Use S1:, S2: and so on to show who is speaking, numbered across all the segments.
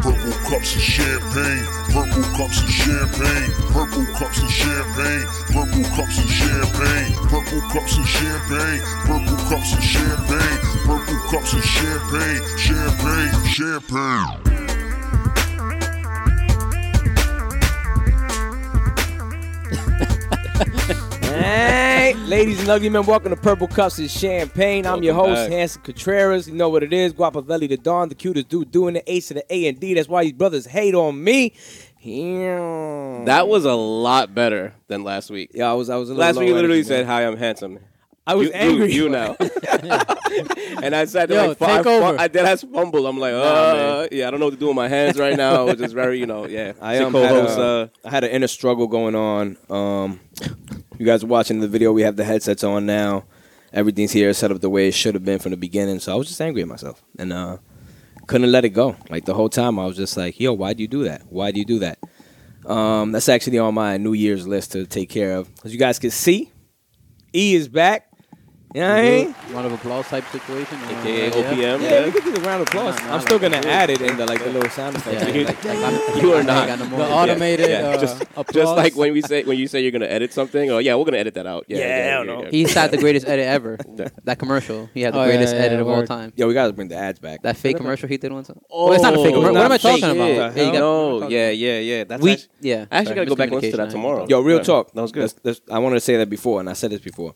S1: cups of champagne, purple cups of champagne, purple cups of champagne, purple cups of champagne, purple cups of champagne, purple cups of champagne, purple cups of champagne, champagne, champagne.
S2: Hey, ladies and gentlemen, welcome to Purple Cups and Champagne. I'm your
S3: Welcome
S2: host,
S3: back.
S2: Hanson Contreras. You know what it is, Guapavelli the Don, the cutest dude doing the ace of the A and D. That's why these brothers hate on me. Yeah.
S3: That was a lot better than last week.
S2: yeah, I was I was a little
S3: Last week you
S2: low
S3: literally
S2: energy, man.
S3: said, "Hi, I'm handsome."
S2: I was
S3: you,
S2: angry.
S3: You, you now. and I said,
S4: Yo,
S3: like, fu- I,
S4: take
S3: fu-
S4: over.
S3: I did. I fumble. I'm like, uh, yeah, I don't know what to do with my hands right now. It's just very, you know, yeah.
S2: I
S3: Sick
S2: um, had
S3: co-host,
S2: a-
S4: uh,
S2: I had an inner struggle going on. Um, you guys are watching the video. We have the headsets on now. Everything's here set up the way it should have been from the beginning. So I was just angry at myself and uh, couldn't let it go. Like the whole time, I was just like, "Yo, why do you do that? Why do you do that?" Um, that's actually on my New Year's list to take care of. As you guys can see, E is back. You know what I mean?
S4: Round of applause type situation. you know,
S3: AKA
S4: yeah.
S3: OPM.
S2: Yeah, we could do the round of applause.
S4: Nah, nah,
S2: I'm still
S4: like,
S2: gonna
S4: cool.
S2: add it in the like the little sound
S4: Yeah,
S2: effect.
S4: like, like, I'm-
S3: You are
S4: I ain't
S3: not.
S4: got no more.
S3: The
S4: Yeah,
S3: automated,
S4: yeah.
S3: uh,
S4: Just-
S3: Just like when we say when you say you're gonna edit something, or yeah, we're gonna edit that out. Yeah,
S2: Yeah, I don't know.
S5: He's had the greatest edit ever. That commercial, he had the
S4: Oh, yeah,
S5: greatest
S4: yeah,
S5: edit of all
S4: word.
S5: time.
S2: Yo, we gotta bring the ads back.
S5: That fake commercial he did once. Oh, it's not a fake
S3: Oh,
S5: commercial.
S3: not
S5: What am I
S3: fake.
S5: talking about?
S3: Yeah,
S5: Yeah, you got-
S3: no, yeah, yeah, yeah. That's
S5: We-
S3: actually,
S5: yeah.
S3: I actually
S5: Sorry,
S3: gotta go back and listen to that
S5: miscommunication.
S3: tomorrow.
S2: Yo, real
S3: Yeah,
S2: talk.
S3: That was good.
S2: Let's- let's- I wanted to say that before, and I said this before.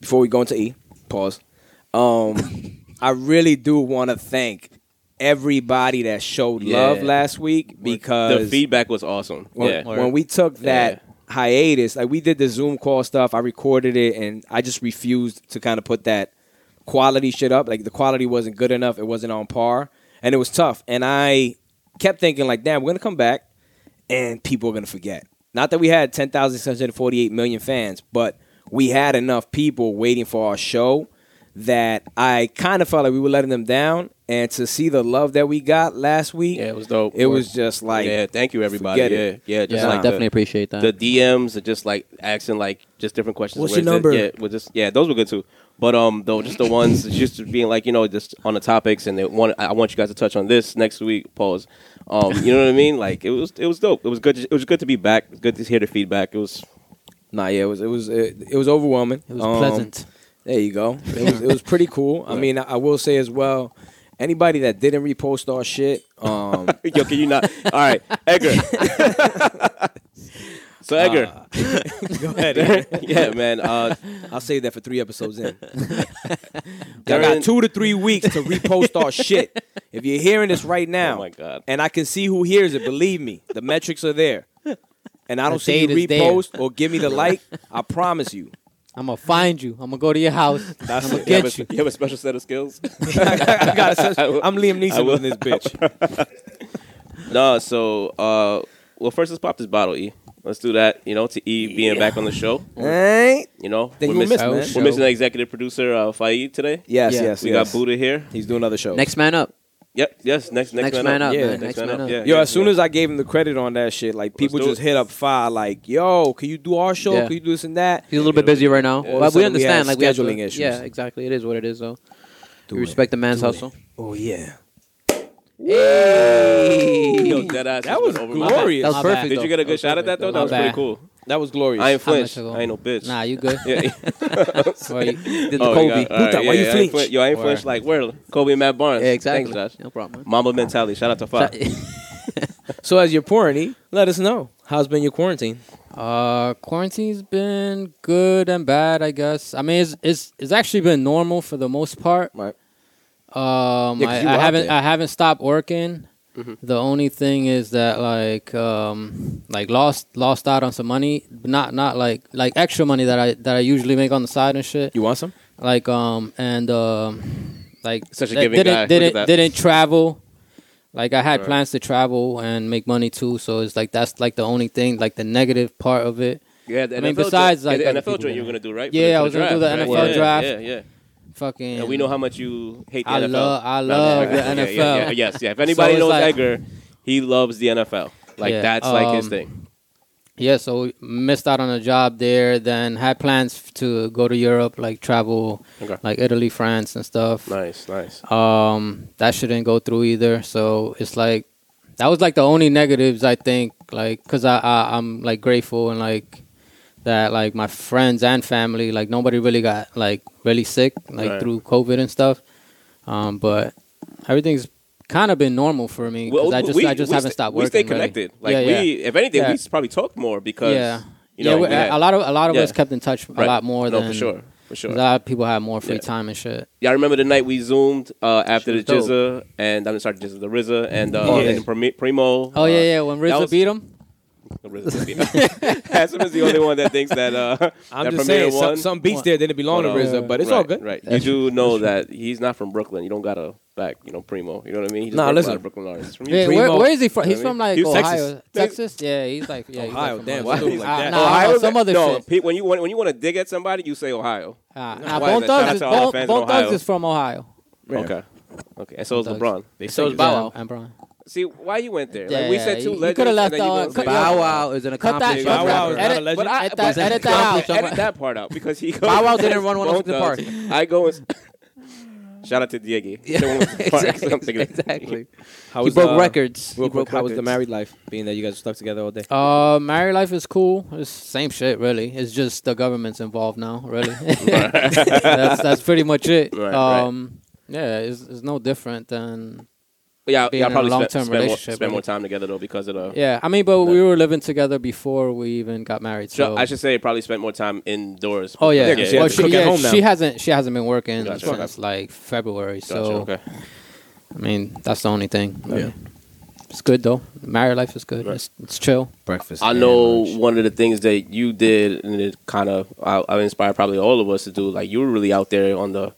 S2: Before we go into E, pause. Um, I really do want to thank everybody that showed
S3: Yeah.
S2: love last week because
S3: the feedback was awesome.
S2: when,
S3: yeah,
S2: when we took that
S3: Yeah.
S2: hiatus, like we did the Zoom call stuff, I recorded it, and I just refused to kind of put that quality shit up. Like the quality wasn't good enough, it wasn't on par, and it was tough. And I kept thinking, like, damn, we're gonna come back, and people are gonna forget. Not that we had ten thousand six hundred forty-eight million fans, but we had enough people waiting for our show that I kind of felt like we were letting them down. And to see the love that we got last week,
S3: yeah, it was dope.
S2: it was just like
S3: yeah, thank you everybody. Yeah,
S2: forget it.
S3: yeah, just
S5: Yeah, I
S3: like
S5: definitely
S3: the,
S5: appreciate that.
S3: the DMs are just like asking like just different questions.
S2: What's
S3: Where
S2: your
S3: is it?
S2: number?
S3: Yeah, with just yeah, those were good too. But um, though just the ones that's just being like you know just on the topics and they want I want you guys to touch on this next week. Pause. Um, you know what I mean? Like it was it was dope. It was good. It was good to be back. It was good to hear the feedback. It was
S2: Nah, yeah, it was it was it, it was overwhelming.
S5: it was
S2: Um,
S5: pleasant.
S2: There you go. It was it was pretty cool. I mean, I, I will say as well, anybody that didn't repost our shit, um,
S3: yo. Can you not? All right, Edgar. so Edgar,
S2: go ahead.
S3: yeah, man. Uh,
S2: I'll save that for three episodes in. I
S3: During-
S2: got two to three weeks to repost our shit. If you're hearing this right now,
S3: Oh my God.
S2: and I can see who hears it, believe me, the metrics are there. And I don't see you
S4: data is there.
S2: repost or give me the like. I promise you.
S4: I'm gonna find you. I'm gonna go to your house. I'm gonna
S3: you, have
S4: get
S3: a,
S4: you.
S3: you have a special set of skills.
S2: I got I'm Liam
S3: I
S2: Neeson
S3: will-
S2: in this bitch.
S3: No, so uh, well, first let's pop this bottle, E. Let's do that. You know, to E being back on the show.
S2: Right?
S3: You know,
S2: Then
S3: we're
S2: you
S3: missing
S2: missed, man.
S3: we're missing the executive producer uh, Faiz today.
S2: Yes,
S4: Yeah.
S2: yes.
S3: we
S2: yes.
S3: got Buddha here.
S2: He's doing other shows.
S5: Next man up.
S3: Yep. Yes. Next. Next,
S5: Next man up,
S2: man.
S3: Next, man, up. Yeah,
S2: Yo,
S3: yeah,
S2: as soon
S3: yeah.
S2: as I gave him the credit on that shit, like people
S3: do
S2: just
S3: it.
S2: hit up Fi, like, yo, can you do our show?
S5: Yeah.
S2: Can you do this and that?
S5: He's a little bit busy right now,
S2: of a
S5: but we
S2: sudden we
S5: understand.
S2: had
S5: like we have to-
S2: scheduling issues.
S5: Yeah, exactly. It is what it is, though.
S2: Do
S5: We
S2: it.
S5: respect the man's
S2: Do it.
S5: hustle.
S2: Oh yeah.
S3: Yo, dead ass.
S2: That was
S3: over my head.
S2: glorious.
S5: That was
S4: My
S5: perfect.
S4: bad.
S3: Did
S5: though.
S3: you get a
S5: That
S3: good
S5: was
S3: shot at that
S5: perfect,
S3: though?
S4: though.
S3: That was
S4: My
S3: pretty
S4: bad.
S3: cool.
S2: That was glorious.
S3: I ain't
S4: How much
S3: flinched.
S4: ago?
S3: I ain't no bitch.
S4: Nah, you good?
S3: Yeah.
S4: Or you-
S5: Did the
S3: Oh,
S5: Kobe.
S3: yeah, all
S2: Puta,
S3: right, yeah,
S2: why you
S3: yeah, I ain't
S2: flinched?
S3: flinched. Yo, I ain't
S4: Word.
S3: flinched like where Kobe and Matt Barnes.
S5: Yeah, exactly.
S3: Thanks, Josh.
S5: No problem.
S3: Mamba mentality. Shout out to Fa.
S2: So as you're pouring, E, let us know how's been your quarantine.
S4: Uh, quarantine's been good and bad, I guess. I mean, it's it's, it's actually been normal for the most part.
S2: Right.
S4: Um,
S2: Yeah, 'cause
S4: I,
S2: you
S4: I
S2: were out
S4: haven't
S2: there. Mm-hmm.
S4: I haven't stopped working. The only thing is that like um like lost lost out on some money, but not not like like extra money that I that I usually make on the side and shit.
S2: You want some?
S4: Like um and um like
S3: Such a
S4: that
S3: giving
S4: didn't
S3: guy. Look at
S4: didn't
S3: that.
S4: didn't travel. Like I had plans to travel and make money too, so it's like that's like the only thing, like the negative part of it.
S3: Yeah, the
S4: I mean,
S3: NFL
S4: besides,
S3: joint-
S4: like,
S3: the
S4: other
S3: NFL
S4: people.
S3: joint you were gonna do right.
S4: Yeah,
S3: For the-
S4: I
S3: for
S4: was gonna do the NFL
S3: draft,
S4: draft.
S3: Yeah, yeah.
S4: Fucking.
S3: And we know how much you hate the
S4: I
S3: NFL.
S4: love- I
S3: Not
S4: love the
S3: Yeah, yeah,
S4: NFL.
S3: yeah, yes, yeah. If anybody
S4: it's
S3: knows
S4: like-
S3: Edgar, he loves the NFL. Like
S4: Yeah,
S3: that's like his
S4: um,
S3: thing.
S4: Yeah, so missed out on a job there. Then had plans f- to go to Europe, like travel,
S3: Okay.
S4: like Italy, France, and stuff.
S3: Nice, nice.
S4: Um, that shouldn't go through either. So it's like that was like the only negatives I think, like, cause I, I I'm like grateful and like that like my friends and family, like nobody really got like really sick like
S3: Right.
S4: through COVID and stuff. Um, but everything's kind of been normal for me. 'cause I just I just
S3: we
S4: haven't
S3: st-
S4: stopped
S3: We
S4: working.
S3: stay
S4: really.
S3: connected. Like
S4: Yeah, yeah.
S3: we, if anything,
S4: Yeah.
S3: we probably talked more because
S4: yeah.
S3: you know
S4: yeah, we-
S3: we had-
S4: a lot of a lot of
S3: yeah.
S4: us kept in touch a
S3: Right.
S4: lot more
S3: No,
S4: than
S3: for sure, for
S4: A
S3: sure.
S4: lot of people had more free
S3: Yeah.
S4: time and shit.
S3: Yeah, I remember the night we zoomed uh, after the
S5: She was
S3: Jizza and I'm sorry, Jizza, the RZA and, uh,
S2: Oh, yeah.
S3: and Primi- Primo.
S4: Oh
S3: uh,
S4: yeah, yeah. When
S3: that
S4: RZA
S3: was-
S4: beat him,
S3: the RZA beat him. Hassan is the only one that thinks that. Uh,
S2: I'm
S3: that
S2: just
S3: Premier
S2: saying, some,
S3: won.
S2: some beats there didn't belong to
S3: Hold on.
S2: RZA, but it's
S3: right,
S2: all good.
S3: Right, you do know that he's not from Brooklyn. You don't gotta back, you know, Primo. You know what I mean? He just
S2: Nah,
S3: worked
S2: listen.
S3: a lot of Brooklyn artists. From
S4: yeah,
S3: Houston.
S4: where,
S2: Primo-
S4: where is he from?
S3: You know
S4: He's
S3: what I
S4: from
S3: mean?
S4: like
S2: Houston,
S4: Ohio,
S3: Texas.
S4: Texas. Yeah, he's like yeah, he's, like,
S2: Ohio,
S4: from
S2: damn,
S4: Ohio.
S2: stupid like
S4: Ah,
S2: that.
S4: nah, I don't know,
S3: Ohio's
S4: some
S3: a-
S4: other
S3: no,
S4: shit.
S3: pe- when you when, when you want to dig at somebody, you say Ohio.
S4: Ah,
S3: Why
S4: nah,
S3: is
S4: Bone
S3: that?
S4: Thugs
S3: Shout
S4: is
S3: out to all
S4: Bone,
S3: the fans in
S4: Bone Thugs
S3: Ohio.
S4: is from Ohio.
S3: Okay, okay, and so is
S4: Thugs.
S3: LeBron.
S5: So is
S4: Yeah,
S5: Bow Wow.
S4: and Bron.
S3: See why you went there?
S4: Yeah,
S3: like we said two
S4: you- you
S3: legends.
S4: coulda left
S3: and then you
S4: out-
S3: go-
S4: cut-
S5: Bow Wow is an
S4: Cut that
S5: accomplished
S4: shit.
S2: Bow Wow
S4: out.
S2: is
S5: rapper.
S2: not a
S4: Edit-
S2: legend.
S4: But I-
S3: Edit
S4: edit that- edit that
S5: accomplished
S4: out.
S5: rapper.
S3: Edit that part out because he goes.
S5: Bow Wow didn't run
S3: Bone
S5: Washington
S3: Thugs.
S5: Park.
S3: I go and. Shout out to Diego.
S5: Yeah, exactly.
S3: Something like that.
S5: exactly.
S2: How
S5: He
S2: was,
S5: broke
S2: uh,
S5: records.
S2: Real
S5: He broke
S2: quick, how was the
S5: records.
S2: married life? Being that you guys are stuck together all day.
S4: Uh, married life is cool. It's same shit, really. It's just the government's involved now, really. that's that's pretty much it.
S3: Right, right.
S4: um, yeah, it's, it's no different than
S3: But yeah,
S4: Being
S3: yeah,
S4: in
S3: I
S4: a
S3: probably spent,
S4: long-term
S3: spend, more,
S4: relationship,
S3: spend more
S4: right?
S3: time together though because of the.
S4: yeah. I mean, but
S3: No.
S4: we were living together before we even got married. So
S3: So I should say probably spent more time indoors.
S4: Oh yeah,
S2: Yeah, 'cause she
S4: well,
S2: has to
S4: she,
S2: cook at
S4: yeah,
S2: home now.
S4: she hasn't she hasn't been working
S3: Gotcha.
S4: since like February. So
S3: Gotcha, okay.
S4: I mean, that's the only thing. Yeah. It's good though. Married life is good. It's, it's chill.
S2: Breakfast.
S3: I know one of the things that you did, and it kind of I, I inspired probably all of us to do. Like you were really out there on the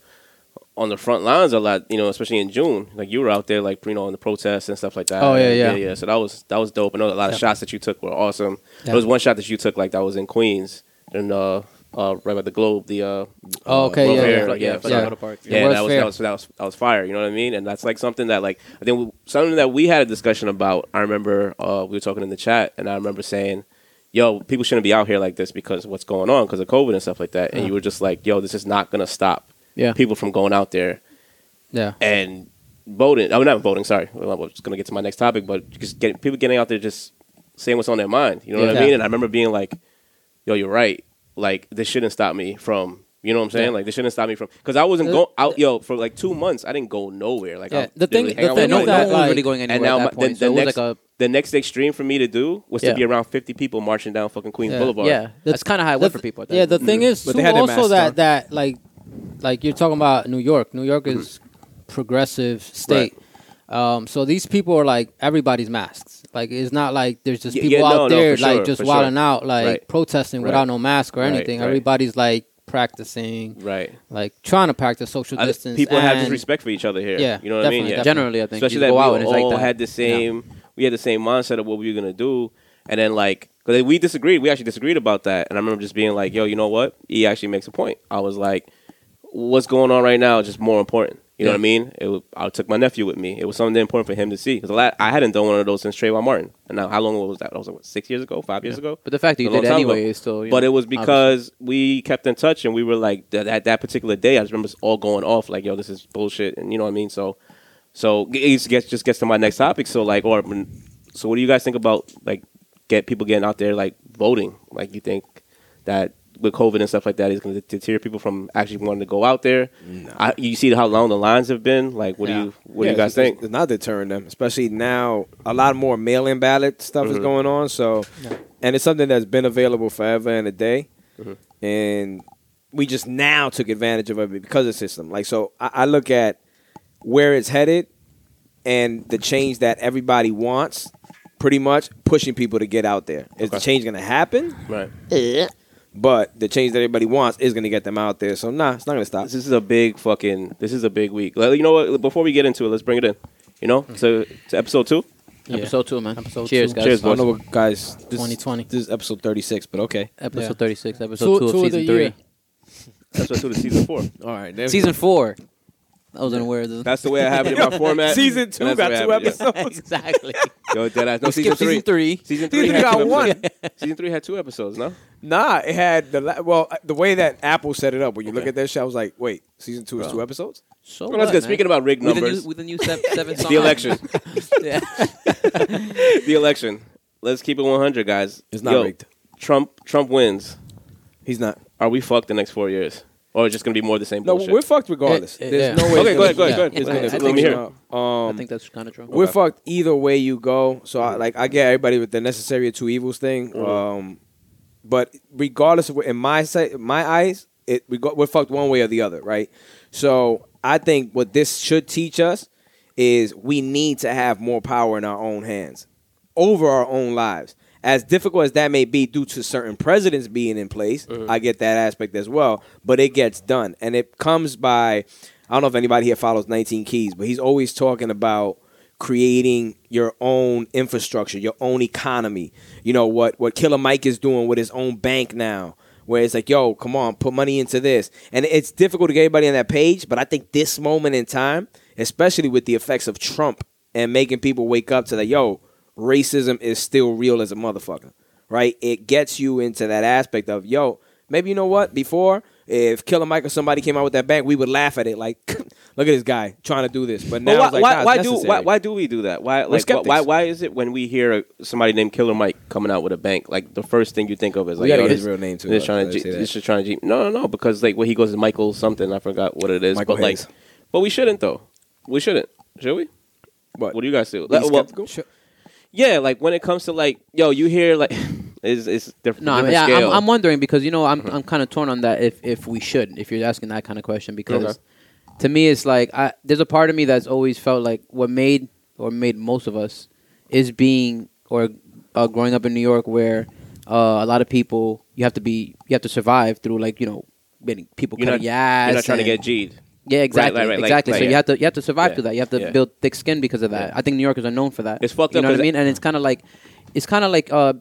S3: on the front lines a lot, you know, especially in June. Like you were out there, like you know, on the protests and stuff like that.
S4: Oh, yeah,
S3: And,
S4: yeah.
S3: yeah. So that was that was dope. I know a lot of shots that you took were awesome.
S4: Yeah.
S3: There was one shot that you took like that was in Queens and uh, uh right by the Globe, the uh,
S4: Oh, okay,
S3: World
S4: yeah,
S3: Fair,
S4: yeah,
S3: yeah,
S4: yeah.
S5: Florida Park.
S4: It
S3: yeah,
S4: was
S3: that was,
S4: fair.
S3: that was that was that was fire. You know what I mean? And that's like something that like I think we, something that we had a discussion about. I remember uh, we were talking in the chat, and I remember saying, "Yo, people shouldn't be out here like this because what's going on because of COVID and stuff like that." And you were just like, "Yo, this is not gonna stop
S4: Uh-huh. Yeah.
S3: people from going out there
S4: Yeah.
S3: and voting." I'm mean, not voting. Sorry, Well, I was just gonna get to my next topic, but just get people getting out there just saying what's on their mind. You know what I
S4: Yeah.
S3: mean? And I remember being like, "Yo, you're right. Like this shouldn't stop me from." You know what I'm saying?
S4: Yeah.
S3: Like they shouldn't stop me from because I wasn't
S4: Uh,
S3: going out. Yo, for like two months, I didn't go nowhere. Like
S4: Yeah,
S3: I
S4: the thing- the
S3: literally hang out
S4: thing
S3: with
S4: is
S5: no,
S3: my
S5: no
S4: that,
S5: one
S3: friends.
S5: was
S4: like-
S5: really going anywhere
S3: and now
S5: at
S3: my,
S5: that point.
S3: the,
S5: so
S3: the
S5: it was
S3: next
S5: like a
S3: the next extreme for me to do was
S5: Yeah.
S3: to be around 50 people marching down fucking Queens
S4: Yeah.
S3: Boulevard.
S5: yeah. That's kind of how it went
S4: The
S5: for people. at that
S4: Yeah, the
S5: point.
S4: thing is
S2: But
S4: too,
S2: they had their
S4: also
S2: masks on.
S4: that that like like you're talking about New York. New York is progressive state. Um, so these people are like everybody's masks. Like it's not like there's just
S3: Yeah,
S4: people
S3: yeah, no,
S4: out
S3: no,
S4: there
S3: for
S4: like
S3: sure,
S4: just
S3: for
S4: wilding
S3: sure.
S4: out, like
S3: Right.
S4: protesting
S3: Right.
S4: without no mask or
S3: Right,
S4: anything.
S3: right.
S4: Everybody's like practicing,
S3: right.
S4: like trying to practice social
S3: I-
S4: distance.
S3: people have
S4: and-
S3: disrespect for each other here.
S4: Yeah,
S3: you know what I
S4: definitely,
S3: mean. Yeah.
S4: definitely.
S5: generally, I think
S3: Especially
S5: you
S3: that
S5: go
S3: we
S5: out and it's
S3: all
S5: like that.
S3: had the same. We had the same mindset of what we were gonna do, and then like because we disagreed. We actually disagreed about that, and I remember just being like, "Yo, you know what? He actually makes a point." I was like, "What's going on right now is just more important." You know
S4: Yeah.
S3: what I mean? It was, I took my nephew with me. It was something important for him to see because I hadn't done one of those since Trayvon Martin. And now, how long ago was that? That was like what, six years ago, five years ago.
S5: But the fact that
S3: A
S5: you
S3: long
S5: did it
S3: time ago.
S5: anyway is still. you
S3: But
S5: know,
S3: it was
S5: obviously.
S3: because we kept in touch and we were like that at that particular day. I just remember us all going off like, "Yo, this is bullshit," and you know what I mean. So, so it just gets just gets to my next topic. So like, or so, what do you guys think about like get people getting out there like voting? Like, you think that with COVID and stuff like that is going to deter people from actually wanting to go out there? I, you see how long the lines have been. Like, what
S4: Yeah.
S3: do you what
S2: Yeah,
S3: do you guys
S2: it's- it's-
S3: think?
S2: It's not deterring them, especially now. A lot more mail-in ballot stuff
S3: Mm-hmm.
S2: is going on, so and it's something that's been available forever and a day,
S3: Mm-hmm.
S2: and we just now took advantage of it because of the system. Like so, I, I look at where it's headed and the change that everybody wants. Pretty much pushing people to get out there. Is the
S3: Okay.
S2: change going to happen?
S3: Right.
S2: But the change that everybody wants is going to get them out there. So nah, it's not going to stop.
S3: This is a big fucking. This is a big week. Well, you know what? Before we get into it, let's bring it in. You know, to, to episode two.
S4: Yeah.
S5: episode two, man.
S4: Episode
S5: Cheers,
S4: two.
S5: guys.
S3: Cheers,
S2: I don't know what guys. This,
S4: 2020.
S2: This is episode thirty-six, but okay.
S5: Episode
S4: Yeah.
S5: thirty-six.
S4: Two-
S5: Episode two,
S4: two
S5: of
S4: of the
S5: season
S4: year.
S5: three.
S3: Episode two to season four.
S2: All right. There
S5: Season four. I wasn't aware of this.
S3: That's the way I have it in my format.
S2: Season two
S3: And that's
S2: got
S3: the
S2: two
S3: way I have it, yeah.
S2: episodes.
S5: exactly.
S3: Yo, deadass. No,
S5: We
S3: season
S5: skipped
S3: three.
S5: season three.
S2: Season
S3: Season three
S2: three
S3: had two
S2: got one.
S3: episodes. Season three had two episodes.
S5: Oh,
S3: No.
S2: Nah, it had the la- well uh, the way that Apple set it up. When you look at that shit, I was like, wait, season two is two episodes.
S5: So
S3: Well, that's
S5: what,
S3: good.
S5: man?
S3: Speaking about rig
S5: With the new-
S3: numbers,
S5: with the new seven, seven songs.
S3: the election.
S5: Yeah.
S3: the election. Let's keep it 100, guys.
S2: It's not
S3: Yo,
S2: rigged.
S3: Trump Trump wins.
S2: He's not.
S3: Are we fucked the next four years, or just gonna be more of the same
S2: No,
S3: bullshit?
S2: we're fucked regardless.
S5: Eh, eh,
S2: There's
S4: yeah.
S2: no way.
S3: Okay,
S2: it's gonna
S3: go ahead, go
S2: be-
S3: ahead, go ahead.
S5: Yeah,
S2: it's
S5: I
S2: gonna-
S5: think
S2: let me
S3: so.
S2: hear it. Um,
S5: I think that's kind of true.
S2: We're fucked either way you go. So I, like I get everybody with the necessary two evils thing. Um, but regardless of what, in my sight, my eyes, it we go, we're fucked one way or the other, right? So I think what this should teach us is we need to have more power in our own hands over our own lives. As difficult as that may be due to certain presidents being in place, I get that aspect as well, but it gets done. And it comes by I don't know if anybody here follows 19 Keys, but he's always talking about creating your own infrastructure, your own economy. You know what what Killer Mike is doing with his own bank now, where it's like, yo, come on, put money into this. And it's difficult to get everybody on that page, but I think this moment in time, especially with the effects of Trump and making people wake up to that, yo, racism is still real as a motherfucker, right? It gets you into that aspect of, yo, maybe you know what? Before, if Killer Mike or somebody came out with that bank, we would laugh at it, like, look at this guy trying to do this. But now,
S3: But why,
S2: it's like,
S3: why,
S2: nah, it's
S3: why do why,
S2: necessary.
S3: why do we do that? Why like why,
S2: skeptics.
S3: why why is it when we hear a, somebody named Killer Mike coming out with a bank, like the first thing you think of is like
S2: gotta
S3: yo,
S2: get his
S3: this-
S2: real name, too,
S3: This
S2: though, so
S3: trying to
S2: they say
S3: G-
S2: that.
S3: this should trying to G- no no no because like when he goes to Michael something I forgot what it is,
S2: Michael
S3: but like
S2: Hayes.
S3: but we shouldn't though we shouldn't should we?
S2: What?
S3: What do you guys do?
S2: Be
S3: Like, well,
S2: skeptical?
S3: yeah, like when it comes to like yo, you hear like is it's different.
S5: No, I mean,
S3: different
S5: yeah,
S3: scale. Uh-huh.
S5: I'm, I'm wondering because you know I'm I'm kind of torn on that. If if we should, if you're asking that kind of question, because
S3: Okay.
S5: to me it's like I, there's a part of me that's always felt like what made or made most of us is being or uh, growing up in New York where uh, a lot of people you have to be you have to survive through like you know getting people
S3: You're
S5: cutting
S3: not-
S5: your ass.
S3: you're not trying to
S5: and-
S3: get G'd.
S5: yeah, exactly,
S3: right, right, like-
S5: exactly.
S3: like,
S5: so you
S3: yeah.
S5: have to you have to survive
S3: Yeah.
S5: through that. You have to
S3: Yeah.
S5: build thick skin because of that.
S3: Yeah.
S5: I think New Yorkers are known for that.
S3: It's fucked
S5: You
S3: up
S5: know what
S3: 'cause-
S5: I mean? And it's kind of like, it's kind of like uh,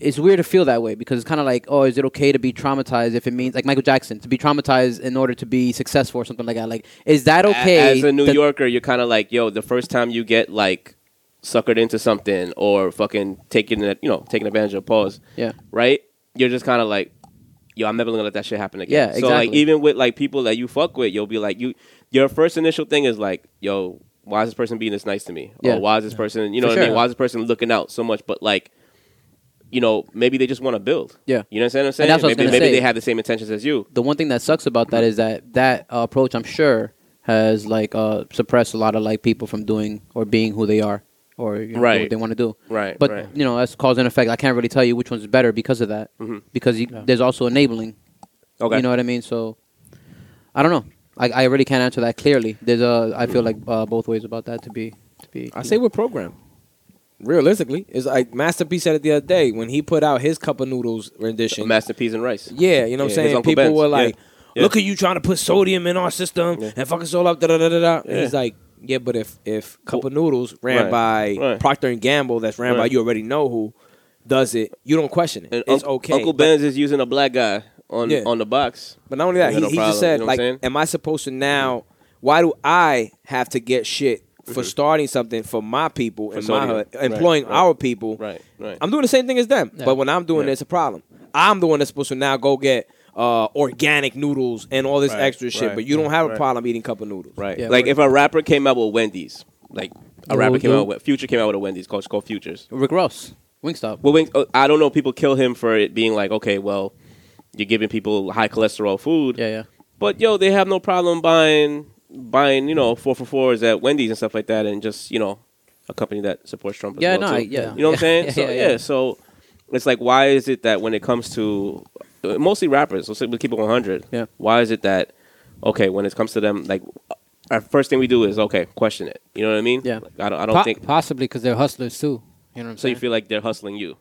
S5: it's weird to feel that way because it's kind of like, oh, is it okay to be traumatized if it means like Michael Jackson to be traumatized in order to be successful or something like that? Like, is that
S3: A-
S5: okay?
S3: As a New
S5: that-
S3: Yorker, you're kind of like, yo, the first time you get like suckered into something or fucking taking it, you know, taking advantage of pause,
S5: yeah,
S3: right? You're just kind of like, yo, I'm never gonna let that shit happen again.
S5: Yeah,
S3: So like,
S5: exactly.
S3: even with like people that you fuck with, you'll be like, you, your first initial thing is like, yo, why is this person being this nice to me?
S5: Yeah.
S3: Or why is this person, you know
S5: For
S3: what I
S5: sure.
S3: mean? Why is this person looking out so much? But like, you know, maybe they just want to build.
S5: Yeah.
S3: you know what I'm saying.
S5: that's what I
S3: maybe
S5: was gonna
S3: maybe
S5: say.
S3: they have the same intentions as you.
S5: the one thing that sucks about that is that that uh, approach, I'm sure, has like uh, suppressed a lot of like people from doing or being who they are or you know,
S3: Right.
S5: what they want to do.
S3: Right,
S5: But
S3: right.
S5: you know, that's cause and effect. I can't really tell you which one's better because of that,
S3: Mhm.
S5: because you, there's also enabling.
S3: Okay.
S5: You know what I mean? So I don't know. I, I really can't answer that clearly. There's a I feel like uh, both ways about that to be to be.
S3: Hmm.
S2: I say we're programmed. Realistically, it's like Masterpiece said it the other day when he put out his cup of noodles rendition.
S3: Masterpiece and rice.
S2: Yeah, you know what
S3: Yeah,
S2: I'm
S3: his
S2: saying?
S3: Uncle
S2: People
S3: Ben's.
S2: were
S3: Yeah.
S2: like,
S3: Yeah.
S2: look at you trying to put sodium in our system
S3: Yeah.
S2: and fuck us all up, da da da da da. And
S3: Yeah.
S2: he's like, yeah, but if if Cup of
S3: Well,
S2: Noodles ran
S3: right,
S2: by
S3: right.
S2: Procter and Gamble, that's ran by
S3: Right.
S2: you already know who does it, you don't question it.
S3: And
S2: it's
S3: Unc-
S2: okay.
S3: Uncle
S2: But-
S3: Ben's is using a black guy on
S2: Yeah.
S3: on the box.
S2: But, not only that,
S3: Yeah,
S2: he,
S3: no
S2: he
S3: problem,
S2: just said,
S3: you know what
S2: like,
S3: I'm saying?
S2: am I supposed to now? Why do I have to get shit
S3: Mm-hmm.
S2: for starting something for my people in my
S3: sodium.
S2: hood,
S3: Right,
S2: employing
S3: right.
S2: our people?
S3: Right, right.
S2: I'm doing the same thing as them,
S5: Yeah.
S2: but when I'm doing
S3: Yeah.
S2: it, it's a problem. I'm the one that's supposed to now go get uh, organic noodles and all this
S3: Right,
S2: extra shit,
S3: right,
S2: but you don't have a
S3: right.
S2: problem eating cup of noodles.
S3: Right.
S5: Yeah,
S3: like
S5: we're-
S3: if a rapper came out with Wendy's, like a
S5: Yeah,
S3: rapper
S5: we'll
S3: came
S5: do-
S3: out with Future came out with a Wendy's called it's called Futures.
S5: Rick Ross, Wingstop.
S3: Well, Wings- oh, I don't know. People kill him for it being like, okay, well, you're giving people high cholesterol food.
S5: yeah, yeah.
S3: But yo, they have no problem buying buying you know four for fours at Wendy's and stuff like that, and just you know a company that supports Trump. As
S5: Yeah,
S3: well,
S5: no,
S3: too.
S5: I- yeah.
S3: You know what I'm saying?
S5: Yeah,
S3: so,
S5: yeah, yeah.
S3: So it's like, why is it that when it comes to uh, mostly rappers, let's say we keep it 100.
S5: Yeah.
S3: Why is it that okay when it comes to them like our first thing we do is okay question it. You know what I mean?
S5: Yeah.
S3: Like, I don't. I don't
S4: Po-
S3: think.
S4: possibly because they're hustlers too. You know what I'm
S3: So
S4: saying?
S3: you feel like they're hustling you?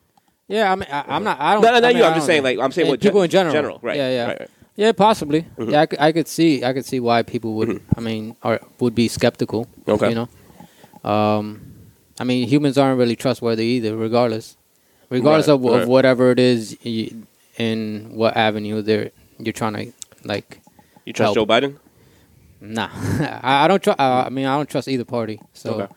S4: yeah, I mean, I, I'm not. I don't.
S3: No, no, no.
S4: I mean,
S3: you.
S4: I
S3: I'm just
S4: don't
S3: saying.
S4: know.
S3: Like I'm saying
S4: Yeah,
S3: what
S4: people in general.
S3: General. Right.
S4: Yeah, yeah.
S3: Right, Mm-hmm. right.
S4: Yeah, possibly. Yeah, I could, I could see. I could see why people would. I
S3: Mm-hmm.
S4: mean, or would be skeptical.
S3: Okay.
S4: You know, um, I mean, humans aren't really trustworthy either. Regardless, regardless
S3: Right,
S4: of, wh-
S3: right.
S4: of whatever it is, y in what avenue they're you're trying to like.
S3: You trust
S4: Help.
S3: Joe Biden?
S4: Nah, I, I don't trust. Uh, I mean, I don't trust either party. So,
S3: Okay.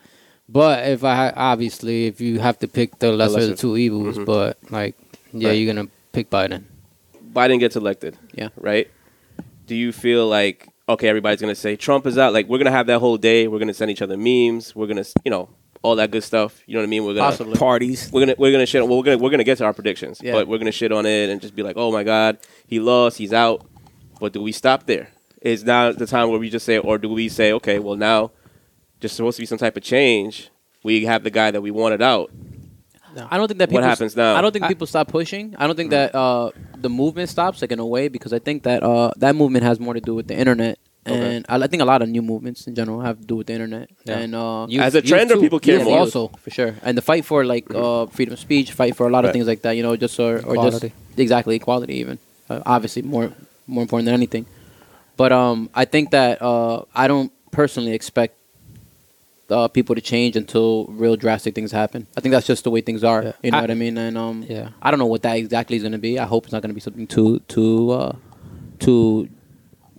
S4: but if I ha- obviously if you have to pick the lesser, of
S3: lesser. Mm-hmm.
S4: the two evils, but like, yeah,
S3: Right.
S4: you're gonna pick Biden.
S3: Biden gets elected.
S5: Yeah.
S3: Right? Do you feel like okay, everybody's gonna say Trump is out? Like we're gonna have that whole day. We're gonna send each other memes. We're gonna you know all that good stuff. You know what I mean? We're gonna
S5: Possibly.
S2: Parties.
S3: we're gonna we're gonna shit. On, well, we're gonna we're gonna get to our predictions,
S5: Yeah.
S3: but we're gonna shit on it and just be like, oh my god, he lost, he's out. But do we stop there? Is now the time where we just say, or do we say, okay, well now, there's supposed to be some type of change. We have the guy that we wanted out.
S5: I don't think that
S3: What
S5: people,
S3: happens now? Mm-hmm.
S5: I don't think people stop pushing. I don't think that uh, the movement stops, like in a way, because I think that uh, that movement has more to do with the internet,
S3: Okay.
S5: and I, I think a lot of new movements in general have to do with the internet.
S4: Yeah.
S5: And uh,
S4: You-
S3: As a trend, or
S4: too.
S3: people care
S4: Yeah,
S3: more?
S4: also-
S5: for sure, and the fight for like uh, freedom of speech, fight for a lot of
S3: Right.
S5: things like that. You know, just or, or just
S4: Equality.
S5: exactly equality, even uh, obviously more more important than anything. But um, I think that uh, I don't personally expect uh, people to change until real drastic things happen. I think that's just the way things are.
S4: Yeah.
S5: You know
S4: I-
S5: what I mean? And um,
S4: Yeah.
S5: I don't know what that exactly is going to be. I hope it's not going to be something too too uh, too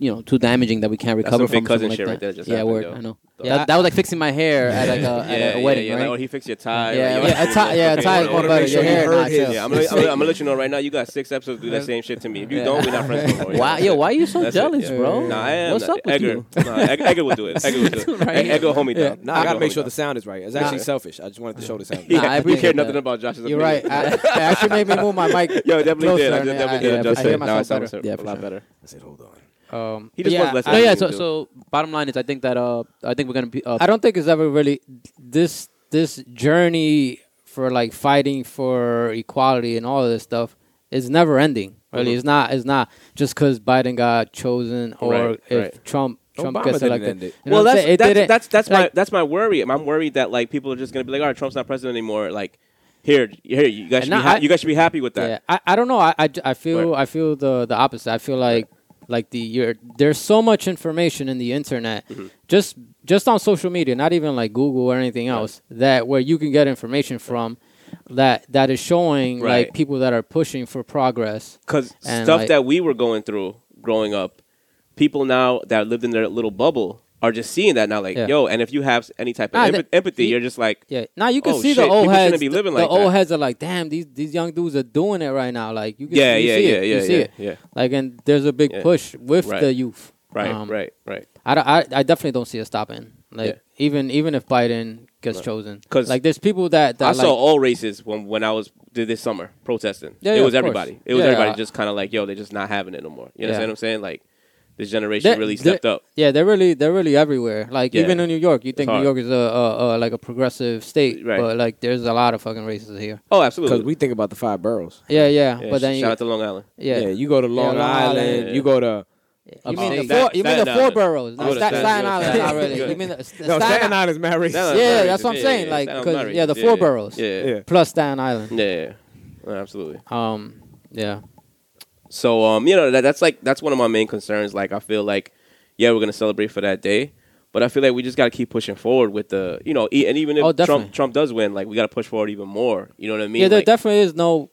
S5: you know too damaging that we can't
S3: That's some
S5: recover
S3: big
S5: from. or
S3: cousin
S5: something like
S3: shit
S5: that.
S3: right there just
S5: yeah,
S3: happened,
S5: word.
S3: yo.
S5: I know.
S4: Yeah,
S5: that, that was like fixing my hair at like a, at a wedding,
S3: yeah,
S5: right?
S3: Like, oh, he fixed your tie.
S5: Yeah,
S3: like,
S5: yeah, a tie- yeah, a tie is
S3: I
S2: more
S3: wanna
S2: better,
S3: make
S2: your
S3: you
S2: hair
S3: heard
S2: not
S3: his.
S2: his.
S3: Yeah, I'm gonna, I'm, gonna, I'm gonna let you know right now. You got six episodes to do that same shit to me. If you don't, we're not friends anymore.
S5: Why, yo, why are you so
S3: That's it.
S5: jealous,
S3: Yeah.
S5: bro?
S3: Nah, I am.
S5: What's
S3: not.
S5: up with
S3: Edgar.
S5: you?
S3: Nah, Ed- Edgar will do it. Edgar will do it.
S5: Right.
S3: Ed- Edgar, hold me down.
S2: Nah, I
S3: Edgar
S2: gotta make
S3: will hold
S2: sure the
S3: me down.
S2: sound is right. It's actually selfish. I just wanted to show the sound.
S5: Nah,
S3: Yeah,
S5: I
S3: we care
S5: appreciate
S3: nothing
S5: that.
S3: about Josh's.
S4: You're
S3: opinion.
S4: right. I, it actually made me move my mic.
S3: Yo, it definitely
S4: closer
S3: did. I
S4: and
S3: just definitely
S4: I,
S3: did
S4: I,
S3: adjust
S4: hear
S3: it. Now I
S4: myself
S3: sound
S4: better.
S3: better.
S5: Yeah,
S3: a
S5: for
S3: lot
S5: sure.
S3: better.
S2: I said, hold on.
S4: Um,
S3: He just
S4: yeah,
S3: was less
S4: I-
S5: No, yeah.
S3: mean,
S5: So,
S3: dude.
S5: so bottom line is, I think that uh, I think we're gonna be. Uh,
S4: I don't think it's ever really this this journey for like fighting for equality and all of this stuff is never ending. Really,
S3: Mhm.
S4: it's not. It's not just because Biden got chosen or
S3: Right,
S4: if
S3: right.
S4: Trump Trump
S2: Obama
S4: gets
S2: didn't
S4: elected.
S2: end it.
S4: You know
S3: well,
S4: what I'm
S3: that's
S4: saying? It
S3: that's,
S4: didn't-
S3: that's that's my
S4: like-
S3: that's my worry. I'm- I'm worried that like people are just gonna be like, all right, Trump's not president anymore. Like, here, here, you guys should be
S4: And I-
S3: ha- you guys should be happy with
S4: Yeah,
S3: that.
S4: I, I don't know. I, I, j- I feel
S3: Right.
S4: I feel the the opposite. I feel like like the you're, there's so much information in the internet,
S3: Mm-hmm.
S4: just just on social media, not even like Google or anything else, that where you can get information from. That that is showing
S3: Right.
S4: like people that are pushing for progress.
S3: Because
S4: And,
S3: stuff
S4: like-
S3: that we were going through growing up, people now that lived in their little bubble are just seeing that now. Like,
S4: Yeah.
S3: yo, and if you have any type of
S4: Nah,
S3: empa-
S4: that-
S3: empathy,
S4: he-
S3: you're just like,
S4: Yeah. Now you can
S3: Oh,
S4: see
S3: shit.
S4: the old
S3: People shouldn't
S4: heads.
S3: be living
S4: the
S3: like
S4: old
S3: that.
S4: heads are like, damn, these these young dudes are doing it right now. Like you can
S3: yeah,
S4: you
S3: yeah,
S4: see
S3: yeah,
S4: it.
S3: yeah,
S4: you see
S3: yeah,
S4: it.
S3: yeah.
S4: Like and there's a big
S3: Yeah.
S4: push with
S3: Right.
S4: the youth.
S3: Right,
S4: Um,
S3: right, right.
S4: I, don't- I, I definitely don't see a stopping. Like
S3: Yeah.
S4: even even if Biden gets
S3: Right.
S4: chosen,
S3: 'Cause
S4: like there's people that, that
S3: I
S4: like,
S3: saw all races when when I was did this summer protesting.
S4: Yeah,
S3: it
S4: yeah,
S3: was
S4: of course.
S3: everybody. It was
S4: Yeah,
S3: everybody
S4: yeah.
S3: just kind of like, yo, they're just not having it no more. You know
S4: Yeah.
S3: what I'm saying? Like, this generation
S4: They-
S3: really
S4: they-
S3: stepped up.
S4: Yeah, they're really they're really everywhere. Like
S3: Yeah.
S4: even in New York, you think New
S3: hard.
S4: York is a, a, a like a progressive state,
S3: Right.
S4: but like there's a lot of fucking races here.
S3: Oh,
S2: Because
S3: absolutely.
S2: we think about the five boroughs.
S4: Yeah, yeah.
S3: Yeah,
S4: but
S3: sh-
S4: then
S3: shout
S4: you,
S3: out to Long Island.
S4: yeah,
S2: yeah, you go to Long
S4: Long
S2: Island.
S4: Island.
S2: You go to
S4: you mean the
S5: Upstate.
S4: four you mean the
S3: Staten
S4: four
S3: Island.
S4: boroughs?
S3: Go
S4: No,
S3: to
S4: Sta-
S3: Staten
S4: Staten
S3: Island.
S4: Island, not
S3: Yeah.
S4: really.
S3: Good.
S4: You mean the, the
S2: no,
S4: Staten
S2: Staten Island is mad racist.
S3: Staten Island.
S4: Yeah,
S3: Right,
S4: that's what I'm
S3: yeah,
S4: saying.
S3: yeah,
S4: Like,
S3: Staten Island,
S4: cause
S3: Murray.
S4: yeah, the
S3: Yeah,
S4: four
S3: yeah.
S4: boroughs.
S3: Yeah.
S2: Yeah.
S4: Plus Staten Island.
S3: Yeah, yeah, yeah. absolutely.
S4: Um. Yeah.
S3: So um, you know that, that's like that's one of my main concerns. Like I feel like, yeah, we're gonna celebrate for that day, but I feel like we just gotta keep pushing forward with the you know, e- and even if
S4: Oh, definitely.
S3: Trump Trump does win, like we gotta push forward even more. You know what I mean?
S4: yeah. There
S3: Like,
S4: definitely is no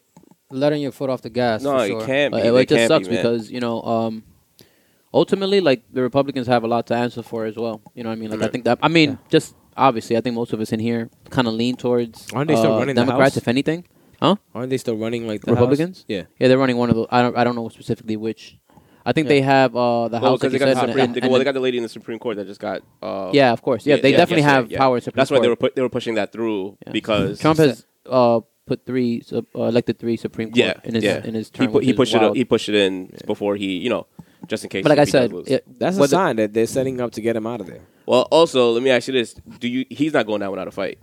S4: letting your foot off the gas.
S3: No,
S4: for
S3: it
S4: sure.
S3: can't be.
S5: But uh, it,
S3: They
S5: it just
S3: can't be,
S5: sucks
S3: man.
S5: because you know, um, ultimately, like the Republicans have a lot to answer for as well. You know what I mean? Like I
S3: Right.
S5: think that I mean,
S4: Yeah.
S5: just obviously, I think most of us in here kind of lean towards
S2: Aren't they still
S5: uh,
S2: running the
S5: Democrats,
S2: House?
S5: if anything.
S2: Aren't they still running like the
S5: Republicans?
S2: House? Yeah.
S5: Yeah, they're running one of those. I don't I don't know specifically which. I think
S4: Yeah.
S5: they have uh, the
S3: well,
S5: House.
S3: 'cause
S5: like
S3: they
S5: you
S3: got the
S5: said, and-
S3: Supreme-
S5: and-
S3: they- well, they got the lady in the Supreme Court that just got. Uh,
S5: yeah, of course. Yeah, they
S3: yesterday,
S5: definitely have
S3: yeah.
S5: power. at Supreme
S3: That's why they were
S5: Court.
S3: put, they were pushing that through
S5: Yeah.
S3: because
S5: Trump has uh, put three sub- uh, elected three Supreme Court
S3: yeah
S5: in his
S3: yeah.
S5: in his
S3: he,
S5: term.
S3: pu-
S5: which
S3: he
S5: is
S3: pushed it
S5: wild.
S3: he pushed it in before he you know just in case.
S5: but like
S3: if
S5: I
S3: he does
S5: said,
S3: lose.
S5: it-
S2: That's a
S5: whether-
S2: sign that they're setting up to get him out of there.
S3: well, also let me ask you this: Do you? He's not going down without a fight.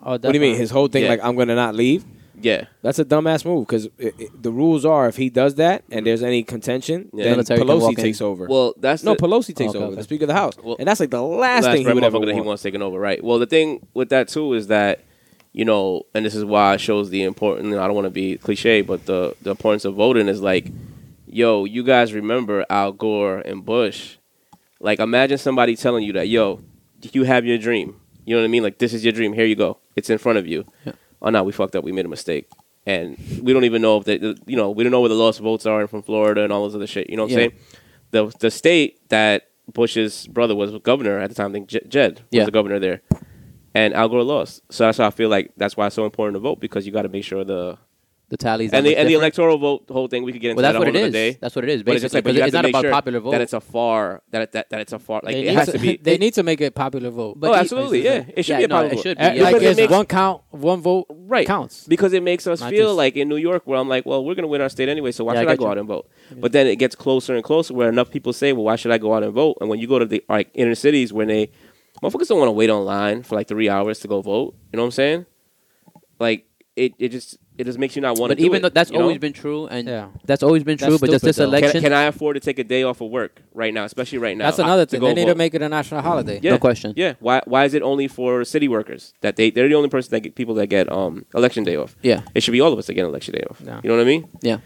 S4: Oh,
S2: What do you mean?
S4: definitely.
S2: His whole thing,
S3: Yeah.
S2: like, I'm going to not leave?
S3: Yeah,
S2: That's a dumbass move because the rules are if he does that and there's any contention,
S3: Yeah.
S2: then
S5: Military can
S2: Pelosi
S5: walk in.
S2: takes over.
S3: Well, that's
S2: no,
S3: the
S2: Pelosi takes
S5: Okay,
S2: over,
S5: okay.
S2: the Speaker of the House.
S3: Well,
S2: and that's like the last, thing he
S3: red
S2: would ever
S3: motherfucker that he
S2: want.
S3: wants taken over, right? Well, the thing with that too is that you know, and this is why it shows the important. You know, I don't want to be cliche, but the the importance of voting is like, yo, you guys remember Al Gore and Bush? Like, imagine somebody telling you that, yo, you have your dream. You know what I mean? Like, this is your dream. Here you go. It's in front of you. Oh no, we fucked up. We made a mistake. And we don't even know if the you know we don't know where the lost votes are and from Florida and all this other shit. You know what I'm
S5: Yeah.
S3: saying? the the state that Bush's brother was governor at the time, I think J- Jed was
S5: Yeah.
S3: the governor there, and Al Gore lost. So that's why I feel like that's why it's so important to vote because you got to make sure the
S5: the tallies. that
S3: and the
S5: much
S3: and the
S5: different.
S3: electoral vote whole thing we could get into
S5: Well, that's
S3: that
S5: what it
S3: another
S5: is.
S3: day.
S5: That's what it is.
S3: But it's
S5: Basically,
S3: just like, but
S5: because
S3: you have
S5: it's
S3: to
S5: not
S3: make
S5: about
S3: sure
S5: popular vote.
S3: that it's a far that it- that that it's a far like
S4: They
S3: it
S4: need
S3: has
S4: to,
S3: to be.
S4: They need to make it popular vote.
S5: But
S3: oh,
S5: it-
S3: absolutely, yeah. It should
S5: Yeah,
S3: be a
S5: no,
S3: popular
S5: it
S3: vote.
S5: should be,
S4: Eh,
S5: yeah.
S4: like
S3: Because it
S4: it's
S3: makes-
S4: one count, one vote
S3: right
S4: counts.
S3: because it makes us
S4: Not
S3: feel
S4: just-
S3: like in New York where I'm like, well, we're gonna win our state anyway, so why
S5: Yeah, I
S3: should I,
S5: get
S3: go
S5: you.
S3: out and vote? But then it gets closer and closer where enough people say, well, why should I go out and vote? And when you go to the like inner cities when they motherfuckers don't want to wait online for like three hours to go vote. You know what I'm saying? Like it, it just it just makes you not want to.
S5: But even though that's
S3: you know?
S5: always been true, and
S4: Yeah.
S5: that's always been
S4: That's
S5: true, but just
S4: stupid,
S5: this
S4: though. Can-
S3: Can,
S5: election,
S3: can I afford to take a day off of work right now, especially right now?
S4: That's
S3: I-
S4: another
S3: to
S4: thing.
S3: go
S4: They need to
S3: vote.
S4: make it a national holiday.
S3: Yeah.
S5: No question.
S3: Yeah. Why? Why is it only for city workers that they they're the only person that get people that get um election day off?
S5: yeah,
S3: It should be all of us that get election day off.
S4: Yeah.
S3: You know what I mean?
S5: yeah.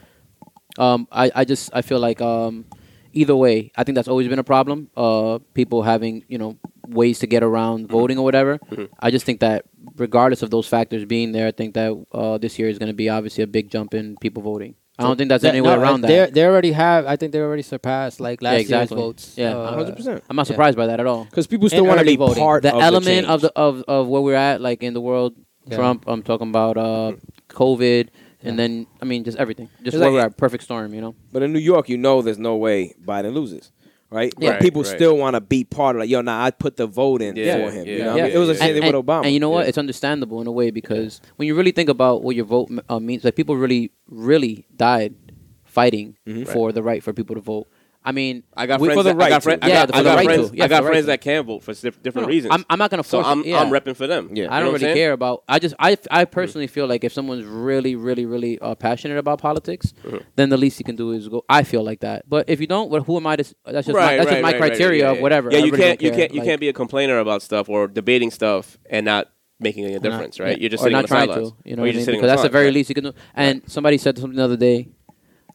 S5: Um, I, I just I feel like um, either way, I think that's always been a problem. Uh, people having you know ways to get around
S3: Mm-hmm.
S5: voting or whatever. I just think that regardless of those factors being there, I think that uh, this year is going to be obviously a big jump in people voting. I don't think that's
S4: That-
S5: any way
S3: uh,
S4: no,
S5: around
S4: they
S5: that.
S4: They already have. I think they already surpassed like last
S5: yeah, exactly.
S4: year's votes.
S5: Yeah,
S4: Uh,
S2: 100%.
S5: I'm
S4: yeah.
S5: not surprised by that at all.
S2: Because people still
S5: and
S2: want to
S5: early
S2: be
S5: voting.
S2: part
S5: the
S2: of
S5: element
S2: the
S5: of the of of where we're at, like in the world.
S4: Yeah.
S5: Trump. I'm talking about uh, COVID, and then I mean just everything. Just
S2: It's
S5: where
S2: like-
S5: we're at, perfect storm. You know.
S2: But in New York, you know there's no way Biden loses, right?
S5: Yeah.
S2: But people
S3: Right, right.
S2: still want to be part of like, yo, nah, I put the vote in
S3: Yeah,
S2: for him.
S3: yeah,
S2: you know,
S5: yeah,
S2: what I mean? it was the
S3: yeah,
S2: same thing with Obama.
S5: and you know what?
S3: Yeah.
S5: It's understandable in a way because when you really think about what your vote uh, means, like people really, really died fighting for the right for people to vote. I mean,
S3: I got
S5: we-
S3: friends.
S5: for the
S3: that, I got
S2: right
S3: friend-
S2: to.
S3: I
S5: Yeah,
S3: got,
S5: for
S3: I
S5: the
S3: got
S5: right
S3: friends.
S5: to. Yeah,
S3: I
S5: for
S3: got
S5: the right
S3: friends
S5: to.
S3: that can vote for diff- different
S5: No,
S3: reasons.
S5: I'm, I'm not gonna
S3: so
S5: force.
S3: I'm
S5: it. Yeah.
S3: I'm repping for them.
S2: Yeah.
S3: You
S5: I
S3: know
S5: don't
S3: what
S5: really
S3: I'm saying? Mm-hmm.
S5: care about. I just I I personally feel like if someone's really really really uh, passionate about politics,
S3: Mm-hmm.
S5: then the least you can do is go. I feel like that. But if you don't, well, who am I to? s- That's just my,
S3: Right,
S5: that's
S3: right,
S5: just my
S3: right, right,
S5: criteria
S3: yeah,
S5: of
S3: yeah.
S5: whatever.
S3: Yeah,
S5: I
S3: you
S5: really
S3: can't
S5: don't
S3: you
S5: care.
S3: can't you
S5: Like,
S3: can't be a complainer about stuff or debating stuff and not making a
S5: or not-
S3: difference, right?
S5: yeah,
S3: You're just
S5: or
S3: sitting
S5: not
S3: on the
S5: trying
S3: sidelines.
S5: to. You
S3: Or
S5: know what
S3: you're
S5: I mean?
S3: just sitting
S5: Because
S3: on
S5: that's the very
S3: sidelines,
S5: least you can do. And somebody said something the other day.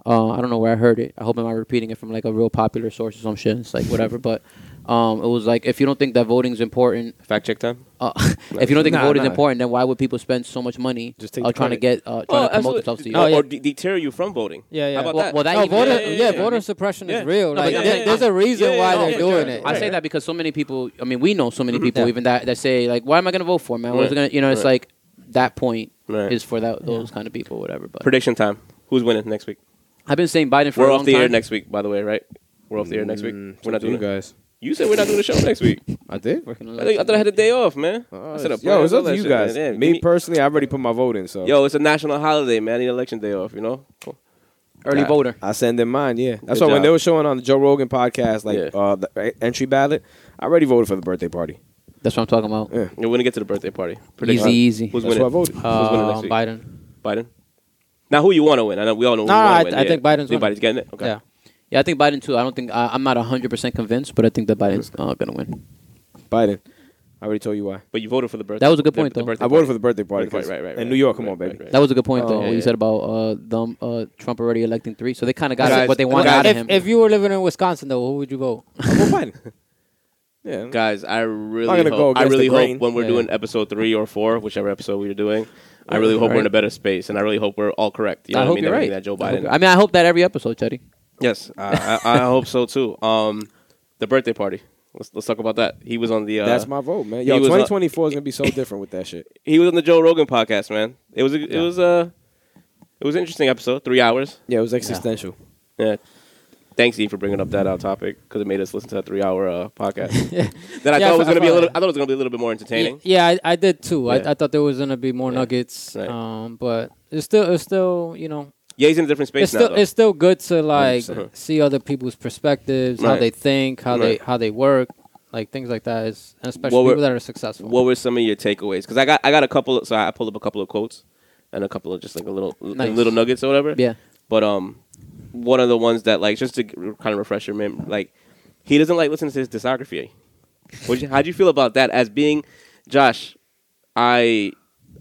S5: Uh, I don't know where I heard it. I hope I'm not repeating it from like a real popular source or some shit. It's like whatever, but um, it was like if you don't think that voting's important,
S3: right? Fact check time.
S5: uh, if you don't think
S2: Nah,
S5: voting's
S2: nah.
S5: important, then why would people spend so much money
S2: Just take
S5: uh,
S2: the
S5: trying to get uh, trying to promote themselves to you?
S3: Or,
S4: yeah.
S3: or de- deter you from voting.
S4: Yeah, yeah.
S3: How about
S5: Well-
S3: that?
S5: well, that
S4: No,
S5: even-
S4: voter,
S5: Yeah,
S4: yeah,
S5: yeah, yeah,
S4: voter
S5: yeah.
S4: suppression
S3: Yeah.
S4: is real.
S5: No,
S4: like,
S5: but
S4: there-
S5: yeah,
S4: there's
S5: yeah.
S4: a reason
S3: Yeah, yeah,
S4: why
S3: yeah,
S4: they're
S3: yeah,
S4: doing
S3: yeah.
S4: it.
S5: I say that because so many people. I mean, we know so many people
S4: Yeah.
S5: even that that say like, "Why am I going to vote for him? I was
S3: Mm-hmm. Right.
S5: going to," you know. It's
S3: Right.
S5: like that point
S3: Right.
S5: is for that those kind of people, whatever. But
S3: Prediction time. Who's winning next week?
S5: I've been saying Biden for
S3: We're
S5: a
S3: off
S5: long
S3: the air
S5: time.
S3: next week, by the way, right? We're off the air next week.
S2: Mm,
S3: We're not doing it.
S2: guys.
S3: You said we're not doing the show next week.
S2: I did.
S3: I, think, I thought I had a day off, man. I said,
S2: Yo, it's up to you guys.
S3: Me
S2: Me personally, I already put my vote in, so
S3: Yo, it's a national holiday, man. I need election day off, you know? Cool.
S5: early
S3: Yeah.
S5: voter.
S2: I send in mine. Yeah, that's
S3: Good
S2: why when
S3: job.
S2: they were showing on the Joe Rogan podcast, like
S3: Yeah.
S2: uh, the uh, entry ballot, I already voted for the birthday party.
S5: That's what I'm talking about.
S2: Yeah.
S3: Yo, We're going to get to the birthday party.
S5: Easy, easy.
S3: Who's
S2: That's
S3: winning?
S2: why
S3: Uh,
S2: I voted.
S3: Who's winning next
S4: Um,
S3: week?
S4: Biden.
S3: Biden. Now, who you want to win? I know we all know.
S4: No, no,
S3: who you wanna
S4: I-
S3: win.
S4: I think Biden's winning.
S3: Everybody's getting it. Okay.
S4: Yeah.
S5: Yeah, I think Biden too. I don't think I I'm not 100 percent convinced, but I think that Biden's uh, gonna win.
S2: Biden. I already told you why.
S3: But you voted for the birthday.
S5: That was a good
S3: the-
S5: point,
S3: the
S5: though.
S3: birthday
S2: I
S3: party.
S2: voted for the birthday party.
S3: Right,
S2: 'cause-
S3: right, right,
S2: In
S3: right,
S2: New York,
S3: right,
S2: come on,
S3: right,
S2: baby.
S3: right.
S5: That was a good point, though.
S2: Oh,
S5: What you
S3: yeah.
S5: said about uh, them, uh, Trump already electing three, so they kind of got
S3: Guys,
S5: what they wanted
S3: guys,
S5: out of
S4: if,
S5: him.
S4: if you were living in Wisconsin, though, who would you vote?
S2: I vote Biden. Yeah.
S3: Guys, I
S2: I'm
S3: really
S2: gonna go
S3: hope, I
S2: against
S3: really
S2: the
S3: hope
S2: grain.
S3: when we're
S5: Yeah.
S3: doing episode three or four, whichever episode we are doing, I really hope we're in a better space, and I really hope we're all correct. You know
S5: I
S3: what
S5: hope
S3: I mean?
S5: you're right.
S3: Everything That Joe
S5: I hope-
S3: Biden.
S5: I mean, I hope that every episode, Chetty.
S3: yes, I, I, I hope so too. Um, the birthday party. Let's let's talk about that. He was on the. Uh,
S2: That's my vote, man.
S3: he
S2: Yo,
S3: was on-
S2: 2024 is gonna be so different with that shit.
S3: He was on the Joe Rogan podcast, man. It was a, it was a it was an interesting episode. Three hours.
S2: Yeah, it was existential.
S3: Yeah. Thanks, Eve, for bringing up that uh, topic because it made us listen to a three-hour uh, podcast
S4: yeah,
S3: that I
S4: Yeah,
S3: thought was
S4: I- I
S3: going to be a
S4: follow
S3: little.
S4: that.
S3: I thought it was going to be a little bit more entertaining.
S4: yeah, I, I did too.
S3: Yeah.
S4: I, I thought there was gonna be more
S3: Yeah.
S4: nuggets,
S3: Right.
S4: um, but it's still, it's still, you know,
S3: Yeah, he's in a different space
S4: it's
S3: now.
S4: still,
S3: though.
S4: it's still good to like
S3: 100%.
S4: see other people's perspectives, how
S3: Right.
S4: they think, how they,
S3: Right.
S4: how they work, like things like that. Is and especially
S3: What were-
S4: people that are successful.
S3: What were some of your takeaways? Because I got I got a couple. Of, so I pulled up a couple of quotes and a couple of just like a little
S4: Nice.
S3: little nuggets or whatever.
S5: Yeah.
S3: But um, one of the ones that like just to kind of refresh your memory, like he doesn't like listening to his discography. What you, how'd you feel about that as being Josh? I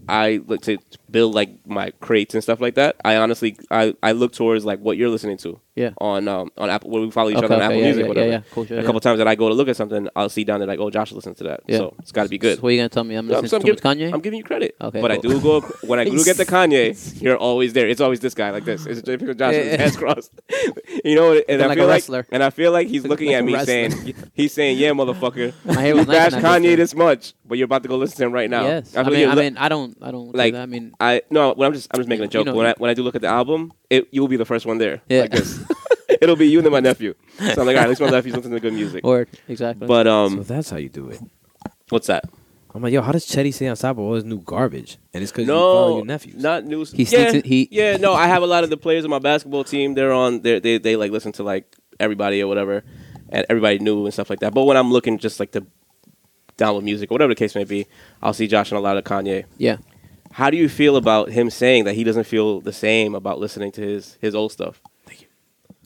S3: I look to build like my crates and stuff like that. I honestly I I look towards like what you're listening to.
S5: Yeah.
S3: on um, on Apple where we follow each
S5: Okay,
S3: other on
S5: okay,
S3: Apple
S5: yeah,
S3: Music,
S5: yeah,
S3: whatever.
S5: yeah, yeah. Cool shit,
S3: a
S5: yeah.
S3: couple times that I go to look at something, I'll see down there like, oh, Josh listened to that,
S5: Yeah.
S3: so it's got to be good.
S5: So what are you gonna tell me? I'm
S3: No,
S5: listening
S3: so
S5: to too much
S3: giv-
S5: Kanye.
S3: I'm giving you credit.
S5: Okay,
S3: but I
S5: cool.
S3: do go when I do get to Kanye, you're always there. It's always this guy like this. It's typical Josh with his hands crossed. you know, and I
S5: like a
S3: feel
S5: wrestler.
S3: like and I feel like he's looking
S5: like
S3: at
S5: a
S3: me
S5: wrestler.
S3: saying he's saying, "Yeah, motherfucker,
S5: My hair
S3: you
S5: was nice
S3: bashed
S5: when I
S3: Kanye
S5: listened.
S3: this much, but you're about to go listen to him right now."
S5: Yes.
S3: I
S5: I
S3: feel
S5: mean,
S3: you're
S5: I
S3: lo-
S5: mean, I don't, I don't.
S3: like
S5: Like, I mean,
S3: I no, when I'm just I'm just making a
S5: You
S3: joke.
S5: know.
S3: when I when I do look at the album, it you will be the first one there.
S5: Yeah.
S3: like this. it'll be you and then my nephew. So I'm like, all right, at least my nephew's listening to good music.
S5: word exactly.
S3: But
S2: so
S3: um,
S2: that's how you do it.
S3: what's that?
S2: I'm like, yo, how does Chetty stay on top of all this new garbage? And it's because you follow
S3: No,
S2: your nephews.
S3: not news.
S5: He sneaks it- he-
S3: yeah, no. I have a lot of the players on my basketball team. They're on. They're, they they like listen to like everybody or whatever, and everybody new and stuff like that. But when I'm looking just like to download music or whatever the case may be, I'll see Josh and a lot of Kanye.
S5: yeah.
S3: How do you feel about him saying that he doesn't feel the same about listening to his his old stuff?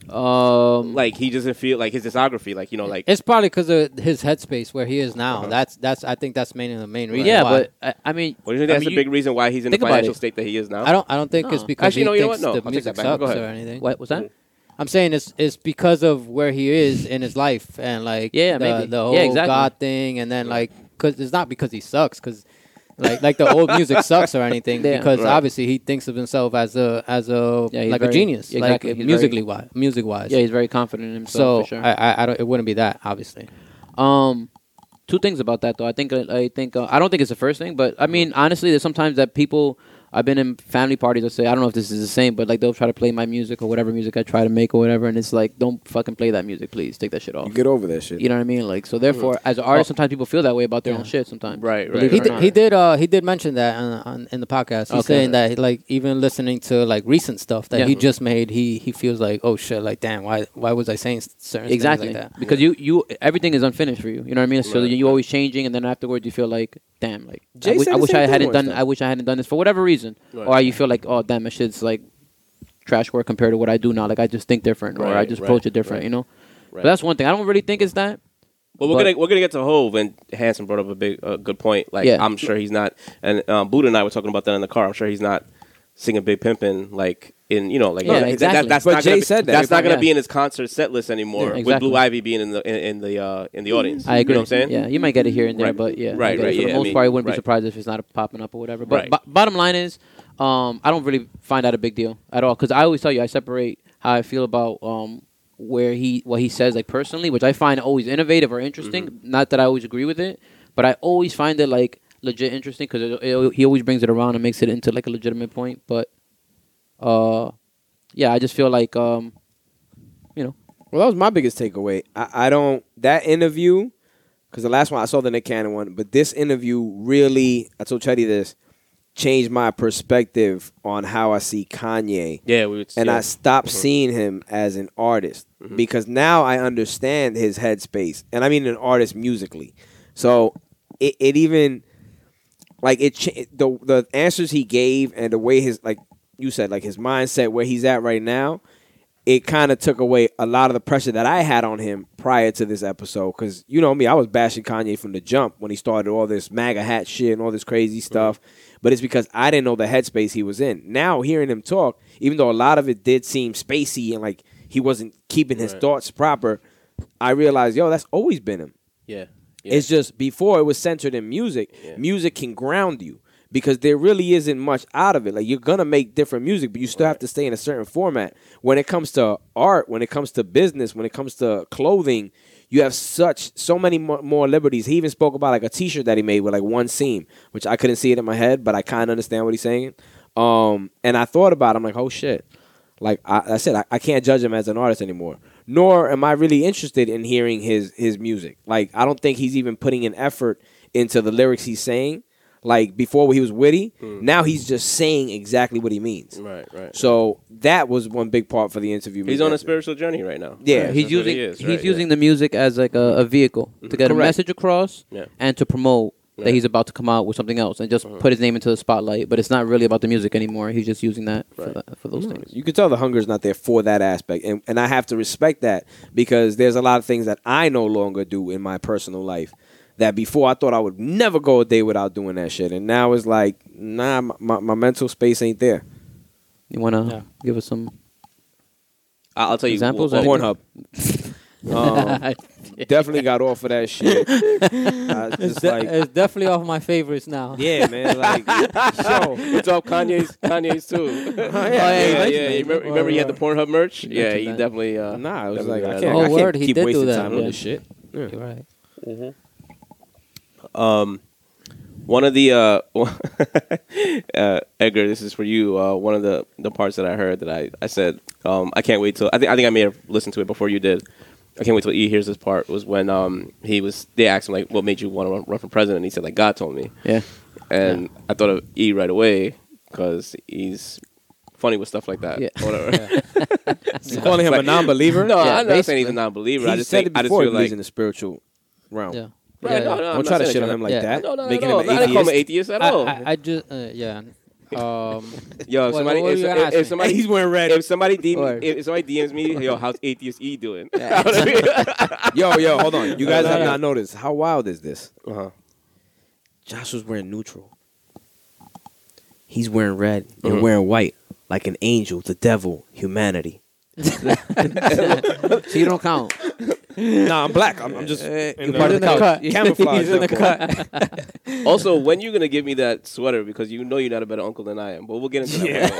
S5: Um.
S3: Like he doesn't feel like his discography. Like you know, like
S4: It's probably because of his headspace where he is now. That's that's. I think that's mainly the main reason.
S5: Uh-huh. yeah,
S4: why.
S5: but I, I mean,
S3: what do you think
S5: I
S3: that's
S5: mean,
S3: the big reason why he's in the
S5: think about
S3: financial
S5: it.
S3: state that he is now?
S4: I don't. I don't think it's
S5: No.
S4: because
S3: Actually,
S4: he
S3: no, you know
S4: thinks
S3: what? No, I'll
S4: the
S3: take that
S4: music
S3: back.
S4: sucks
S3: Go
S4: or
S3: ahead.
S4: anything.
S5: What was
S3: Mm.
S5: that?
S4: I'm saying it's it's because of where he is in his life and like the,
S5: Yeah, maybe.
S4: the
S5: Yeah,
S4: whole
S5: exactly.
S4: God thing and then like because it's not because he sucks because like like the old music sucks or anything
S5: Yeah.
S4: because
S3: Right.
S4: obviously he thinks of himself as a as a
S5: Yeah, he's
S4: like
S5: very-
S4: a genius
S5: yeah,
S4: like
S5: exactly. He's
S4: musically wise music wise
S5: Yeah, he's very confident in
S4: so
S5: himself. for sure.
S4: I, I I don't it wouldn't be that obviously
S5: Um, two things about that though. I think I think uh, I don't think it's the first thing, but I mean honestly, there's sometimes that people I've been in family parties. I say I don't know if this is the same, but like they'll try to play my music or whatever music I try to make or whatever, and it's like don't fucking play that music, please take that shit off.
S2: You get over that shit.
S5: You know what I mean? Like so, therefore, as an artist, sometimes people feel that way about their
S4: Yeah.
S5: own shit. Sometimes,
S3: Right,
S5: Believe
S4: he
S5: it or
S4: did,
S5: not.
S4: he did uh he did mention that on, on, in the podcast he's
S5: Okay.
S4: saying that like even listening to like recent stuff that
S5: Yeah.
S4: he just made he he feels like oh shit like damn why why was I saying certain
S5: exactly
S4: things like that
S5: because you you everything is unfinished for you. You know what I mean? So
S3: Right.
S5: you always changing, and then afterwards you feel like, damn, like
S2: Jay
S5: I wish
S2: said
S5: I,
S2: the
S5: wish
S2: same
S5: I
S2: thing
S5: hadn't
S2: once,
S5: done.
S2: though.
S5: I wish I hadn't done this for whatever reason,
S3: Right.
S5: or you feel like, oh damn, my shit's like trash work compared to what I do now. Like I just think different, or I
S3: Right,
S5: just
S3: right,
S5: approach it different.
S3: right.
S5: You know,
S3: Right.
S5: but that's one thing. I don't really think it's that.
S3: Well, we're
S5: But-
S3: gonna we're gonna get to Hove and Hanson brought up a big a good point. Like
S5: Yeah.
S3: I'm sure he's not, and um, Buddha and I were talking about that in the car. I'm sure he's not singing Big Pimpin' like in you know like
S5: Yeah,
S3: that- that-
S5: exactly.
S3: that's
S2: But
S3: not
S2: Jay
S3: gonna be,
S2: said that.
S3: that's not gonna
S5: Yeah.
S3: be in his concert set list anymore
S5: Yeah,
S3: with
S5: exactly.
S3: Blue Ivy being in the in, in the uh, in the audience.
S5: I
S3: You
S5: agree.
S3: know what I'm saying?
S5: Yeah, you might get it here and there,
S3: Right.
S5: but yeah, I
S3: Right,
S5: get it.
S3: right,
S5: For
S3: yeah,
S5: the
S3: I
S5: most
S3: mean,
S5: part, I wouldn't
S3: right.
S5: be surprised if it's not popping up or whatever. But
S3: Right.
S5: bo- bottom line is, um, I don't really find that a big deal at all because I always tell you I separate how I feel about um where he what he says like personally, which I find always innovative or interesting.
S3: Mm-hmm.
S5: Not that I always agree with it, but I always find it like legit interesting because it, it, he always brings it around and makes it into like a legitimate point. But uh, yeah, I just feel like um, you know,
S2: Well, that was my biggest takeaway. I, I don't that interview because the last one I saw the Nick Cannon one, but this interview really I told Chetty this changed my perspective on how I see Kanye,
S3: Yeah, we would,
S2: and
S3: yeah.
S2: I stopped seeing him as an artist because now I understand his headspace, and I mean an artist musically. So it, it even like it cha- the the answers he gave and the way his like you said like his mindset where he's at right now it kind of took away a lot of the pressure that I had on him prior to this episode. Because you know me, I was bashing Kanye from the jump when he started all this MAGA hat shit and all this crazy stuff. But it's because I didn't know the headspace he was in. Now hearing him talk, even though a lot of it did seem spacey and like he wasn't keeping his
S3: Right.
S2: thoughts proper, I realized, yo, that's always been him.
S3: yeah,
S2: It's just before it was centered in music.
S3: Yeah.
S2: Music can ground you because there really isn't much out of it. Like you're gonna make different music, but you still have to stay in a certain format. When it comes to art, when it comes to business, when it comes to clothing, you have such so many mo- more liberties. He even spoke about like a T-shirt that he made with like one seam, which I couldn't see it in my head, but I kind of understand what he's saying. Um, and I thought about, it, I'm like, oh shit. Like I, I said, I, I can't judge him as an artist anymore. Nor am I really interested in hearing his his music. Like I don't think he's even putting an effort into the lyrics he's saying. Like before, he was witty. Now he's just saying exactly what he means.
S3: Hmm. right, right.
S2: So that was one big part for the interview.
S3: He's on a spiritual journey right now.
S2: Yeah,
S3: Right,
S5: he's
S3: that's what
S5: using
S3: he is,
S5: he's
S3: right, yeah. Mm-hmm.
S5: using the music as like a, a vehicle to get a
S2: Correct.
S5: message across
S3: Yeah. Mm-hmm.
S5: and to promote
S3: Yeah.
S5: that he's about to come out with something else and just put his name into the spotlight. But it's not really about the music anymore. He's just using that for,
S3: Right.
S5: that, for those things.
S2: You can tell the hunger's not there for that aspect, and and I have to respect that because there's a lot of things that I no longer do in my personal life that before I thought I would never go a day without doing that shit, and now it's like nah, my, my, my mental space ain't there.
S5: You wanna
S4: Yeah.
S5: give us some?
S3: I- I'll tell you.
S5: Examples
S3: well, well,
S5: of-
S2: Pornhub.
S4: Oh.
S2: um, definitely got off of that shit. I
S4: It's,
S2: just
S4: de-
S2: like,
S4: it's definitely off my favorites now.
S2: yeah, man. Like, so
S3: What's up, Kanye's? Kanye's too. Oh, yeah,
S5: yeah,
S3: yeah,
S5: he
S3: yeah. You remember, remember he had the Pornhub merch? Yeah, he
S4: that.
S3: definitely. Uh,
S2: nah, I was like,
S3: definitely
S2: I
S3: had
S2: can't,
S4: Oh,
S2: I can't
S4: word, he
S2: keep
S4: did do
S2: wasting
S4: that,
S2: time
S4: yeah.
S2: on this shit. Yeah.
S4: You're right.
S3: One of the uh, uh, Edgar, this is for you. Uh, one of the, the parts that I heard that I, I said um, I can't wait till I think I think I may have listened to it before you did. I can't wait till E hears this part was when um, he was they asked him like what made you want to run, run for president and he said like God told me
S5: Yeah.
S3: and I thought of E right away because he's funny with stuff like that
S5: Yeah.
S3: whatever.
S2: You calling him a
S3: Like-
S2: non-believer?
S3: No,
S5: Yeah,
S3: I'm not saying he's a
S5: basically.
S3: non-believer.
S2: he
S3: I just
S2: said
S3: think
S2: it
S3: I just
S2: before.
S3: feel
S2: He believes
S3: like
S2: in the spiritual realm.
S4: Yeah.
S3: Right,
S4: Yeah,
S3: no, no, I'm
S2: Don't
S3: not
S2: try to
S3: saying
S2: shit on
S3: that.
S2: him like
S4: Yeah.
S2: that,
S3: No, no,
S2: making
S3: no,
S2: him
S3: no,
S2: an
S3: I didn't call him an
S2: atheist.
S3: atheist at
S4: I,
S3: all.
S4: I, I just uh, yeah. Um,
S3: Yo,
S4: What-
S3: if somebody,
S4: what were
S3: if,
S4: you
S3: if-
S4: gonna
S3: if
S4: ask me?
S3: somebody,
S2: He's wearing red.
S3: If somebody, DM,
S5: Word.
S3: if somebody DMs me, yo, how's atheist E doing? uh-huh.
S2: Yo, yo, hold on. You guys
S3: No, no,
S2: have
S3: no.
S2: not noticed. How wild is this? Josh was wearing neutral. He's wearing red. You're
S3: Mhm.
S2: wearing white, like an angel, the devil, humanity.
S5: So you don't count.
S2: nah, I'm black. I'm, I'm just in
S5: part of the cut.
S2: camouflage.
S5: He's in the
S2: look.
S5: cut.
S3: Also, when you gonna give me that sweater? Because you know you're not a better uncle than I am. But we'll get into that.
S2: Yeah.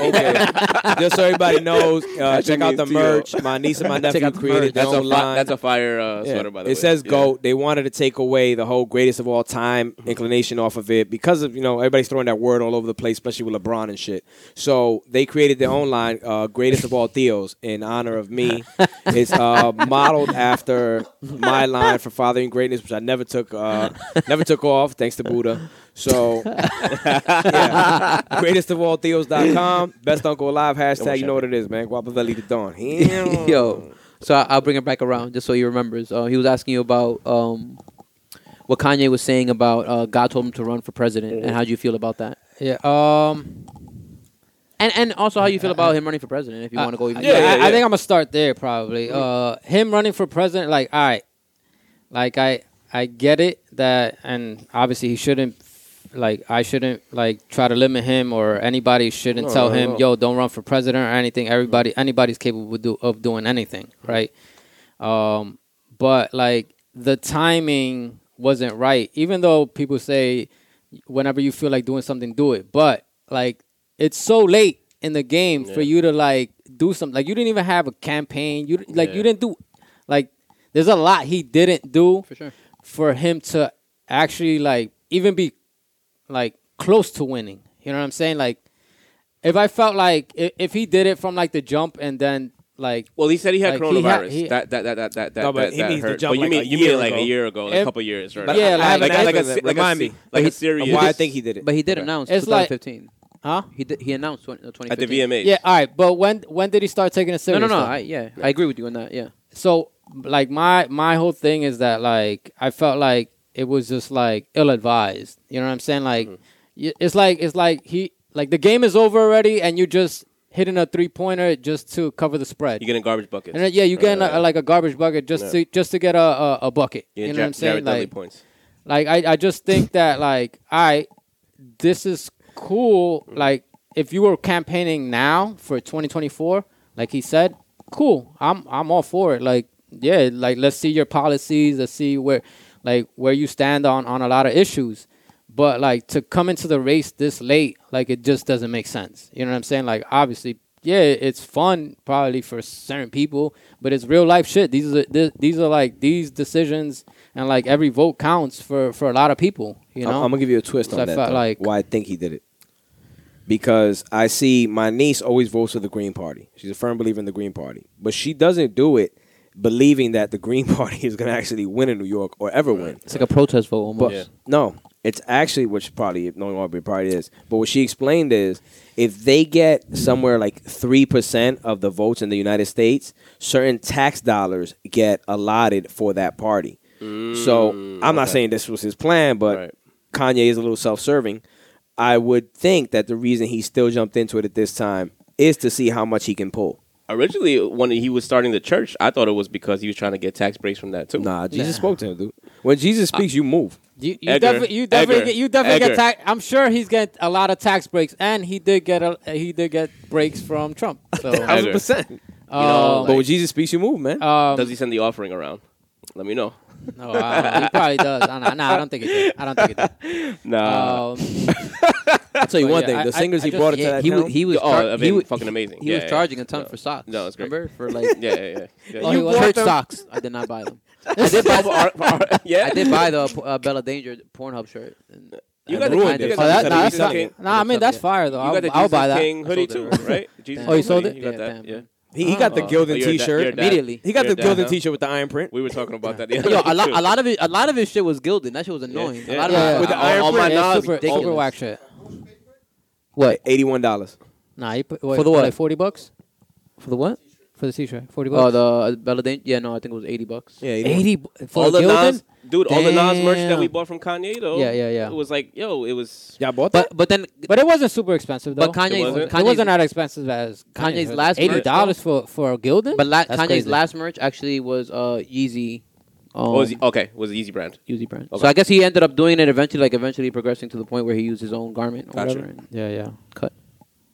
S3: later.
S2: okay. Just so everybody knows, uh,
S3: That
S2: check
S3: thing
S2: out the
S3: means to
S2: merch. My niece and my nephew
S5: out the
S2: created
S5: merch.
S2: their
S3: That's a
S2: own
S3: fi-
S2: line.
S3: that's a fire uh,
S2: Yeah.
S3: sweater by
S2: it
S3: the way.
S2: says
S3: Yeah. Mm-hmm.
S2: goat. They wanted to take away the whole greatest of all time inclination off of it because of you know everybody's throwing that word all over the place, especially with LeBron and shit. So they created their own line, uh, greatest of all Theos, in honor of me. it's uh, modeled after my line for fathering greatness, which I never took uh, never took off thanks to Buddha. So yeah. greatest of all Theos.com, best uncle alive hashtag. You know what it is, man. Guapavelli the dawn.
S5: Yo. So I, I'll bring it back around just so he remembers. Uh, he was asking you about um, what Kanye was saying about uh, God told him to run for president, and
S3: Mm-hmm.
S5: how do you feel about that?
S4: yeah. Um.
S5: And and also how you feel about him running for president, if you
S4: I-
S5: want to go even. Mm-hmm.
S4: yeah,
S3: Uh, Yeah, yeah,
S4: I, I
S3: yeah.
S4: think I'm gonna start there probably. Uh, him running for president, like, all right, like I I get it that, and obviously he shouldn't, like, I shouldn't like try to limit him or anybody shouldn't
S2: No,
S4: tell
S2: no,
S4: him,
S2: no.
S4: yo, don't run for president or anything. Everybody,
S5: Mm-hmm.
S4: anybody's capable do, of doing anything, right? Um, but like the timing wasn't right. Even though people say whenever you feel like doing something, do it. But like it's so late in the game for you to like do something. Like you didn't even have a campaign. You like
S3: Yeah.
S4: you didn't do like there's a lot he didn't do
S5: For sure.
S4: for him to actually like even be like close to winning. You know what I'm saying? Like if I felt like if, if he did it from like the jump and then like
S3: Well, he said he had
S4: Like, he ha-
S3: coronavirus.
S4: he-
S3: that that that that that that
S2: No, but
S3: that,
S2: he
S3: that
S2: means to
S3: hurt.
S2: jump
S3: but you
S2: like
S3: mean
S2: a
S3: you
S2: year
S3: mean like a
S2: ago.
S3: year ago, like
S4: Ev-
S3: a couple years, right?
S2: But
S4: Yeah,
S2: I
S4: like-
S2: have an
S4: like I-
S2: answer
S3: like a
S2: for
S3: se-
S2: that.
S3: like a
S2: Remind
S3: se-
S2: me.
S3: like a
S5: he-
S3: serious.
S2: Why I think he did it.
S5: But he did announce
S4: It's like-
S5: 2015.
S4: huh?
S5: he did, he announced 20, 2015.
S3: at the VMAs.
S4: Yeah, all right. But when when did he start taking it
S5: No,
S4: serious?
S5: no, no.
S4: though?
S5: I, yeah, I agree with you on that. Yeah.
S4: so like my my whole thing is that like I felt like it was just like ill advised. You know what I'm saying? Like
S3: Mm-hmm.
S4: y it's like it's like he like the game is over already, and you just hitting a three pointer just to cover the spread.
S3: you get in garbage buckets.
S4: and then, yeah, you get
S3: Uh,
S4: a, like a garbage bucket just
S3: Yeah.
S4: to just to get a a, a bucket.
S3: yeah,
S4: you know
S3: Jar-
S4: what I'm saying?
S3: Jared Dudley
S4: Like,
S3: points.
S4: like I, I just think that like I this is cool. Like if you were campaigning now for 2024, like he said, cool. I'm I'm all for it. Like yeah, like let's see your policies, let's see where like where you stand on on a lot of issues. But like to come into the race this late, like it just doesn't make sense. You know what I'm saying? Like obviously, yeah, it's fun probably for certain people, but it's real life shit. These are th- these are like these decisions and like every vote counts for for a lot of people. You
S2: I'm-
S4: know,
S2: I'm, gonna give you a twist
S4: So
S2: on
S4: I
S2: that.
S4: felt
S2: though,
S4: like-
S2: why I think he did it, because I see my niece always votes for the Green Party. She's a firm believer in the Green Party, but she doesn't do it believing that the Green Party is gonna actually win in New York or ever win.
S5: It's like a protest vote almost.
S2: But no, it's actually which probably knowing what it probably is. But what she explained is if they get somewhere like three percent of the votes in the United States, certain tax dollars get allotted for that party. so I'm not
S3: Mm, okay.
S2: saying this was his plan, but
S3: Right.
S2: Kanye is a little self-serving. I would think that the reason he still jumped into it at this time is to see how much he can pull.
S3: Originally, when he was starting the church, I thought it was because he was trying to get tax breaks from that too.
S2: Nah, Jesus spoke to him, dude. When Jesus speaks, you move.
S4: you you,
S3: Edgar,
S4: defi- you definitely
S3: Edgar,
S4: get, you definitely
S3: Edgar.
S4: get tax. I'm sure he's getting
S3: Oh,
S4: a lot of tax breaks, and he did get a he did get breaks from Trump. So
S3: Edgar.
S2: percent.
S3: You know,
S4: Um,
S2: but when Jesus speaks, you move, man.
S4: Um,
S3: Does he send the offering around? Let me know.
S4: no, I don't know. he probably does. I don't, know. Nah, I don't think he did. I don't think he did.
S3: Nah.
S4: Um,
S2: I'll tell you
S4: but
S2: one
S4: yeah,
S2: thing:
S4: I-
S2: the singers
S4: I- I
S2: he
S4: just-
S2: brought it
S5: Yeah,
S2: to that
S5: he,
S2: town,
S5: was, he was
S3: Oh,
S5: tar-
S3: I mean,
S5: he was-
S3: fucking amazing.
S5: He
S3: Yeah,
S5: was
S3: yeah,
S5: charging a ton
S3: No.
S5: for socks.
S3: No, it's great.
S5: Remember for like
S3: yeah, yeah, yeah.
S4: Oh,
S3: yeah.
S4: You bought
S5: church
S4: them?
S5: socks. I did not buy them.
S3: I did buy, yeah.
S5: I did buy the uh, Bella Danger Pornhub shirt. And
S3: You
S5: I
S3: got the-
S5: ruined
S3: you
S5: it.
S3: got
S4: oh, that,
S3: the- you
S4: nah,
S3: got
S4: that's
S3: the
S4: not,
S3: Jesus King-
S4: nah, I mean that's fire though.
S3: You got the
S4: I'll,
S3: Jesus
S4: I'll buy that.
S3: King hoodie
S5: I sold
S3: too,
S5: it.
S3: right? Jesus
S5: Oh, you
S4: sold it?
S3: hoodie. You
S5: Yeah,
S3: got that?
S5: damn.
S3: Yeah.
S2: he, he got the
S3: Oh,
S2: Gildan
S3: you're a dad- you're a
S2: T-shirt.
S3: dad.
S5: Immediately.
S2: He got
S3: You're
S2: the
S3: a dad
S2: Gildan
S3: now.
S2: T-shirt with the iron print.
S3: We were talking about that.
S5: Yo, a lot, a lot of it, a lot of his shit was gilded. That shit was annoying. A lot of
S4: Yeah.
S5: it,
S4: With
S2: the iron
S5: all, all my
S2: print.
S4: Yeah,
S5: knobs,
S4: super
S5: ridiculous.
S4: overwax shit.
S5: What
S2: Eighty-one dollars.
S4: Nah, you put, what,
S5: For the what?
S4: Like forty bucks
S5: for the what?
S4: for the t-shirt. Forty bucks.
S5: Oh, the Bella Danger. Yeah, no, I think it was eighty bucks.
S2: Yeah,
S4: eighty bu- for
S3: all
S4: the
S3: the
S4: Gildan?
S3: Nas, dude, all the Nas merch that we
S4: Damn.
S3: bought from Kanye though.
S4: Yeah, yeah, yeah.
S3: It was like, yo, it was.
S2: Y'all bought that?
S5: But but then
S4: But it wasn't super expensive though.
S5: but Kanye's
S3: wasn't?
S5: Kanye's
S4: it wasn't as expensive as
S5: Kanye's
S4: Kanye's
S5: last
S4: eighty dollars for for a Gildan.
S5: but la-
S4: That's
S5: Kanye's
S4: crazy.
S5: last merch actually was uh Yeezy.
S3: What
S5: Um,
S3: Oh, was he- okay, was the Easy Brand.
S5: Yeezy brand.
S3: Okay.
S5: So I guess he ended up doing it eventually, like eventually progressing to the point where he used his own garment or
S3: Gotcha.
S5: whatever. and
S4: Yeah, yeah.
S5: Cut.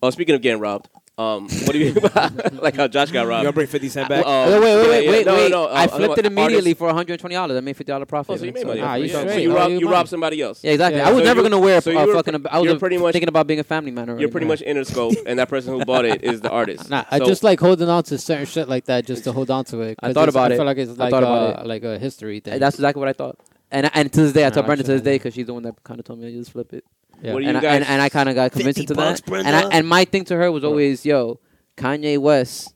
S3: Oh, speaking of getting robbed, um, what do you like how Josh got
S2: You gonna
S3: robbed?
S2: bring fifty cent back?
S3: Uh,
S5: wait, wait,
S3: yeah,
S5: wait, wait,
S3: yeah.
S5: wait.
S3: No,
S5: wait.
S3: no, uh,
S5: I
S3: I
S5: flipped
S3: know
S5: it
S3: an
S5: immediately
S3: artist-
S5: for $120. I made $50 profit.
S3: Oh, so you made
S5: So-
S3: money.
S4: Ah,
S3: off
S4: you
S3: it. so
S4: straight.
S3: you
S4: How
S3: robbed,
S4: you
S3: you,
S4: money?
S3: robbed somebody else.
S5: Yeah, exactly.
S4: Yeah.
S5: I was
S3: So
S5: never
S3: you-
S5: gonna wear a,
S3: so
S5: a
S3: you were
S5: fucking.
S3: pre-
S5: I was
S3: you're pretty much-
S5: thinking about being a family man already.
S3: You're pretty much Interscope, and that person who bought it is the artist.
S4: Nah, I
S3: So-
S4: just like holding on to certain shit like that just to hold on to it.
S5: I
S4: 'cause
S5: thought
S4: it's-
S5: about
S4: I
S5: it.
S4: feel like it's
S5: I
S4: like
S5: thought about
S4: a, like a history thing.
S5: That's exactly what I thought. And and to this day, I
S4: Nah,
S5: tell Brenda to
S4: actually,
S5: this day because she's the one that kind of told me to just flip it.
S4: yeah.
S3: What do you
S5: And I,
S3: guys-
S5: and, and I kind of got convinced
S1: 50
S5: into that.
S1: bucks, Brenda?
S5: And I, and my thing to her was always, yo, Kanye West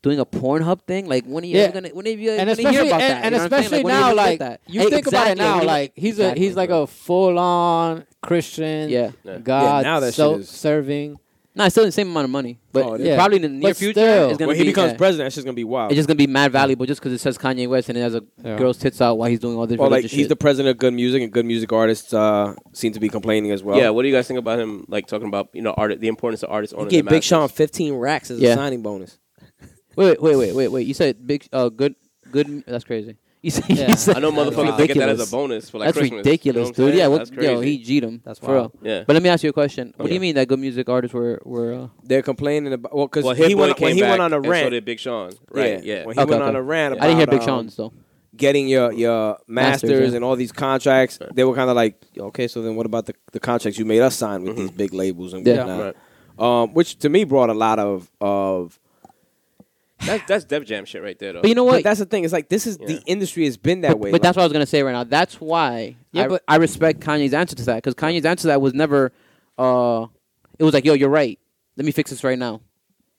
S5: doing a Pornhub thing. Like when are you
S4: Yeah.
S5: ever gonna when are you
S4: and
S5: ever gonna
S4: especially
S5: hear
S4: and,
S5: about that?
S4: and
S5: You know what I'm
S4: especially
S5: saying? when are
S4: now,
S5: you
S4: like
S5: gonna get that?
S4: you
S5: Hey,
S4: think about it
S5: exactly, when
S4: now,
S5: are you-
S4: like he's
S5: Exactly,
S4: a he's like
S5: bro.
S4: a full on Christian,
S5: Yeah.
S3: Yeah.
S4: God,
S2: Yeah, now that
S4: self
S2: shit is-
S4: serving.
S5: no, it's still the same amount of money, but
S2: Oh, it
S4: is.
S5: probably in the near
S4: But
S5: future
S4: still.
S5: it's gonna
S2: when
S5: be
S2: he becomes
S5: yeah.
S2: president, that's just gonna be wild.
S5: It's just gonna be mad valuable just because it says Kanye West and it has a
S4: Yeah.
S5: girl's tits out while he's doing all this.
S2: Or like
S5: religious
S2: he's
S5: shit.
S2: the president of good music, and good music artists uh, seem to be complaining as well.
S3: yeah. What do you guys think about him? Like talking about you know art, the importance of artists
S2: he
S3: owning
S2: gave
S3: the
S2: Big Sean
S3: masses?
S2: fifteen racks as
S5: Yeah.
S2: a signing bonus.
S5: Wait, wait, wait, wait, wait. You said big, uh, good, good. That's crazy. You said,
S4: Yeah.
S5: you said
S3: I know
S4: That's
S3: motherfuckers that get that as
S5: ridiculous.
S3: a bonus for like
S5: that's
S3: Christmas.
S5: ridiculous,
S3: you know
S5: dude. Yeah,
S3: what, I'm
S5: what,
S3: saying?
S5: yo,
S3: That's
S5: he
S3: crazy.
S5: G'd him.
S4: That's
S5: for real.
S4: wild.
S3: Yeah.
S5: But let me ask you a question. What do
S3: Yeah.
S5: you mean that good music artists were were? Uh,
S2: They're complaining about well because
S3: Well,
S2: he
S3: Hit Boy
S2: went
S3: came
S2: when he
S3: back
S2: went on a
S3: and
S2: rant.
S3: So did Big Sean. Right. Yeah.
S2: When he
S5: Okay,
S2: went
S5: okay.
S2: on a rant,
S5: I didn't hear
S2: about,
S5: Big
S2: um,
S5: Sean's though.
S2: getting your your masters,
S5: Masters, yeah.
S2: and all these contracts,
S3: Right.
S2: they were kind of like, okay, so then what about the, the contracts you made us sign with these big labels and
S5: Yeah.
S2: whatnot?
S3: Right.
S2: Um, which to me brought a lot of of.
S3: That's that's Def Jam shit right there though.
S5: But you know
S2: But
S5: what?
S2: that's the thing. It's like this is
S3: Yeah.
S2: the industry has been that
S5: but,
S2: way.
S5: but that's
S2: like,
S5: what I was gonna say right now. That's why.
S4: Yeah,
S5: I,
S4: but-
S5: I respect Kanye's answer to that because Kanye's answer to that was never. Uh, it was like, yo, you're right. Let me fix this right now.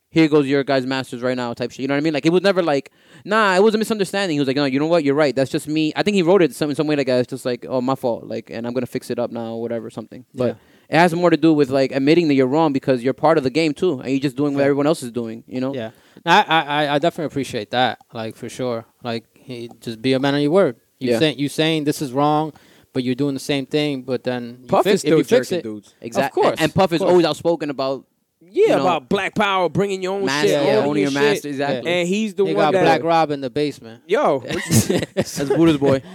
S5: Here goes your guys' masters right now, type shit. You know what I mean? Like it was never like, nah, it was a misunderstanding. He was like, no, you know what? You're right. That's just me. I think he wrote it some in some way like it's just like, oh, my fault. Like, and I'm gonna fix it up now, or whatever, something. But it has more to do with like admitting that you're wrong because you're part of the game too, and you're just doing what everyone else is doing. You know?
S4: Yeah, No, I, I I definitely appreciate that. Like for sure. Like he just be a man of your word. You
S5: Yeah.
S4: saying you saying this is wrong, but you're doing the same thing. But then you
S2: Puff
S4: fix,
S2: is still
S4: if you fix
S2: jerking
S4: it,
S2: dudes.
S5: Exactly.
S4: Of course,
S5: And, and Puff
S4: of
S5: is
S4: course.
S5: always outspoken about
S2: Yeah,
S5: you know,
S2: about Black Power, bringing your own
S5: master,
S2: Oh, shit,
S5: yeah,
S2: owning
S5: owning your
S2: shit.
S5: master. Exactly.
S2: And he's the
S4: they
S2: one
S4: got
S2: that
S4: Black Rob in the basement.
S2: yo.
S5: that's Buddha's boy.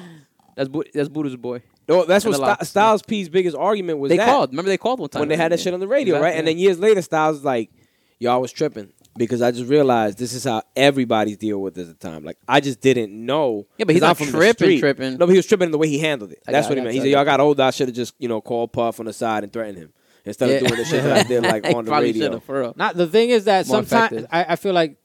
S5: That's Bu- that's Buddha's boy.
S2: No, that's what
S5: And
S2: Sty-
S5: the locks.
S2: Styles P's biggest argument was
S5: they
S2: that
S5: called. Remember they called one time
S2: when they had that shit on the radio,
S5: Exactly,
S2: right? And
S5: yeah.
S2: then years later, Styles was like, "Yo, I was tripping because I just realized this is how everybody's deal with this at the time. Like, I just didn't know.
S5: Yeah, but
S2: 'cause
S5: he's
S2: I'm
S5: not
S2: from the
S5: tripping,
S2: street.
S5: tripping.
S2: No, but he was tripping in the way he handled it.
S5: I
S2: That's
S5: got
S2: what
S5: it,
S2: he meant.
S5: I
S2: He
S5: got
S2: said,
S5: it.
S2: "Yo, I got older. I should have just you know called Puff on the side and threatened him instead of doing the shit that I did like on the
S5: Probably
S2: radio."
S5: should've, for real.
S4: Not the thing is that
S5: More
S4: sometimes
S5: effective.
S4: I, I feel like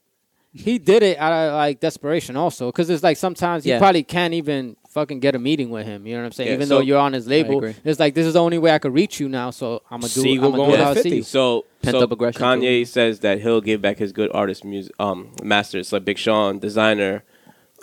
S4: he did it out of like desperation also because it's like sometimes
S5: Yeah.
S4: you probably can't even fucking get a meeting with him. You know what I'm saying?
S3: Yeah,
S4: even
S3: so-
S4: though you're on his label,
S5: agree.
S4: it's like this is the only way I could reach you now. So I'm gonna do.
S2: Siegel
S4: I'm gonna do
S2: going
S4: it
S2: to
S4: how I see
S2: 50.
S4: you.
S3: So,
S5: Pent-up
S3: so
S5: aggression,
S3: Kanye says that he'll give back his good artist music um masters like Big Sean, designer.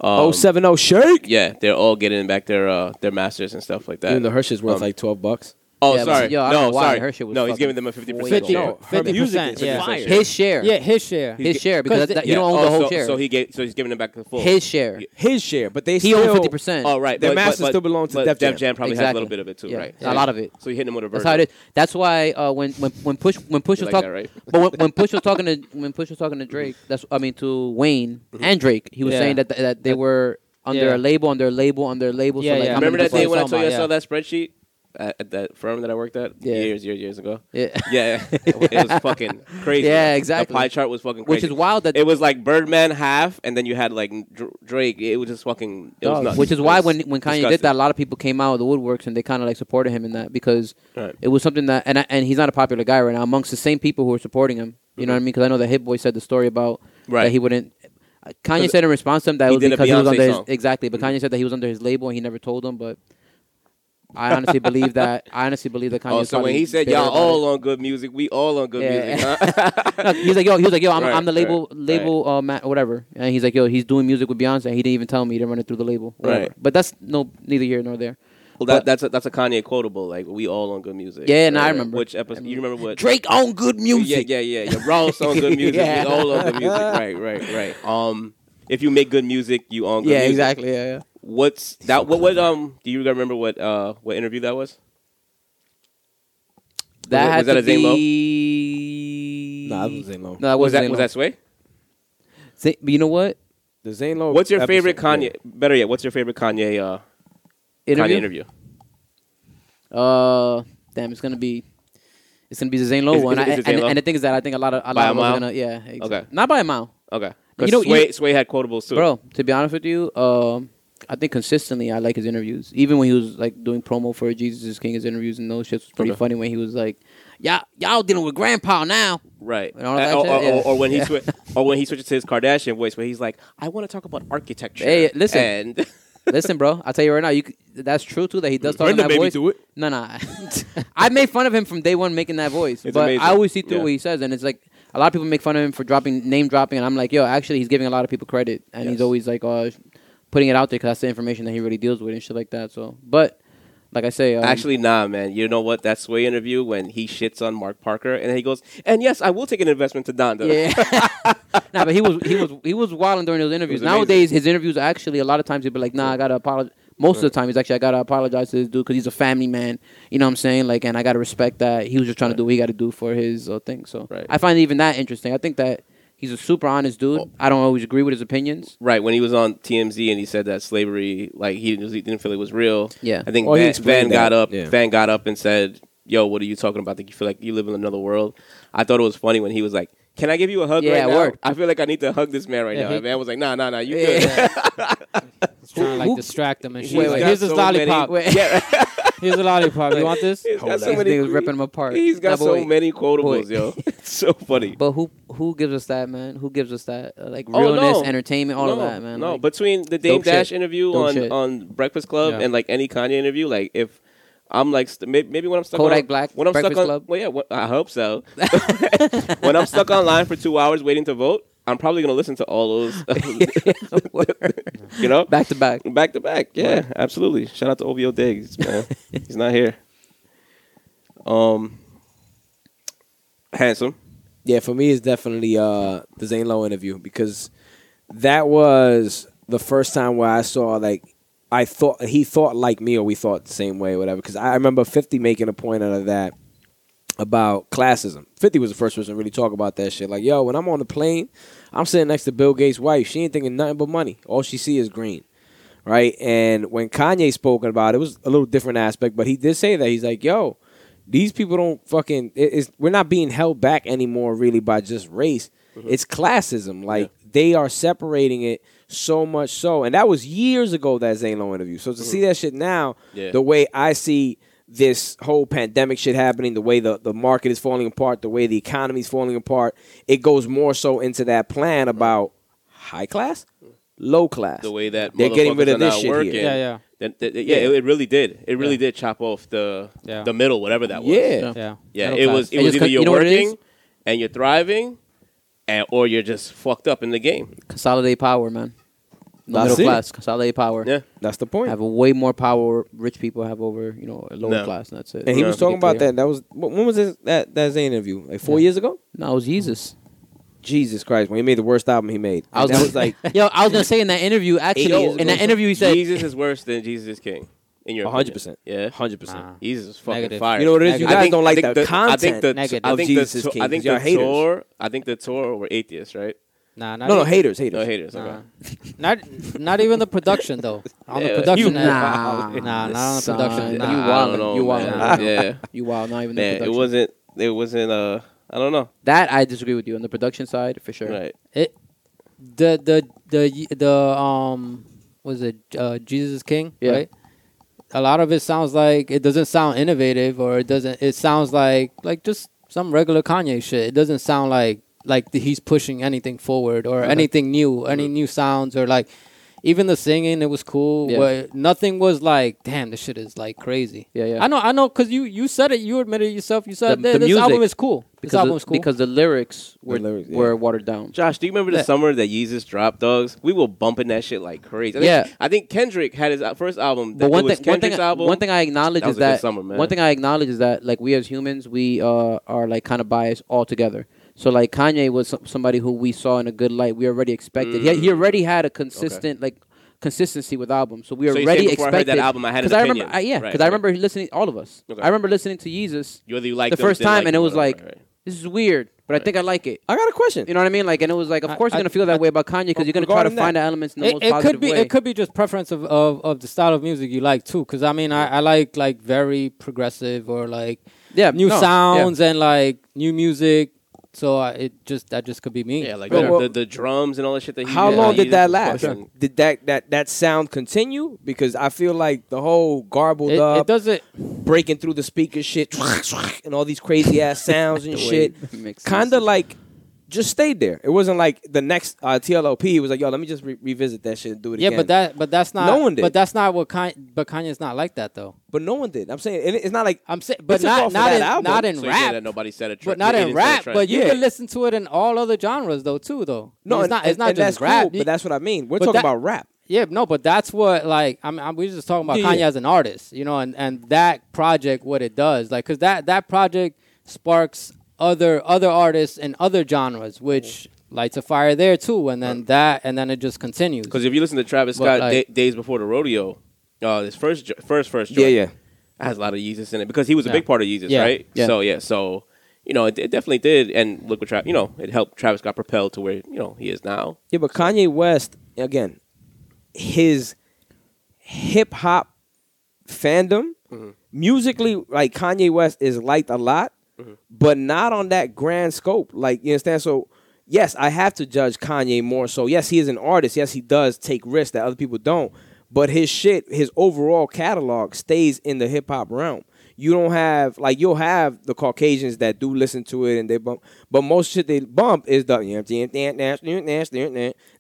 S2: Oh
S3: Um,
S2: seven oh shake.
S3: yeah, they're all getting back their uh, their masters and stuff like that.
S2: Even the Hershey's worth
S3: Um,
S2: like twelve bucks.
S3: oh,
S5: Yeah, but
S3: sorry,
S5: yo, I don't
S3: no,
S5: know why
S3: sorry,
S5: her shit was
S3: no, he's
S5: fucking
S3: giving them a fifty
S5: way
S3: percent.
S4: Fifty,
S2: No, her
S4: 50
S2: music
S4: percent,
S2: is
S4: yeah,
S3: fire.
S5: His share.
S4: yeah, his share,
S5: His share because
S4: 'Cause
S5: that,
S4: the-
S5: that- you don't own
S3: oh,
S5: the whole
S3: so,
S5: share.
S3: So he gave, so he's giving them back the full.
S5: his share.
S3: Yeah.
S2: His share, but they
S5: He
S2: still
S5: owned fifty percent.
S3: Oh right,
S2: Their
S3: but,
S2: masters
S3: but, but,
S2: still belong to
S3: but
S2: Def Jam.
S3: probably has a
S5: Exactly.
S3: little bit of it too,
S5: Yeah,
S3: right?
S5: a lot of it.
S3: So you hit him with a
S5: That's
S3: verse.
S5: how it is. That's why uh, when when when push when push
S3: You
S5: was
S3: like
S5: talking,
S3: that, right?
S5: but when, when push was talking to when push was talking to Drake, that's I mean to Wayne and Drake, he was
S4: Yeah.
S5: saying that that they were under
S4: Yeah.
S5: a label, under a label, under a label.
S4: Yeah,
S5: so like,
S4: yeah.
S5: I'm
S3: Remember
S5: gonna
S3: that
S5: do
S3: day
S5: something.
S3: when I
S4: talking
S3: told you I
S4: about,
S3: saw that spreadsheet? at, at that firm that I worked at
S5: Yeah.
S3: years, years, years ago.
S5: Yeah.
S3: Yeah, it was fucking crazy.
S5: Yeah, exactly.
S3: The pie chart was fucking
S5: Which
S3: crazy.
S5: is wild that-
S3: it was like Birdman half, and then you had like Dr- Drake. It was just fucking. It was
S5: Dog.
S3: nuts.
S5: Which is
S3: It
S5: why
S3: was
S5: when when Kanye did
S3: disgusting.
S5: that, a lot of people came out of the woodworks and they kind of like supported him in that because
S3: Right.
S5: it was something that and I, and he's not a popular guy right now amongst the same people who are supporting him. You know what I mean? Because I know that Hit Boy said the story about
S3: Mm-hmm. Right.
S5: that he wouldn't. uh, Kanye
S3: 'Cause
S5: said in response to him that it
S3: he
S5: was
S3: did a
S5: because he was
S3: Beyonce
S5: under his,
S3: song. Mm-hmm.
S5: exactly, but Kanye said that he was under his label and he never told him. But I honestly believe that I honestly believe that Kanye.
S3: Oh,
S5: was
S3: so when
S5: probably
S3: he said
S5: bitter
S3: y'all
S5: about it.
S3: all on good music, we all on good
S5: Yeah.
S3: music. Huh?
S5: No, he was like, yo, he was like, yo, I'm,
S3: Right,
S5: I'm the label,
S3: right,
S5: label, uh, Matt, whatever. And he's like, yo, he's doing music with Beyonce. He didn't even tell me. He didn't run it through the label. Whatever.
S3: Right.
S5: But that's no, neither here nor there.
S3: well, that,
S5: But-
S3: that's a, that's a Kanye quotable. Like we all on good music.
S5: Yeah, and
S3: Right,
S5: I
S3: right.
S5: remember.
S3: which episode. You remember what
S5: Drake on good music.
S3: Yeah, yeah, yeah. Your Ross on good music.
S5: Yeah.
S3: We all on good music. Right, right, right. Um, if you make good music, you on good
S5: Yeah,
S3: music.
S5: exactly. Yeah, yeah.
S3: What's that? What? What? Um, do you remember what? Uh, what interview that was?
S5: That
S3: was
S5: had
S3: that
S5: to
S3: a Zane Lowe?
S5: be.
S2: Nah, that was Zane Lowe.
S5: No, that
S3: Was
S5: wasn't
S3: that was that Sway?
S5: Zane- but you know what?
S2: The Zane Lowe.
S3: What's your favorite
S2: episode,
S3: Kanye?
S2: yeah.
S3: Better yet, what's your favorite Kanye? Uh, Kanye interview.
S5: Uh, damn, it's gonna be. It's gonna be the Zane Lowe
S3: Is- is
S5: one,
S3: it- is
S5: I-
S3: it
S5: and,
S3: Zane Lowe?
S5: and the thing is that I think a lot of a
S3: By
S5: lot
S3: a
S5: of us are
S3: mile?
S5: gonna yeah exactly.
S3: Okay.
S5: not by a mile,
S3: Okay, because
S5: You know- you
S3: Sway,
S5: know-
S3: Sway had quotables too.
S5: bro. To be honest with you, um, I think consistently I like his interviews. Even when he was like doing promo for Jesus is King, his interviews and those shits was pretty
S3: Okay.
S5: funny. When he was like, "Y'all, y'all dealing with Grandpa now."
S3: right? Uh,
S5: And all that
S3: or, or,
S5: shit, yeah.
S3: or when he
S5: Yeah.
S3: swi- or when he switches to his Kardashian voice, where he's like, "I want to talk about architecture."
S5: Hey, listen.
S3: And
S5: Listen, bro, I tell you right now, you c- that's true too. That he does talk in
S2: Brenda
S5: that
S2: made me
S5: voice.
S2: do it.
S5: No, no, I made fun of him from day one making that voice,
S3: It's
S5: but
S3: amazing.
S5: I always see through
S3: Yeah.
S5: what he says, and it's like a lot of people make fun of him for dropping name dropping, and I'm like, yo, actually, he's giving a lot of people credit, and
S3: Yes.
S5: he's always like, uh, putting it out there because that's the information that he really deals with and shit like that. So, but like I say, um,
S3: Actually, nah, man. You know what? That Sway interview when he shits on Mark Parker, and he goes, "And yes, I will take an investment to Donda."
S5: yeah, nah, but he was he was he was wilding during those interviews.
S3: It was amazing.
S5: Nowadays, his interviews actually a lot of times he'd be like, "Nah, I gotta apologize." Most of the time, he's actually, "I gotta apologize to this dude because he's a family man." You know what I'm saying? Like, and I gotta respect that he was just trying to do what he got to do for his uh, thing. So
S3: Right.
S5: I find even that interesting. I think that he's a super honest dude.
S3: Oh.
S5: I don't always agree with his opinions.
S3: Right when he was on TMZ and he said that slavery, like he, didn't- he didn't feel it was real.
S5: Yeah.
S3: I think
S2: Well, he
S3: Van,
S2: explained
S3: Van got
S2: that,
S3: up.
S2: yeah.
S3: Van got up and said, "Yo, what are you talking about? Think you feel like you live in another world?" I thought it was funny when he was like, "Can I give you a hug
S5: Yeah,
S3: right now?
S5: word.
S3: I feel like I need to hug this man right
S5: Yeah,
S3: now."
S5: he-
S3: And Van was like, "Nah, nah, nah, you
S5: Yeah.
S3: good."
S4: He's trying to like
S5: who-
S4: distract them and shit.
S3: He's
S4: Like,
S3: got
S4: Here's this
S3: so many-
S4: lollipop.
S5: Wait.
S3: Yeah,
S4: Here's a lollipop. You want this?
S3: he's got
S5: Hold
S3: so
S5: on.
S3: many.
S5: Niggas ripping him apart.
S3: He's
S5: Nah,
S3: got
S5: but
S3: so
S5: wait.
S3: many quotables, yo. It's so funny.
S5: But who who gives us that, man? Who gives us that? Uh, like
S3: Oh,
S5: realness,
S3: no.
S5: entertainment, all
S3: no,
S5: of that, man.
S3: No,
S5: Like,
S3: between the Dame
S5: dope shit.
S3: Dash interview
S5: Dope
S3: on,
S5: shit.
S3: on Breakfast Club
S4: Yeah.
S3: and like any Kanye interview, like if I'm like st- may- maybe when I'm stuck
S5: Kodak
S3: on,
S5: Black,
S3: when I'm
S5: Breakfast
S3: stuck on,
S5: Club.
S3: well yeah, wh- I hope so. when I'm stuck online for two hours waiting to vote, I'm probably gonna listen to all those, you know,
S5: back to back.
S3: back to back. Yeah, absolutely. Shout out to OVO Diggs, man. He's not here. Um, handsome.
S2: Yeah, for me, it's definitely uh, the Zane Lowe interview because that was the first time where I saw like I thought he thought like me or we thought the same way, whatever. Because I remember Fifty making a point out of that about classism. Fifty was the first person to really talk about that shit. Like, yo, when I'm on the plane, I'm sitting next to Bill Gates' wife. She ain't thinking nothing but money. All she see is green. Right, and when Kanye spoke about it, it was a little different aspect, but he did say that he's like, "Yo, these people don't fucking it- it's, we're not being held back anymore really by just race
S3: Mm-hmm.
S2: it's classism like they are separating it so much so and that was years ago that Zane Lowe interview so to see that shit now
S3: Mm-hmm. Yeah.
S2: the way I see this whole pandemic shit happening the way the, the market is falling apart the way the economy is falling apart it goes more so into that plan about high class low class
S3: Mm-hmm. the way that
S2: They're getting
S3: motherfuckers
S2: rid of
S3: are
S2: this
S3: not
S2: shit here.
S3: working.
S4: Yeah, yeah.
S3: That- that- that- yeah, It, it really did. It really did chop off the
S4: Yeah.
S3: the middle, whatever that was.
S2: yeah
S4: Yeah.
S3: yeah.
S5: Middle
S3: It was
S5: class.
S3: it
S5: And
S3: was
S5: just
S3: either
S5: cut- you
S3: you're
S5: know what it
S3: working
S5: is?
S3: and you're thriving, and or you're just fucked up in the game.
S5: Consolidate power, man. No
S2: That's
S5: middle
S2: it.
S5: class, consolidate power.
S3: Yeah.
S2: that's the point
S5: have way more power rich people have over you know lower
S3: No.
S5: class. And that's it.
S2: and he
S3: Yeah.
S2: was talking about that that was when was this, that that Zane interview like 4 years ago
S5: No, it was Jesus.
S2: Jesus Christ, when he made the worst album he made. I was, that was like
S5: yo, I was gonna say in that interview, actually,
S3: Yo,
S5: in that interview, he said,
S3: Jesus is worse than Jesus is King. In your
S2: 100%.
S3: opinion. yeah,
S2: 100%.
S4: Nah.
S3: Jesus is fucking
S4: Negative.
S3: fire.
S2: You know what it is? You
S3: I
S2: guys
S3: think-
S2: don't like
S3: I think
S2: the, content
S3: I think the
S4: Negative.
S3: I
S2: of
S3: think
S2: Jesus
S3: the,
S2: King.
S3: I think
S2: y'all
S3: the
S2: haters.
S3: tour. I think the tour were atheists, right?
S4: Nah, not
S2: No, no,
S4: even,
S2: haters, haters.
S3: No haters. Okay.
S4: Nah. not not even the production though. On the
S3: Yeah,
S4: production,
S3: you-
S4: end.
S5: Nah.
S4: nah, not on the
S5: Son,
S4: production.
S5: you
S4: Nah,
S3: I don't
S5: wildin',
S3: know,
S5: you
S3: man.
S5: wildin'.
S3: Yeah,
S5: You wild, not even the
S3: man. It
S5: production.
S3: wasn't. It wasn't. Uh, I don't know.
S5: that I disagree with you on the production side for sure.
S3: Right.
S4: It the the the the um was it uh, Jesus King
S5: Yeah.
S4: right? A lot of it sounds like it doesn't sound innovative or it doesn't. It sounds like like just some regular Kanye shit. It doesn't sound like like th- he's pushing anything forward or
S5: Okay.
S4: anything new, any new sounds or like even the singing. It was cool,
S5: Yeah.
S4: but nothing was like damn. This shit is like crazy.
S5: Yeah, yeah.
S4: I know, I know, because you you said it. You admitted it yourself. You said
S5: The-
S4: "Th-
S5: the
S4: this
S5: music,
S4: album is cool.
S5: Because
S4: this album is
S5: the,
S4: cool.
S5: because the lyrics were
S2: lyrics, yeah.
S5: were watered down.
S3: Josh, do you remember the
S4: Yeah.
S3: summer that Yeezus dropped Dogs? We were bumping that shit like crazy. I think,
S5: Yeah.
S3: I think Kendrick had his uh, first album. That
S5: But one
S3: it was
S5: thing, one
S3: Kendrick's
S5: thing,
S3: album.
S5: one thing I acknowledge
S3: That
S5: is
S3: was a good
S5: that
S3: summer, man.
S5: one thing I acknowledge is that like we as humans, we uh, are like kind of biased altogether. So like Kanye was some, somebody who we saw in a good light. We already expected. He,
S3: Mm.
S5: he already had a consistent like consistency with albums. So we
S3: So you're saying
S5: already
S3: before I heard
S5: expected.
S3: that album, I had an
S5: Because remember,
S3: opinion.
S5: I, yeah,
S3: Right,
S5: because I
S3: okay.
S5: remember listening all of us.
S3: Okay.
S5: I remember listening to Jesus
S3: whether you like
S5: the first time, and it was like this is weird, but I
S3: Right.
S5: think I like it.
S2: I got a question.
S5: You know what I mean? Like, and it was like, of
S4: I-
S5: course
S4: I-
S5: you're gonna feel that way about Kanye because you're gonna try to
S2: regarding that-
S5: find the elements in the
S4: it,
S5: most
S4: it
S5: positive
S4: could be
S5: way.
S4: it could be just preference of, of, of the style of music you like too because i mean I, I like like very progressive or like
S5: yeah,
S4: new
S5: no, yeah.
S4: sounds and like new music so I, it just that just could be me
S3: yeah, like
S2: Well,
S3: the,
S2: well-
S3: the, the drums and all that shit that he
S2: How
S3: yeah,
S2: long
S3: Yeezus
S2: did that
S3: was
S2: last?
S3: fucking-
S2: Did that, that that sound continue? Because I feel like the whole garbled
S4: it, it
S2: up,
S4: doesn't
S2: breaking through the speaker shit, and all these crazy ass sounds and
S5: The way
S2: shit,
S5: it makes
S2: kind of
S5: sense.
S2: like just stayed there. It wasn't like the next uh, TLOP was like, yo, let me just re- revisit that shit and do it
S4: yeah
S2: again.
S4: but that but that's not
S2: No one did.
S4: but that's not what Kanye, but Kanye's not like that though
S2: but no one did. I'm saying and it- it's not like
S4: i'm saying
S2: This
S4: but
S2: is
S4: not
S2: off of
S4: not
S2: that
S4: in,
S2: album,
S4: not in
S3: so you said
S4: rap
S3: that nobody said a
S4: but
S3: track.
S4: not in rap but you
S2: Yeah.
S4: can listen to it in all other genres though too though
S2: no,
S4: it's
S2: and-
S4: not it's
S2: and-
S4: not
S2: and
S4: just
S2: that's
S4: rap
S2: cool, but that's what I mean. We're
S4: But
S2: talking
S4: that-
S2: about rap.
S4: Yeah, no, but that's what like I mean, I'm, we're just talking about
S2: Yeah,
S4: Kanye
S2: yeah.
S4: as an artist, you know, and and that project what it does, like, cause that that project sparks other other artists and other genres, which
S3: Mm-hmm.
S4: lights a fire there too, and then that and then it just continues.
S3: because if you listen to Travis
S4: But,
S3: Scott
S4: like-
S3: da- days before the rodeo, uh, his first jo- first first
S2: Yeah,
S3: joint,
S2: yeah.
S3: has a lot of Yeezus in it because he was a
S4: Yeah.
S3: big part of Yeezus,
S4: Yeah,
S3: right?
S5: yeah.
S3: So yeah, so you know it, it definitely did, and look what Travis, you know, it helped Travis Scott propel to where you know he is now.
S2: Yeah, but Kanye West again, his hip hop fandom musically, like Kanye West is liked a lot, but not on that grand scope. Like you understand? So yes, I have to judge Kanye more. So yes, he is an artist. Yes, he does take risks that other people don't. But his shit, his overall catalog stays in the hip hop realm. You don't have like you'll have the Caucasians that do listen to it and they bump, but most shit they bump is the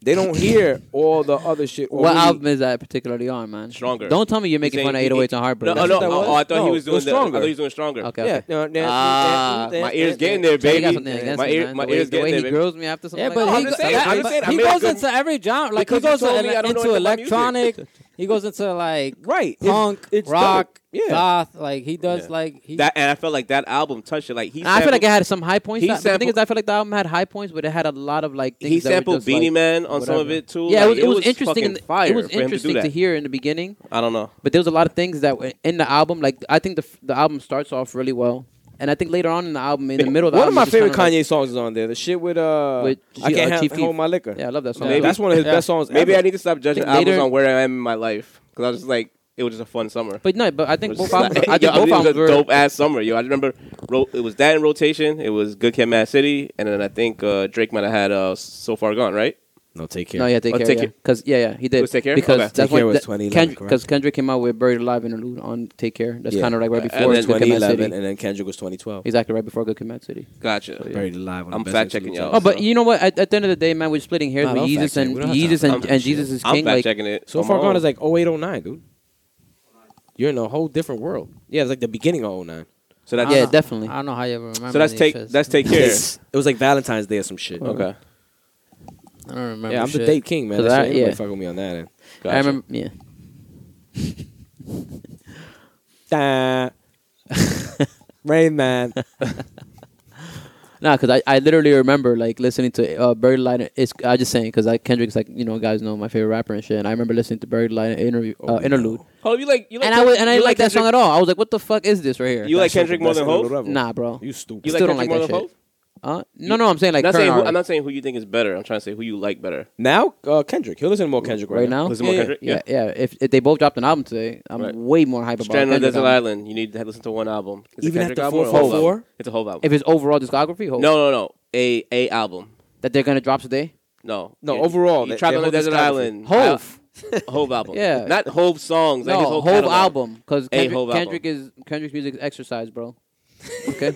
S2: they don't hear all the other shit. or
S5: What
S2: really-
S5: album is that particularly on, man?
S3: Stronger.
S5: Don't tell me you're making
S3: He's
S5: fun of
S3: saying-
S5: 808s and Heartbreak.
S3: No, no,
S2: That's
S3: no,
S2: what that was?
S3: oh, I thought
S2: No,
S3: he was
S2: it
S3: doing
S2: was
S3: the, I
S2: Stronger.
S3: thought he was doing stronger.
S5: Okay.
S2: Yeah,
S5: Ah,
S3: my ears getting there,
S5: So you got
S3: baby.
S5: something against
S3: My
S5: him,
S3: ear-
S5: man.
S3: my
S5: the way,
S3: ears
S5: the way
S3: getting
S5: he
S3: there,
S5: grills me after something.
S4: yeah,
S5: like
S4: but
S5: that.
S3: I'm
S4: he,
S3: just
S4: go-
S3: saying,
S4: that-
S3: I'm just saying, I
S4: he
S3: made a
S4: goes
S3: good-
S4: into every genre. Like
S3: Because
S4: he
S3: you
S4: goes
S3: told me I
S4: ele-
S3: don't know
S4: into
S3: anything about music.
S4: electronic. he goes into like
S2: Right. It's-
S4: punk,
S2: it's
S4: rock,
S2: dope. Yeah.
S4: goth. Like he does
S3: Yeah.
S4: like he,
S3: that, and I felt like that album touched it. Like he,
S5: And I feel
S3: sampled-
S5: like it had some high points.
S3: he
S5: That- but The thing
S3: sampled-
S5: is, I feel like the album had high points, but it had a lot of like things.
S3: he
S5: that were
S3: sampled
S5: just,
S3: Beanie
S5: like,
S3: Man on some of
S5: whatever.
S3: it too.
S5: Yeah,
S3: Like,
S5: it was it was
S3: fucking
S5: interesting. in the-
S3: Fire
S5: It was
S3: for him
S5: interesting
S3: to, do
S5: to
S3: that.
S5: hear in the beginning,
S3: I don't know.
S5: but there was a lot of things that were in the album. Like I think the f- the album starts off really well, and I think later on in the album, in the middle of the
S2: One of
S5: album,
S2: my
S5: it's just
S2: favorite
S5: kinda
S2: Kanye songs is on there. The shit with uh,
S5: With
S2: I
S5: G-
S2: can't
S5: uh,
S2: have,
S5: Chief
S2: hold
S5: Keef.
S2: my liquor.
S5: like- Yeah, I love that song.
S2: Maybe
S5: too.
S2: that's one of his
S4: Yeah.
S2: best songs.
S3: Maybe
S2: ever.
S3: I need to stop judging
S5: Think later-
S3: albums on where I am in my life because I was just like, it was just a fun summer.
S5: But no, but I think
S3: It was
S5: both
S3: just
S5: albums.
S3: like-
S5: I
S3: Yo,
S5: think both
S3: it was
S5: albums
S3: a
S5: were
S3: dope ass summer. Yo, I remember ro- it was that in rotation. It was Good Kid, Mad City, and then I think uh, Drake might have had uh, So Far Gone, right?
S2: No, take care.
S5: No, yeah, take
S3: Oh,
S5: care.
S3: Take
S5: yeah.
S3: Care.
S5: Cause yeah, yeah, he did.
S3: Was Take Care?
S5: Because
S3: Okay.
S5: that's
S2: Take
S5: when
S2: Care was
S5: that-
S2: 2011,
S5: Kendrick,
S2: correct?
S5: because Kendrick came out with Buried Alive interlude on Take Care. That's
S2: Yeah.
S5: kind of like right
S3: And
S5: before
S3: then
S5: Good Kid, Mad
S2: 2011,
S5: City.
S2: and then Kendrick was 2012.
S5: Exactly right before Good Kid, Mad City.
S3: Gotcha.
S2: Buried alive. On
S3: I'm
S2: the best
S3: fact checking
S2: absolute
S3: y'all.
S5: Oh, but
S3: so-
S5: you know what? At, at the end of the day, man, we're splitting hairs
S2: Nah,
S5: with
S2: don't
S5: Jesus
S2: fact check.
S5: and
S2: We don't have
S5: Jesus
S2: time for
S5: and,
S2: that
S5: and
S2: shit.
S5: Jesus is
S3: I'm
S5: King.
S3: fact
S5: Like,
S3: checking it.
S2: So
S3: Come
S2: far
S3: on.
S2: gone is like 0809, dude. You're in a whole different world. Yeah, it's like the beginning of 09.
S3: so that's
S5: yeah,
S4: I don't-
S5: definitely.
S4: I don't know how you ever remember.
S3: so that's
S4: these
S3: take
S4: shits.
S3: that's take care.
S2: It was like Valentine's Day or some shit.
S3: okay.
S4: I don't remember.
S2: Yeah, I'm the
S4: shit.
S2: date king, man.
S5: So
S2: That's
S5: that-
S2: why anybody
S5: yeah.
S2: fuck with me on that end.
S3: Gotcha.
S5: I remember. Yeah.
S2: Da. Rain Man.
S5: Nah, because I, I literally remember like listening to uh, Buried Alive. It's I just saying because like Kendrick's like you know guys know my favorite rapper and shit. And I remember listening to Buried Alive interview
S2: Oh,
S5: uh,
S2: we
S5: interlude.
S2: know.
S3: Oh, you like you like
S5: And I was, and I
S3: you
S5: didn't like that song
S3: Kendrick-
S5: at all. I was like, what the fuck is this right here?
S3: You like
S2: That shit
S3: Kendrick more
S2: was
S3: than
S2: another
S3: Hov?
S2: level.
S5: Nah, bro.
S2: You stupid.
S3: You
S5: Still don't
S3: like Kendrick
S5: like
S3: more
S5: that
S3: than
S5: shit.
S3: Hov?
S5: Uh, no, no, I'm saying like
S3: not
S5: current
S3: saying who,
S5: artists.
S3: I'm not saying who you think is better. I'm trying to say who you like better.
S2: Now, uh, Kendrick. He'll listen to more Kendrick right,
S5: right now.
S3: Listen to more
S5: yeah,
S3: Kendrick,
S5: yeah, yeah. If, if they both dropped an album today, I'm
S3: Right.
S5: way more hype about
S3: Stranded on
S5: Kendrick
S3: Desert
S5: album.
S3: Island. You need to listen to one album. Is it
S2: Even
S3: Kendrick
S2: after
S3: album or a
S2: 444?
S3: whole album? It's a whole album.
S5: If it's overall discography, hold,
S3: no, no, no. A a album.
S5: that they're gonna drop today.
S3: No,
S2: No, overall,
S3: You
S2: that-
S3: tried
S2: their whole
S3: on the desert
S2: discography.
S3: island.
S5: Hove.
S3: Al- Hove album.
S5: Yeah.
S3: not Hove songs. like
S5: no,
S3: his
S5: whole,
S3: catalog.
S5: album because
S3: A
S5: Kendrick,
S3: whole album.
S5: Kendrick is Kendrick's music is exercise, bro. Okay.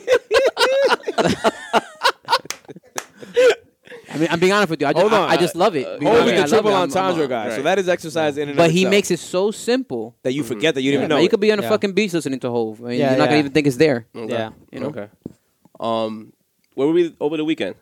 S5: I mean, I'm being honest with you. I just,
S2: Hold
S5: I,
S2: on.
S5: I just love
S3: Uh,
S5: it. You know what I
S2: Hove is
S5: mean? I
S2: the
S5: love
S2: triple
S5: it. I'm- I'm
S2: entendre
S5: on.
S2: guy, so
S3: right.
S2: that is exercise in and
S5: But
S2: of
S5: he
S2: itself
S5: makes it so simple.
S2: that
S3: Mm-hmm.
S2: you forget that you didn't
S5: Now,
S2: even know.
S5: you could be on a
S4: Yeah.
S5: fucking beach listening to Hove. and
S4: Yeah,
S5: you're not
S4: yeah.
S5: gonna even think it's there.
S3: Okay.
S4: Yeah.
S5: You know?
S3: Okay. Um, where were we over the weekend?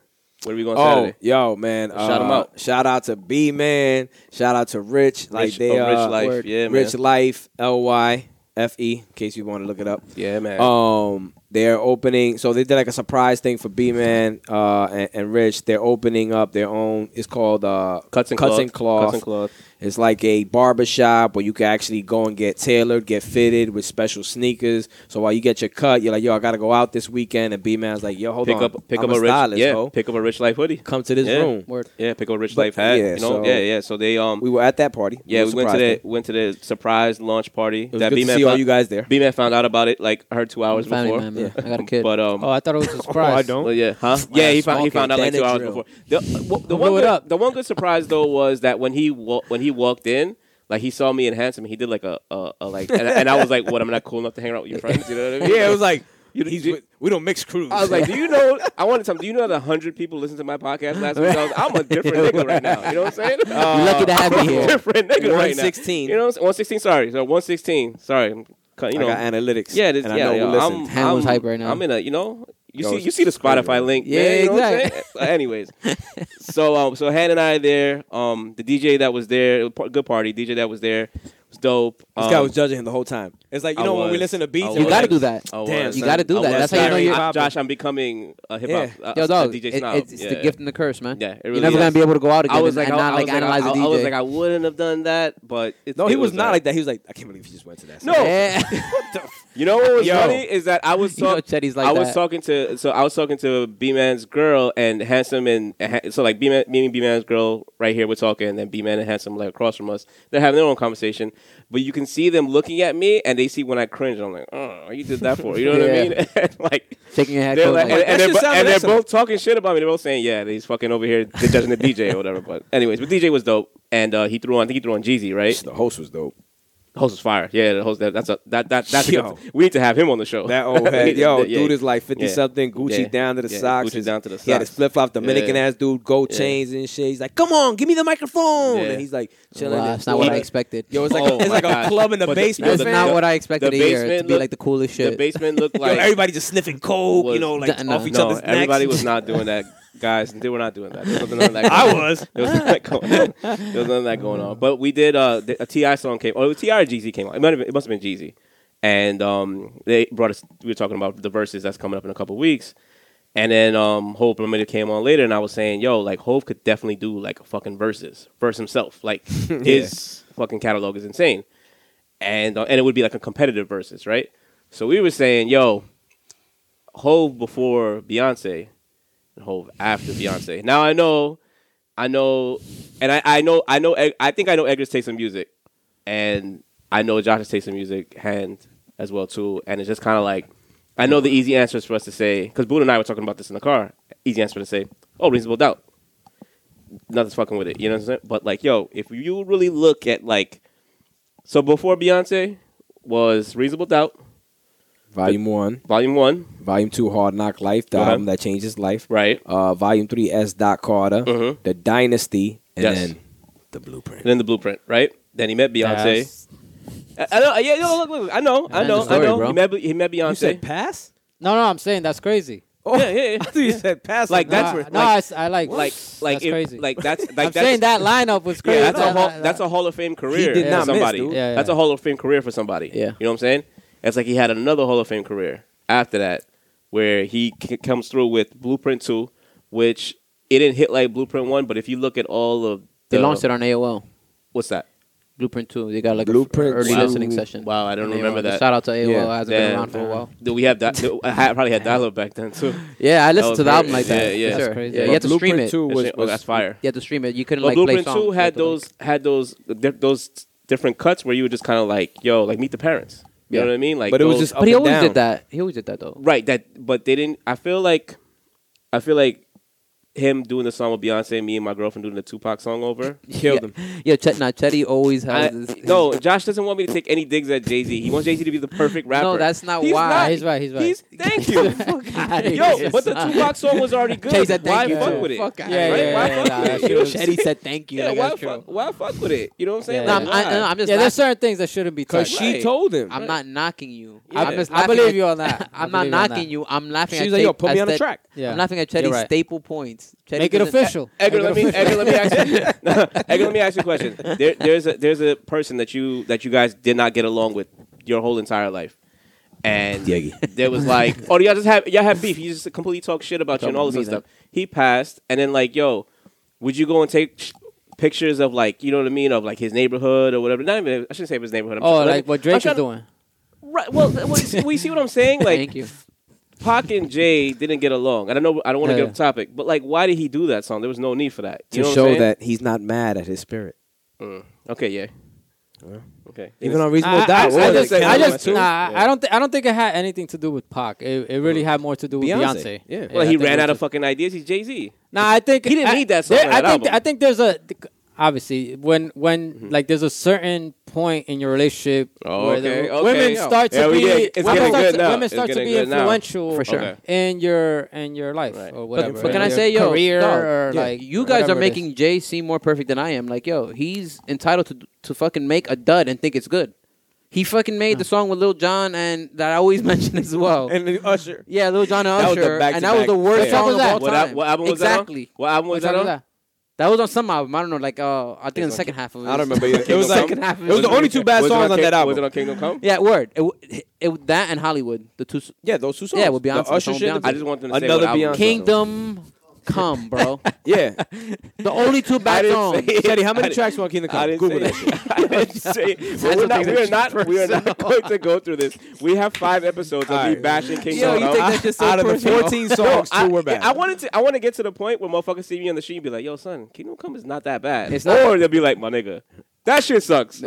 S3: Where were we going
S2: Oh,
S3: Saturday?
S2: yo, man!
S3: Shout 'em
S2: uh,
S3: out.
S2: Shout out to B man. Shout out to Rich. Like
S3: Rich-
S2: they
S3: oh, Rich
S2: uh,
S3: Life.
S2: word.
S3: Yeah, man.
S2: Rich Life. L Y F E. In case you want to look it up.
S3: Yeah, man.
S2: Um, they're opening. So they did like a surprise thing for
S3: Mm-hmm.
S2: B man uh, and, and Rich. They're opening up their own. It's called uh,
S3: cuts and
S2: cuts
S3: cloth.
S2: and cloth.
S3: Cuts and cloth.
S2: It's like a barber shop where you can actually go and get tailored, get fitted with special sneakers. So while you get your cut, you're like, yo, I gotta go out this weekend. And B man's like, yo, hold
S3: Pick
S2: on,
S3: up, pick
S2: I'm
S3: up a, rich,
S2: stylist,
S3: yeah,
S2: ho.
S3: pick up a rich life hoodie.
S2: come to this
S3: Yeah.
S2: room.
S5: Word.
S3: Yeah, pick up a rich
S2: But-
S3: life hat.
S2: yeah,
S3: you know,
S2: so-
S3: yeah, yeah. So they um,
S2: We were at that party. We
S3: yeah, we
S2: were
S3: went to the
S2: surprised.
S3: went to the surprise launch party.
S2: It was good to see
S3: found,
S2: all you guys there.
S3: B man found out about it like her two hours
S5: Family
S3: before.
S5: man, man. I got a kid.
S3: But um,
S4: Oh, I thought it was a surprise.
S6: I don't.
S3: Well, yeah, huh? Yeah, he found, he
S2: small
S3: found out like two
S2: kid.
S3: hours
S2: Dennis
S3: before.
S2: Drill.
S3: The, uh, well, the
S4: Blew
S3: one
S4: it
S3: good,
S4: up.
S3: the one good surprise though was that when he wa- when he walked in, like he saw me and handsome, he did like a, a, a like, and, and I was like, "What? I'm not cool enough to hang out with your friends." You know what I mean?
S2: Yeah, it was like
S3: You-
S2: he's
S3: you-
S2: with- we don't mix crews.
S3: I was like, "Do you know?" I wanted something. Do you know that hundred people listened to my podcast last week? I was, I'm a different nigga right now. You know what I'm saying?
S5: You're lucky to have me
S3: I'm a
S5: here.
S3: different nigga right now.
S2: 116.
S3: You know, one sixteen. Sorry, so one sixteen. Sorry, I'm cut- you know.
S2: I got analytics.
S3: Yeah, this,
S2: and
S3: yeah,
S2: I know
S3: yeah.
S2: who listens.
S3: I'm,
S5: Ham was
S3: I'm-
S5: hype right now.
S3: I'm in a, you know, you
S2: Yo,
S3: see,
S2: it's
S3: you see the Spotify link.
S5: Yeah,
S3: there, you know what I'm
S5: exactly.
S3: saying? Anyways, so um, so Han and I there. Um, the DJ that was there, it was par- good party. DJ that was there was dope. Um,
S2: this guy was judging him the whole time. It's like you
S3: I
S2: know when we
S3: was.
S2: listen to beats,
S3: I
S2: and
S5: You
S2: we're
S5: gotta
S2: like,
S5: do that.
S3: I was,
S2: Damn,
S5: you gotta do
S3: I
S5: that.
S3: was.
S5: That's how you know
S3: Sorry,
S5: you're-
S3: I'm- Josh. I'm becoming a hip hop.
S2: Yeah.
S3: uh,
S5: Yo,
S3: a
S5: dog,
S3: DJ
S5: it-
S3: snob.
S5: it's, it's the
S3: Yeah.
S5: gift and the curse, man.
S3: Yeah, it
S5: You're
S3: really
S5: never
S3: is.
S5: gonna be able to go out again
S3: I was
S5: and,
S3: like,
S5: and
S3: I,
S5: not
S3: I
S5: like
S3: was like,
S5: analyze
S3: I,
S5: the DJ.
S3: I was like, I wouldn't have done that, but it,
S2: No,
S3: it
S2: he was
S3: uh,
S2: not like that. He was like, I can't believe he just went to that.
S3: No,
S5: yeah.
S3: You know what was
S2: Yo.
S3: funny is that I was
S5: You know
S3: talk-
S5: Chetty's like
S3: I was
S5: that.
S3: talking to so I was talking to B Man's girl and handsome and and Ha- so like B Man me and B Man's girl right here we're talking and then B Man and handsome like across from us they're having their own conversation but you can see them looking at me and they see when I cringe I'm like oh you did that for you know what I
S5: Yeah.
S3: mean And, like.
S5: shaking your head.
S3: They're
S5: goes
S3: like, and,
S5: like-
S2: that
S3: and they're,
S2: shit
S3: bo-
S2: sounded
S3: and they're
S2: excellent.
S3: both talking shit about me. They're both saying, "Yeah, he's fucking over here judging the DJ or whatever." But anyways, but DJ was dope, and uh, he threw on. I think he threw on Jeezy, right?
S2: The host was dope.
S3: Host was fire. Yeah, the host. That, that's a that that that's a
S2: Yo.
S3: good, we need to have him on the show.
S2: That old
S3: We need
S2: head,
S3: to-
S2: yo,
S3: yeah.
S2: dude is like fifty
S3: Yeah.
S2: something. Gucci
S3: Yeah.
S2: down to the
S3: Yeah,
S2: socks.
S3: Gucci
S2: His-
S3: down to the
S2: He had his
S3: socks.
S2: flip flop Dominican
S3: Yeah.
S2: ass dude, gold
S3: Yeah.
S2: chains and shit. He's like, come on, give me the microphone,
S3: Yeah.
S2: and he's like chilling.
S5: Wow,
S2: and
S5: that's not what I
S2: like-
S5: expected.
S2: Yo, it's like
S3: Oh
S2: it's
S3: my
S2: like
S3: God.
S2: a club in the
S3: But the-
S2: basement.
S3: yo,
S5: That's
S3: the-
S2: man.
S5: not
S3: the-
S5: what I expected
S3: the
S5: to hear. To
S3: basement
S5: be
S3: look-
S5: like the coolest
S3: The
S5: shit.
S3: basement looked
S2: Yo,
S3: like
S2: everybody just sniffing coke,
S3: Was-
S2: you know, like
S5: Th- no.
S2: off each
S3: no.
S2: other's necks.
S3: Everybody was not doing that, guys. They were not doing that. There was nothing like that.
S2: I was.
S3: There was nothing like going on. There was nothing like going on. But we did uh, the- a Ti song came. Oh, it was Ti or Jeezy came out. It might have been, it must have been Jeezy. And um, they brought us. We were talking about the verses that's coming up in a couple weeks. And then um, Hope Limited came on later, and I was saying, "Yo, like Hope could definitely do like a fucking verses verse himself. Like his fucking catalog is insane, and uh, and it would be like a competitive verses, right? So we were saying, "Yo, Hove before Beyonce, and Hove after Beyonce. Now I know, I know, and I, I know, I know. Ed- I think I know Edgar's taste in music, and I know Josh's taste in music, hand as well too. And it's just kind of like, I know the easy answer is for us to say because Buddha and I were talking about this in the car. Easy answer to say, oh, reasonable doubt. Nothing's fucking with it, you know what I'm saying? But like, yo, if you really look at like, so before Beyonce was Reasonable Doubt,
S2: Volume one,
S3: Volume One,
S2: volume two, Hard Knock Life, the
S3: Uh-huh.
S2: album that changed his life.
S3: right?
S2: Uh, volume three, S. Dot Carter,
S3: Mhm.
S2: the Dynasty, and
S3: Yes.
S2: then the Blueprint.
S3: and then the blueprint, right? Then he met Beyonce.
S4: Pass.
S3: I, I know, yeah, yo, look, look, look, I know, I
S5: End
S3: know,
S5: of story,
S3: I know.
S5: bro.
S3: He met, he met Beyonce.
S2: You said pass?
S4: No, no, I'm saying that's crazy.
S2: Oh,
S3: yeah, yeah, yeah.
S2: I thought you said pass.
S3: Like,
S4: No,
S3: that's
S4: I-
S3: where-
S4: no,
S3: like-
S4: I s- I like
S3: like, like,
S4: that's
S3: if-
S4: crazy.
S3: like that's like
S4: I'm
S3: that's,
S4: saying that lineup was crazy.
S3: Yeah, that's a
S4: That-
S3: hall,
S4: that-
S3: that's a Hall of Fame career
S2: did not
S3: for
S2: miss,
S3: somebody.
S2: dude.
S4: Yeah,
S3: That's
S4: yeah.
S3: a Hall of Fame career for somebody.
S5: Yeah.
S3: you know what I'm saying? It's like he had another Hall of Fame career after that, where he c- comes through with Blueprint Two, which it didn't hit like Blueprint One, but if you look at all of
S5: They
S3: the-
S5: launched it on AOL.
S3: what's that?
S5: Blueprint too. They got like
S2: Blueprint
S5: a f- early
S2: Wow.
S5: listening session.
S3: Wow, I don't
S5: And they
S3: remember
S5: were-
S3: that.
S5: Shout out to AOL.
S2: Yeah.
S5: hasn't been
S3: Damn.
S5: around for a while.
S3: Do we have that? I had- probably had dial up back then too.
S5: Yeah, I listened
S3: was
S5: to the
S3: very-
S5: album like that.
S3: yeah, yeah.
S5: for
S3: That's
S5: sure.
S4: crazy.
S5: Yeah,
S2: But
S5: you had to stream
S2: Blueprint
S5: it.
S2: Two was,
S3: oh,
S2: was
S3: that's fire.
S5: You had to stream it. You couldn't
S3: But
S5: like play
S3: Blueprint
S5: songs.
S3: Two
S5: You
S3: had
S5: to, like-
S3: those had those di- those different cuts where you were just kind of like, yo, like meet the parents. You
S5: Yeah.
S3: know what I mean? Like,
S2: But it was
S3: those-
S2: just up
S5: But he
S2: and
S5: always
S2: down.
S5: did that. He always did that though.
S3: right. That, but they didn't. I feel like, I feel like him doing the song with Beyonce, me and my girlfriend doing the Tupac song over.
S2: Killed him.
S5: Yeah, Chet, nah, Chetty always has
S3: I,
S5: this.
S3: no, Josh doesn't want me to take any digs at Jay Z. He wants Jay Z to be the perfect rapper.
S5: No, that's not
S3: He's
S5: why.
S3: not.
S4: he's right. He's right.
S3: He's thank you.
S5: outta
S3: Yo,
S5: here.
S3: but the Tupac song was already good.
S5: Jay said
S3: Why
S5: thank you,
S3: fuck
S5: too.
S3: with it?
S5: Fuck outta
S4: Yeah,
S3: Right?
S4: yeah,
S3: Why
S4: yeah,
S3: fuck
S4: nah,
S3: with it?
S4: that's
S3: You know
S4: true.
S3: what I'm saying?
S4: Chetty
S5: said thank you.
S3: Yeah, why fuck, why fuck with it? You know what I'm saying?
S4: Yeah,
S5: No,
S3: Like,
S5: I'm, I, no,
S3: why?
S5: I'm just.
S4: yeah,
S5: not-
S4: there's certain things that shouldn't be
S2: Because
S4: touched.
S2: she
S3: Right.
S2: told him.
S5: I'm not knocking you.
S3: Yeah.
S5: I'm just
S4: I
S5: laughing
S4: believe
S5: at-
S4: you on that. I
S5: I'm
S4: believe
S5: not
S4: you on
S5: knocking
S4: that.
S5: you. I'm laughing.
S2: She's
S5: at
S2: like,
S5: Chet-
S2: yo, put me
S5: at
S2: on the
S5: Chet-
S2: track.
S4: Yeah.
S5: I'm laughing at
S4: You're
S5: Chetty's
S4: right.
S5: staple points. Chetty
S4: Make it
S5: doesn't-
S4: official.
S3: Edgar, let
S4: Make
S3: me
S4: it
S3: Edgar, let me ask you. No, Edgar, let me ask you a question. There, there's a there's a person that you that you guys did not get along with your whole entire life, and there was like, oh, y'all just have y'all have beef. You just completely talk shit about you and all this
S5: Don't
S3: other stuff.
S5: mean
S3: He passed, and then like, yo, would you go and take sh- pictures of like, you know what I mean, of like his neighborhood or whatever? Not even I shouldn't say his neighborhood. I'm
S4: Oh,
S3: trying-
S4: like what
S3: I'm
S4: Drake
S3: trying
S4: is
S3: to-
S4: doing.
S3: Right. Well, th- well, you see- well, you see what I'm saying? Like,
S5: Thank you.
S3: Pac and Jay didn't get along. And I know I don't want to
S4: Yeah,
S3: get
S4: yeah.
S3: off topic, but like, why did he do that song? There was no need for that.
S2: to
S3: You know what I'm
S2: show
S3: saying?
S2: that he's not mad at his spirit.
S3: Mm. Okay, yeah. Okay.
S2: Even on reasonable
S4: I,
S2: doubt.
S4: I, I
S2: what,
S4: just,
S2: like,
S4: I
S2: Kendrick
S4: just,
S2: went
S4: nah,
S2: to?
S3: Yeah.
S4: I don't, th- I don't think it had anything to do with Pac. It, it really had more to do with
S2: Beyonce.
S4: Beyonce.
S2: Yeah. Well,
S3: well,
S4: I
S3: he
S4: think it
S3: ran
S4: was
S3: out of
S4: just-
S3: fucking ideas. He's Jay Z.
S4: Nah, I think
S3: He didn't
S4: I,
S3: need that song
S4: there-
S3: on
S4: I
S3: that
S4: think
S3: album. Mm-hmm.
S4: I think there's a obviously when when like there's a certain point in your relationship
S3: Oh,
S4: where the
S3: okay, okay.
S4: women
S3: Yeah.
S4: start to
S3: Yeah, we
S4: be
S3: get- it's
S4: women
S3: getting
S4: start
S3: good
S4: to,
S3: now.
S4: women
S3: It's
S4: start to
S3: getting
S4: be
S3: good now.
S4: influential
S5: For sure.
S3: Okay.
S4: in your in your life
S3: Right.
S4: or
S3: But-
S4: whatever.
S5: But can I
S4: your
S5: say, yo,
S4: career
S5: dog,
S4: or
S5: yeah,
S4: like
S5: you guys are
S4: whatever it is.
S5: making Jay seem more perfect than I am. Like, yo, he's entitled to to fucking make a dud and think it's good. He fucking made
S4: Hmm.
S5: the song with Lil Jon and that I always mention as well.
S2: And Usher.
S5: yeah, Lil Jon and
S3: That was the
S5: Usher, and that was
S3: back-to-back
S5: the worst
S3: player.
S5: song
S4: What
S5: of
S4: album was
S5: all
S3: What,
S5: time.
S3: al- what album was
S5: exactly.
S3: that on? What album was
S4: Which
S3: that
S4: one
S3: on?
S4: is that?
S5: That was on some album. I don't know. Like, uh, I think in the
S3: on
S5: second half of it.
S2: I don't remember either.
S5: It
S3: um,
S5: was like second half.
S2: It was the only two bad
S3: Was it
S2: songs on
S3: King-
S2: that
S3: Was it
S2: album.
S3: on Kingdom Come?
S5: Yeah, word. It, w- it, it that and Hollywood, the two. s-
S2: Yeah, those two songs.
S5: Yeah, with Beyonce,
S2: The Usher
S5: song
S2: shit.
S5: Beyonce.
S3: I just want them to
S2: Another
S3: say what album.
S2: Beyonce.
S5: Kingdom Come, bro.
S2: Yeah.
S5: the only two
S3: I
S5: bad
S3: didn't
S5: songs.
S3: say it.
S2: Shetty, how
S3: I
S2: many
S3: didn't-
S2: tracks were on Kingdom
S3: I
S2: Come?
S3: didn't
S2: Google
S3: say
S2: that shit.
S3: I didn't say. But we're
S5: what
S3: not.
S5: they
S3: We are
S5: did
S3: not. We are not going to go through this. We have five episodes of me
S2: Alright.
S3: bashing King.
S5: Yo, you
S3: Kong.
S5: think that's just so
S2: Out of the
S5: personal?
S2: 14 songs,
S3: I,
S2: two were bad.
S3: I wanted to. I want to get to the point where motherfuckers see me on the street and be like, "Yo, son, Kingdom Come is not that bad."
S5: It's not-
S3: or they'll be like, "My nigga, that shit sucks."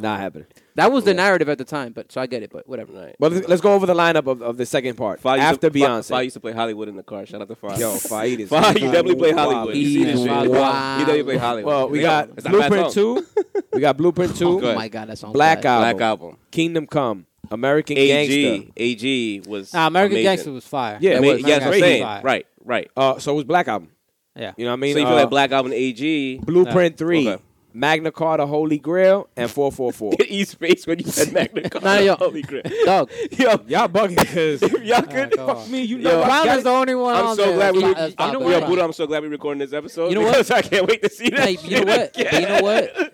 S2: Not happening.
S5: That was the narrative at the time, but so I get it. But whatever.
S3: right.
S2: But let's, let's go over the lineup of, of the second part.
S3: Fi used
S2: After
S3: to, Fi- Fi
S2: Beyonce.
S3: used to play Hollywood in the car. Shout out to Fi.
S2: Yo, Faid is.
S3: Fi, you definitely play Hollywood. You see
S5: He's
S3: this shit?
S5: wild.
S3: You definitely play Hollywood.
S2: Well, we
S3: Yo,
S2: got
S3: it's not a bad
S2: Blueprint
S3: song.
S2: 2. We got Blueprint 2.
S3: Good.
S5: Oh my god, that song.
S2: Black
S5: bad.
S2: Album.
S3: Black album.
S2: Kingdom Come. American Gangster.
S3: AG. AG was
S4: Nah, American
S3: amazing.
S4: Gangster was fire.
S2: Yeah,
S3: I
S2: it
S3: mean,
S2: was
S3: yeah, that's what I'm
S2: American
S3: saying.
S4: Gangster.
S3: Right, right.
S2: Uh, so it was Black Album.
S4: yeah.
S2: You know what I mean?
S3: so you feel
S2: Uh,
S3: like Black Album AG
S2: Blueprint 3,
S3: Okay.
S2: Magna Carta, Holy Grail, and 444.
S3: hit East Face when you said Magna Carta.
S5: Nah, yo.
S3: Holy crap.
S5: Dog,
S3: Yo,
S2: Y'all bugging because
S3: y'all could.
S4: God.
S2: me, you
S3: know what?
S4: Brown is the only one.
S3: I'm
S4: on
S3: so
S4: there
S3: glad we.
S4: that's
S3: Re-
S4: not-
S3: I'm,
S4: that's not
S3: yo,
S4: bad.
S3: Buddha, I'm so glad we recording this episode.
S5: You know what?
S3: because I can't wait to see that.
S5: Like, you know what?
S3: shit
S5: But you know what?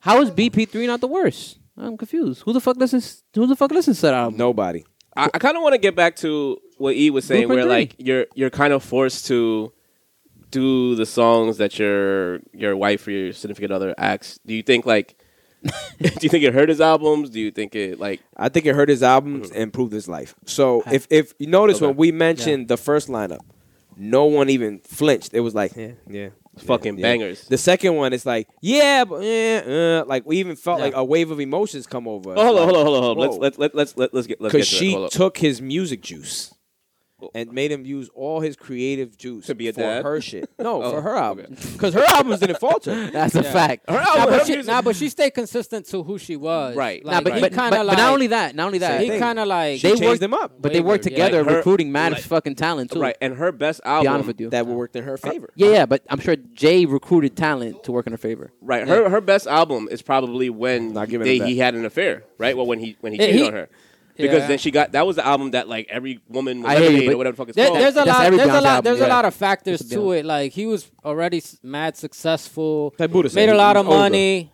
S5: How is BP3 not the worst? I'm confused. Who the fuck listens? Who the fuck listens to that album?
S2: Nobody.
S3: I, I kind of want to get back to what E was saying,
S5: Blueprint
S3: where like
S5: three.
S3: you're you're kind of forced to do the songs that your your wife or your significant other acts. Do you think like? do you think it hurt his albums? Do you think it like?
S2: I think it hurt his albums and improved his life. So if if you notice
S3: Mm-hmm. Okay.
S2: when we mentioned the first lineup, no one even flinched. It was like yeah, yeah, yeah,
S3: Fucking
S2: yeah.
S3: bangers.
S2: The second one, it's like yeah, but eh, uh, like we even felt
S4: Yeah.
S2: like a wave of emotions come over.
S3: Oh, hold on, hold on, hold on, hold on. Let's
S2: Whoa.
S3: let let let's let, let's get let's get
S2: because
S3: to
S2: she
S3: it. Hold on.
S2: took his music juice and made him use all his creative juice
S3: To be a
S2: for
S3: dad?
S2: her shit. No,
S3: Oh,
S2: for her album because her albums didn't falter.
S5: That's a fact.
S3: Her
S4: Nah,
S3: album- her
S4: but she,
S3: music-
S4: nah, but she stayed consistent to who she was.
S3: Right.
S4: Like,
S5: Nah, but,
S4: he
S5: but,
S4: kinda
S5: but- but
S4: like,
S5: not only that, not only that,
S4: he kind of like
S5: They
S2: They changed
S5: worked-
S2: them up
S5: but they worked
S4: wavered, yeah.
S5: together,
S3: Like her-
S5: recruiting mad
S3: like-
S5: fucking talent too.
S3: right, and her best
S5: To be
S3: album.
S5: honest with you.
S2: that would work in her favor.
S5: yeah, yeah, but I'm sure Jay recruited talent to work in her favor.
S3: Right, her her best album is probably when
S2: Not giving
S3: they,
S2: it back.
S3: he had an affair. Right, well when he when he
S4: Yeah,
S3: cheated
S4: he-
S3: on her. Because
S4: Yeah.
S3: then she got that was the album that like every woman
S5: I hear you,
S3: lemonade
S5: but
S3: or whatever the fuck it's
S4: There-
S3: called.
S4: there's a
S5: That's
S4: lot.
S5: every
S4: There's a
S5: Beyonce
S4: lot.
S5: album,
S4: There's
S5: yeah.
S4: a lot of factors
S5: It's a
S4: to
S5: Beyonce.
S4: it. Like he was already s- mad successful,
S2: Like Buddha said,
S4: made a
S2: he
S4: lot
S2: was
S4: of
S2: older.
S4: money.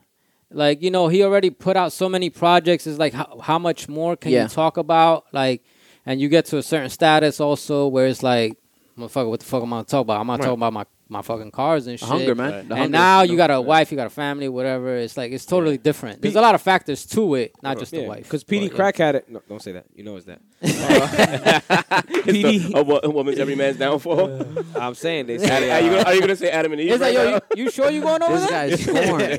S4: Like you know, he already put out so many projects. It's like how, how much more can
S5: Yeah.
S4: you talk about? Like, and you get to a certain status also where it's like, motherfucker, what the fuck am I gonna talk about? I'm not talking about my my fucking cars and shit.
S5: hunger, man. The
S4: and
S5: hunger.
S4: now you got a wife, you got a family, whatever. It's like it's totally different. There's a lot of factors to it, not just the wife.
S2: Because
S4: But,
S2: PD
S4: yeah.
S2: Crack had it. No, don't say that. You know it's that.
S3: Uh-huh. It's
S2: PD.
S3: the, a, wo- a woman's every man's downfall.
S2: I'm saying they
S3: Are
S2: said
S3: you
S2: it.
S3: gonna- are you gonna say Adam and Eve?
S4: It's like,
S3: right
S4: yo,
S3: now?
S4: you, you sure you going over
S5: This
S4: there?
S5: guy is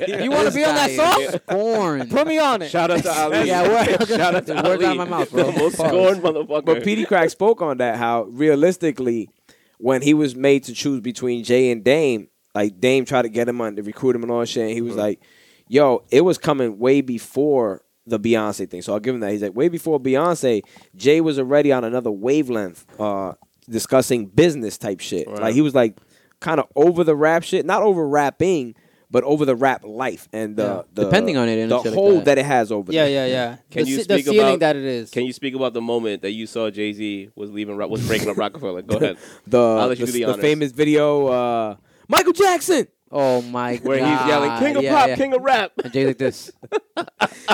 S5: scorn.
S4: You want to be on that song?
S5: Scorn.
S4: Put me on it.
S3: Shout out to Ali.
S5: Yeah, word.
S3: Shout out to
S5: Words
S3: Ali.
S5: out my mouth, bro.
S3: The most
S5: Pause.
S3: scorned motherfucker.
S2: But PD Crack spoke on that how realistically, when he was made to choose between Jay and Dame, like Dame tried to get him on to recruit him and all that shit, and he was
S3: Uh-huh.
S2: like, "Yo, it was coming way before the Beyonce thing." So I'll give him that. He's like, way before Beyonce, Jay was already on another wavelength, uh, discussing business type shit.
S3: Right.
S2: Like he was like kind of over the rap shit, not over rapping. But over the rap life and the,
S5: Yeah.
S2: the-
S5: Depending on it and
S2: the
S5: shit like
S2: hold
S5: that.
S2: it has over
S4: Yeah,
S2: them.
S4: yeah, yeah.
S3: Can
S4: the,
S3: you
S4: ce-
S3: speak
S4: the feeling
S3: about-
S4: that it is?
S3: Can you speak about the moment that you saw Jay Z was leaving, Ro- was breaking up Rockefeller? Go ahead. I'll
S2: the
S3: let you
S2: the,
S3: do the
S2: the
S3: honors.
S2: famous video uh, Michael Jackson.
S5: Oh my god.
S3: Where he's yelling, "King of
S5: Yeah,
S3: pop,
S5: yeah.
S3: king of rap."
S5: And Jay's like this.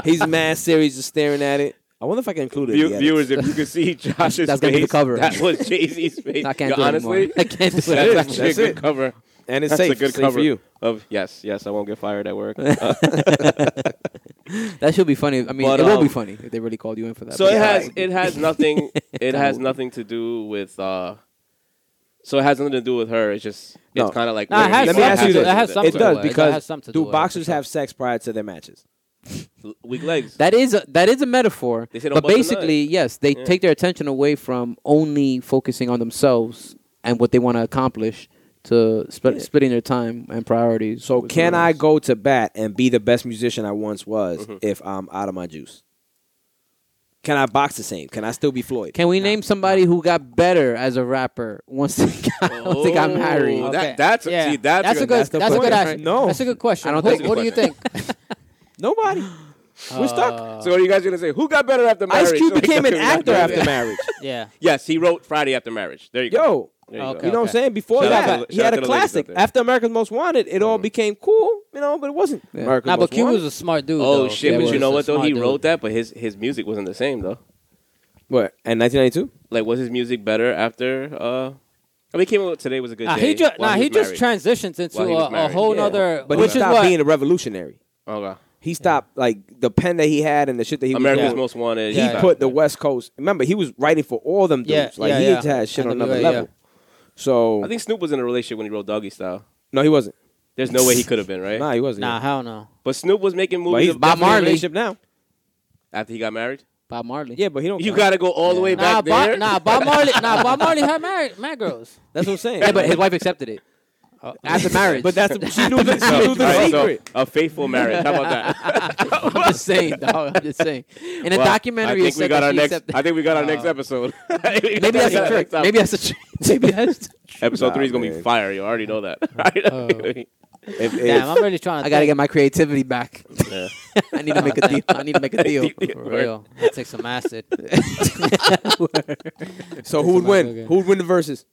S2: He's mad serious, just staring at it. I wonder if I can include it. in
S3: View-
S2: the edits.
S3: viewers, if you could see Josh's face,
S5: that's gonna be the cover.
S3: that was Jay Z's face.
S5: I can't
S3: Yo,
S5: do it
S3: honestly,
S5: anymore. I can't do it.
S3: That's,
S5: That's
S3: actually a good
S2: it.
S3: cover.
S2: and it's
S3: That's
S2: safe.
S3: a good
S2: safe
S3: cover
S2: for you.
S3: of yes, yes. I won't get fired at work. Uh,
S5: That should be funny. I mean,
S3: But,
S5: it will
S3: um,
S5: be funny if they really called you in for that.
S3: so
S5: But
S3: it
S5: yeah,
S3: has
S5: like,
S3: it has nothing it
S5: Kinda
S3: has
S5: would.
S3: nothing to do with uh so it has nothing to do with her. It's just
S2: No.
S3: it's kind of like
S4: Nah, it has
S3: literally
S2: Let me
S3: what
S2: ask you
S3: happened
S2: this.
S4: It has
S3: with
S4: something
S2: it
S4: to
S2: does
S4: it. It
S2: because
S4: has something to
S2: do
S4: it, for
S2: boxers
S4: sure.
S2: have sex prior to their matches?
S3: weak legs.
S5: That is a, that is a metaphor.
S3: They say don't
S5: but
S3: bust a nut.
S5: basically, yes, they
S3: Yeah.
S5: take their attention away from only focusing on themselves and what they want to accomplish to sp-
S2: Yeah.
S5: splitting their time and priorities.
S2: So
S5: with
S2: can
S5: someone
S2: I
S5: else.
S2: go to bat and be the best musician I once was
S3: Mm-hmm.
S2: if I'm out of my juice? Can I box the same? Can I still be Floyd?
S5: Can we name somebody who got better as a rapper once they got, once they got
S3: Oh,
S5: married?
S3: that- that's
S4: yeah.
S3: see, that's,
S4: a good
S2: that's
S4: that's,
S2: the
S4: a
S2: point,
S4: good
S2: right?
S4: action.
S2: No.
S4: that's a good question.
S5: I don't
S4: Who-
S5: think-
S4: what do you think?
S2: Nobody. We're
S4: Uh,
S2: stuck.
S3: So are you guys gonna say who got better after marriage?
S2: Ice Cube
S3: So
S2: became an
S3: exactly
S2: actor
S3: what I'm
S2: after
S3: doing.
S2: marriage.
S4: yeah,
S3: Yes, he wrote Friday after marriage. There you go.
S2: Yo,
S3: There you
S4: Okay.
S2: You know what I'm saying? Before
S3: Shout out
S2: that,
S3: to the-
S2: he
S3: shout out
S2: had a
S3: to the ladies out
S2: classic.
S3: there. Mm-hmm.
S2: After America's Most Wanted, it all became cool, you know, but it wasn't.
S5: Yeah.
S2: America's
S4: nah, but
S2: Most
S4: Q
S2: Wanted.
S4: was a smart dude.
S3: Oh
S4: though.
S3: shit! but
S5: Yeah,
S3: you
S5: was
S3: know
S5: a
S3: what though?
S4: smart
S3: He
S4: dude.
S3: wrote that, but his his music wasn't the same though.
S2: what in 1992.
S3: Like, was his music better after? uh I mean, came out today was a good
S4: Nah,
S3: day.
S4: he just
S3: while
S4: nah, he
S3: was
S4: just
S3: married.
S4: transitions into
S3: While he was
S4: a, a
S3: married.
S4: whole
S3: Yeah.
S4: nother.
S2: But he
S4: which is
S2: stopped
S4: what-
S2: being a revolutionary.
S3: Oh god,
S2: He stopped like the pen that he had and the shit that he
S3: America's
S2: was doing.
S3: Most Wanted.
S2: He
S4: Yeah.
S2: put the West Coast. Remember, he was writing for all them
S4: Yeah,
S2: dudes. like
S4: yeah,
S2: he
S4: yeah.
S2: had shit on another
S4: NWA,
S2: level. So
S3: I think Snoop was in a relationship when he wrote Doggy Style.
S2: no, he wasn't.
S3: There's no way he could have been right.
S2: Nah, he wasn't.
S4: Nah, hell no.
S3: But Snoop was making
S2: but
S3: movies
S2: he's
S3: about
S5: Bob
S2: Bob
S5: Marley.
S2: Marley relationship now.
S3: after he got married.
S5: Bob Marley.
S2: Yeah, but he don't.
S3: You
S2: count.
S3: got to go all the way
S4: Nah,
S3: back there.
S4: Bob, nah, Bob Marley, nah, Bob Marley had married mad girls.
S2: That's what I'm saying.
S5: Yeah, but his wife accepted it after marriage.
S2: but that's she knew the,
S3: So,
S2: she knew the
S3: all right, so,
S2: secret.
S3: a faithful marriage. How about that?
S5: I'm just saying, dog. I'm just saying. In a
S3: Well,
S5: documentary,
S3: I
S5: it
S3: think we
S5: said
S3: got
S5: that
S3: our
S5: she
S3: next.
S5: accepted-
S3: I think we got our next episode. Maybe
S5: Maybe that's a trick. Maybe that's a trick. Maybe that's. the trick.
S3: Episode
S2: Nah,
S3: three is gonna be
S2: man.
S3: fire. You already know that. Right?
S5: Oh.
S2: If- if-
S4: Damn, I'm really trying to.
S5: I gotta get
S4: think.
S5: my creativity back.
S3: Yeah.
S5: I need to make a deal. I need to make a deal.
S4: for real. I take some acid.
S2: so who would
S4: That's a
S2: win?
S4: good-
S2: Who would win the verses?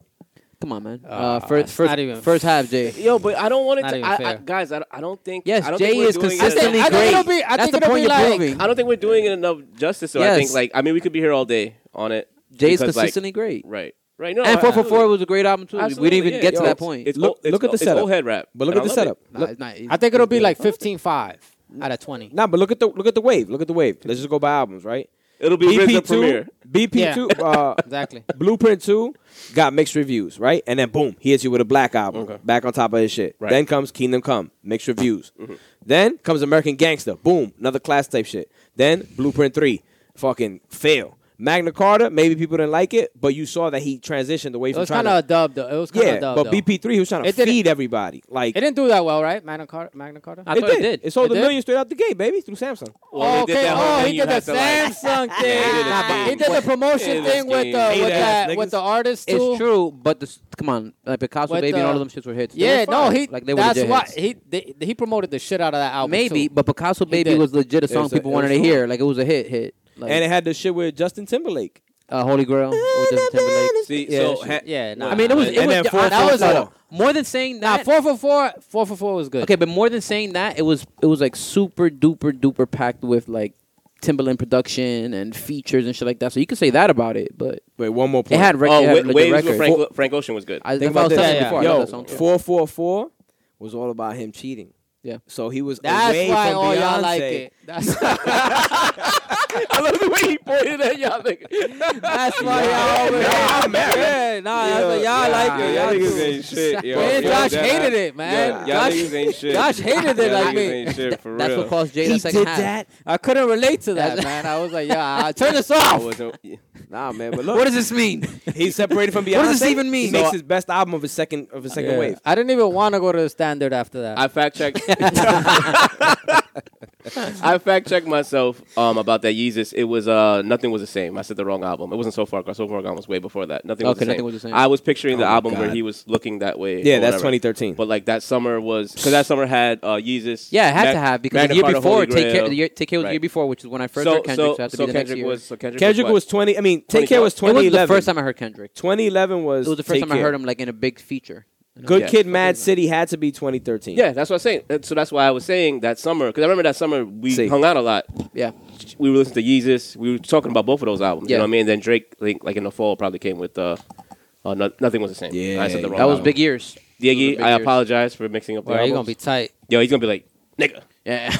S5: Come on, man. Uh,
S4: Uh,
S5: first,
S4: it's
S5: first,
S4: not even-
S5: first half, Jay.
S3: Yo, but I don't want it
S4: Not
S3: to.
S4: even
S3: I, I,
S4: fair.
S3: guys, I, don't- I don't think.
S5: Yes,
S3: I don't
S5: Jay
S3: think we're
S5: is
S3: doing it-
S5: consistently
S4: I think
S5: great.
S4: it'll be- I
S5: That's
S4: think
S5: the
S4: it'll
S5: point
S4: be
S5: you're
S4: like-
S5: proving.
S3: I don't think we're doing it enough justice. So I think,
S5: Yes.
S3: like, I mean, we could be here all day on it.
S5: Jay's
S3: because, like,
S5: consistently great.
S3: right, right. No,
S5: and
S3: I-
S5: four for four
S3: absolutely.
S5: was a great album too. we
S3: Absolutely,
S5: didn't even
S3: yeah.
S5: get
S3: Yo,
S5: to that point.
S3: It's
S2: Look-
S3: old- it's
S2: look at
S3: o-
S2: the
S3: it's
S2: setup.
S3: old head rap,
S2: But look
S3: and
S2: at
S3: I
S2: the
S3: love it.
S2: setup.
S5: Nah,
S2: Look-
S5: it's not-
S4: I think it'll be like 15-5 out of 20.
S2: Nah, but look at the look at the wave. Look at the wave. Let's just go by albums, right?
S3: It'll be
S4: E
S3: RZA
S2: BP
S3: premiere.
S2: two, BP two, uh,
S4: Exactly.
S2: Blueprint two got mixed reviews, right? And then boom, he hits you with a black album,
S3: Okay.
S2: back on top of his shit.
S3: Right. Mm-hmm.
S2: Then comes Kingdom Come, mixed reviews. Then comes American Gangster, boom, another class type shit. Then Blueprint three, fucking fail. Magna Carta, maybe people didn't like it, but you saw that he transitioned away
S4: It
S2: from
S4: was
S2: trying
S4: kind
S2: to.
S4: of a dub though. It was kind of
S2: yeah,
S4: a dub.
S2: but
S4: though.
S2: BP three, he was trying to
S4: It didn't-
S2: feed everybody. Like
S4: It didn't do that well, right? Magna Carta. Magna Carta.
S5: I thought it did.
S2: It
S4: It
S2: sold a
S4: did?
S2: million straight out the gate, baby, through Samsung.
S3: Well, they did
S4: okay.
S3: that whole
S4: Oh,
S3: thing,
S4: he
S3: you
S4: did the
S3: have to, like-
S4: Samsung
S3: Yeah,
S4: thing.
S3: he did that
S4: Nah,
S3: thing.
S4: he did the promotion
S3: Yeah, this
S4: thing with the
S3: game.
S4: with
S2: Hate ass
S4: that with
S2: niggas.
S4: the artist too.
S5: It's true, but the, s- come on, like Picasso
S4: With
S5: Baby and
S4: the-
S5: all of them shits were hits. They
S4: Yeah,
S5: were
S4: no,
S5: fire.
S4: he.
S5: like they were
S4: that's
S5: legit
S4: why
S5: hits.
S4: he they, he promoted the shit out of that album.
S5: Maybe,
S4: too.
S5: but Picasso Baby
S4: did.
S5: was legit a
S2: It
S5: song
S2: was a-
S5: people
S2: it
S5: wanted
S2: was
S5: to
S2: a-
S5: hear. Like it was a hit, hit. Like
S2: and it had the shit with Justin Timberlake.
S5: uh, Holy Grail. with Justin Timberlake.
S3: See,
S5: Yeah,
S3: so
S5: shit.
S3: ha-
S4: yeah. Nah,
S5: I mean, it was. It
S2: And
S5: was
S2: then four
S5: uh, that
S2: for
S5: was
S2: four.
S5: a- more than saying
S4: nah.
S5: that.
S4: Four for four. Four for four was good.
S5: Okay, but more than saying that, it was it was like super duper duper packed with like Timberland production and features and shit like that. So you could say that about it, but
S2: Wait, one more
S5: it
S2: point.
S5: had, rec-
S3: oh,
S5: it had
S3: Wa-
S5: like,
S3: Waves
S5: the
S3: with
S5: record.
S3: Frank, Frank Ocean was good.
S5: I,
S2: Think
S5: that's what I
S2: about
S5: was telling
S2: that.
S5: you
S4: Yeah,
S5: before. I
S2: Yo,
S5: love that song.
S2: four four four was all about him cheating.
S5: Yeah.
S2: So he was
S4: That's
S2: away
S4: why
S2: from
S4: all
S2: Beyonce.
S4: y'all like it. That's,
S5: I love the way he pointed at y'all. nigga.
S4: that's why y'all over
S3: Yeah,
S4: here.
S3: man.
S4: Yeah, nah, that's why y'all
S3: Yeah,
S4: like it. Y'all
S3: y'all niggas
S4: do.
S3: ain't shit, yo.
S4: Man,
S3: Yo,
S4: Josh
S3: that-
S4: hated it,
S3: Yo,
S4: man.
S3: y'all
S4: Josh,
S3: niggas ain't shit.
S4: Josh hated
S3: Y'all
S4: it like
S3: niggas
S4: me.
S3: ain't shit, for
S5: That's
S3: real.
S5: what caused Jay that second half.
S4: I couldn't relate to that,
S5: That's-
S4: man. I was like, yeah, I- turn this
S3: I
S4: off.
S3: wasn't. yeah.
S2: Nah, man. But look,
S5: What does this mean?
S2: he's separated from Beyonce.
S5: What does this even mean?
S2: He makes
S5: So-
S2: his best album of his second of his second
S4: Yeah.
S2: wave.
S4: I didn't even want to go to the standard after that.
S3: I fact checked. I fact checked myself um, about that Yeezus. It was uh, nothing was the same. I said the wrong album. It wasn't so far. So far gone was way before that. Nothing was
S5: Okay,
S3: the same.
S5: Nothing Was the Same.
S3: I was picturing the
S2: Oh,
S3: album where
S2: God.
S3: he was looking that way.
S2: Yeah,
S3: or
S2: that's
S3: whatever.
S2: 2013.
S3: But like that summer was because that summer had uh, Yeezus.
S5: Yeah, it had
S3: Mag-
S5: to have because
S3: Magna
S5: the year
S3: Carta,
S5: before,
S3: Holy
S5: take care,
S3: Grail.
S5: the year, take care was the
S3: Right.
S5: year before, which is when I first
S3: So,
S5: heard Kendrick. So,
S3: so,
S5: it had to
S3: so
S5: be the
S3: Kendrick
S5: next
S3: was
S5: year.
S3: so Kendrick,
S2: Kendrick
S3: was,
S2: was 20. I mean, Take Care was
S5: It wasn't
S2: 2011.
S5: the first time I heard Kendrick.
S2: 2011 was.
S5: It was the first
S2: Take
S5: time I heard
S2: Care.
S5: him like in a big feature.
S2: Good
S3: Yeah.
S2: Kid, Mad City had to be 2013.
S3: Yeah, that's what I'm saying. That- So that's why I was saying that summer because I remember that summer we
S2: See.
S3: hung out a lot.
S5: Yeah.
S3: We were listening to Yeezus. We were talking about both of those albums. You
S5: Yeah.
S3: know what I mean? And then Drake, like, like in the fall, probably came with uh, uh, no, nothing was the same.
S2: Yeah,
S3: I said the wrong
S5: That was
S3: album.
S5: big years.
S3: Diggy,
S5: big
S3: I
S5: years.
S3: apologize for mixing up. the
S4: Bro, you're gonna
S3: albums.
S4: be tight.
S3: Yo, he's gonna be like nigga.
S5: Yeah.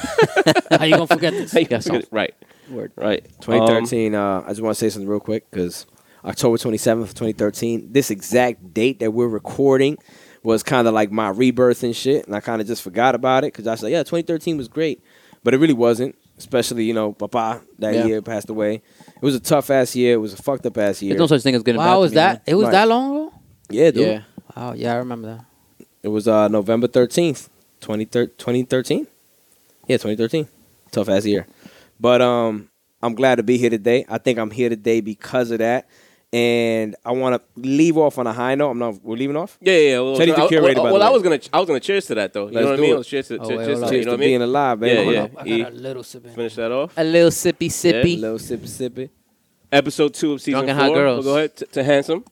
S4: How you gonna forget this?
S5: Yes,
S3: Look at- right,
S5: Word.
S3: right.
S2: 2013. uh, I just want to say something real quick because October 27th, 2013, this exact date that we're recording was kind of like my rebirth and shit, and I kind of just forgot about it because I said, yeah, 2013 was great, but it really wasn't. Especially, you know, Papa that
S5: Yeah.
S2: year passed away. It was a tough ass year. It was a fucked up ass year.
S5: There's no such thing as good. and bad
S4: Wow,
S5: to
S4: was
S5: me,
S4: that?
S5: man.
S4: It was
S2: Right.
S4: that long ago?
S2: yeah, dude.
S5: Yeah.
S4: Wow, yeah, I remember that.
S2: It was uh, November 13th, 23rd 2013. Yeah, 2013. Tough ass year. But um, I'm glad to be here today. I think I'm here today because of that. And I want to leave off on a high note. I'm not, we're leaving off?
S3: Yeah, yeah. yeah. Well,
S2: Teddy
S3: I-
S2: the
S3: well,
S2: Curator, by
S3: Well,
S2: the
S3: I
S2: way.
S3: was gonna, I was gonna cheers to that though. You
S2: Let's
S3: know what I
S2: do
S3: mean?
S2: it.
S3: I was cheers to,
S4: Oh,
S3: to-
S4: wait,
S3: cheers
S4: hold
S3: to,
S4: on.
S3: you
S2: Cheers to
S3: know what I mean?
S2: being alive,
S3: Yeah,
S2: baby.
S3: yeah. E-
S4: a little sip. in.
S3: Finish that off.
S5: A little sippy sippy.
S2: Little sippy sippy.
S3: Episode two of season
S5: Drunk and Hot
S3: four.
S5: Girls.
S3: We'll go ahead to, to handsome.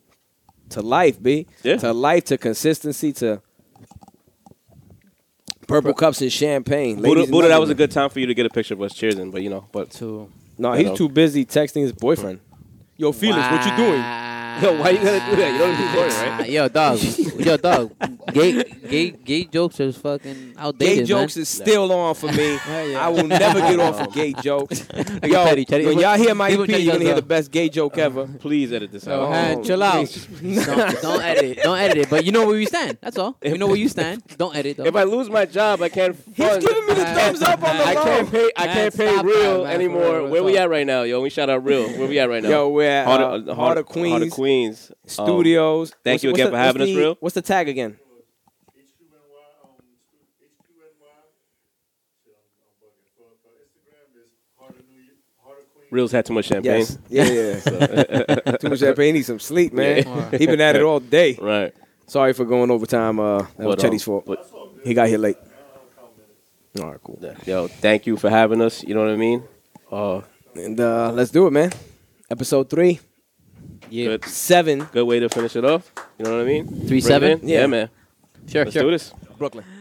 S2: To life, B.
S3: Yeah.
S2: To life, to consistency, to purple cups and champagne.
S3: Buddha,
S2: Ladies and
S3: Buddha, that was a
S2: gentlemen.
S3: good time for you to get a picture of us cheersing, but you know, but
S4: Two.
S2: No, he's
S3: Hello.
S2: too busy texting his boyfriend. Yo, Felix, what you doing?
S3: Yo, why you gotta do that? You don't even do it, right?
S5: Yo, dog. Yo, dog. Gay, gay, gay jokes is fucking outdated.
S2: gay jokes
S5: man.
S2: is still on for me.
S4: yeah.
S2: I will never get off of gay jokes. Yo,
S5: Teddy, Teddy.
S2: when y'all hear my EP,
S5: People
S2: you're
S5: check
S2: gonna
S5: us
S2: hear
S5: out.
S2: the best gay joke ever.
S3: please edit this out.
S4: Oh, man, chill out.
S5: don't, don't edit. Don't edit it. But you know where you stand. That's all. You know where you stand. Don't edit though.
S3: If I lose my job, I can't.
S2: He's
S3: fund-
S2: giving me the thumbs up on the
S3: I
S2: low.
S3: can't pay. I
S4: Man,
S3: can't pay
S4: stop that,
S3: real
S4: man, for
S3: anymore.
S4: real,
S3: Where we
S4: stop.
S3: at right now, yo? We shout out real. Where we at right now?
S2: Yo, we're at
S3: Heart
S2: Heart,
S3: of-
S2: uh,
S3: Heart
S2: Heart
S3: of-
S2: of Queens
S3: Heart of Queens um,
S2: Studios.
S3: thank you again
S2: the-
S3: for having
S2: what's
S3: us,
S2: the-
S3: Real.
S2: What's the tag again?
S3: Um, Reels had too much champagne.
S2: Yes. Yeah, yeah. yeah. Too much champagne. Need some sleep, man.
S4: Yeah.
S2: He been at it all day.
S3: Right.
S2: Sorry for going overtime. Uh, that was
S3: But, um,
S2: Chetty's fault.
S3: but-
S2: he got here late. All right, cool.
S3: Yo, thank you for having us. You know what I mean? Uh,
S2: And uh, let's do it, man. Episode three,
S5: yeah,
S3: good,
S2: seven,
S3: good way to finish it off. You know what I mean? Bring it
S5: seven?
S3: in. Yeah,
S2: Yeah.
S3: man.
S5: sure,
S3: Let's
S5: sure.
S3: do this.
S2: Brooklyn.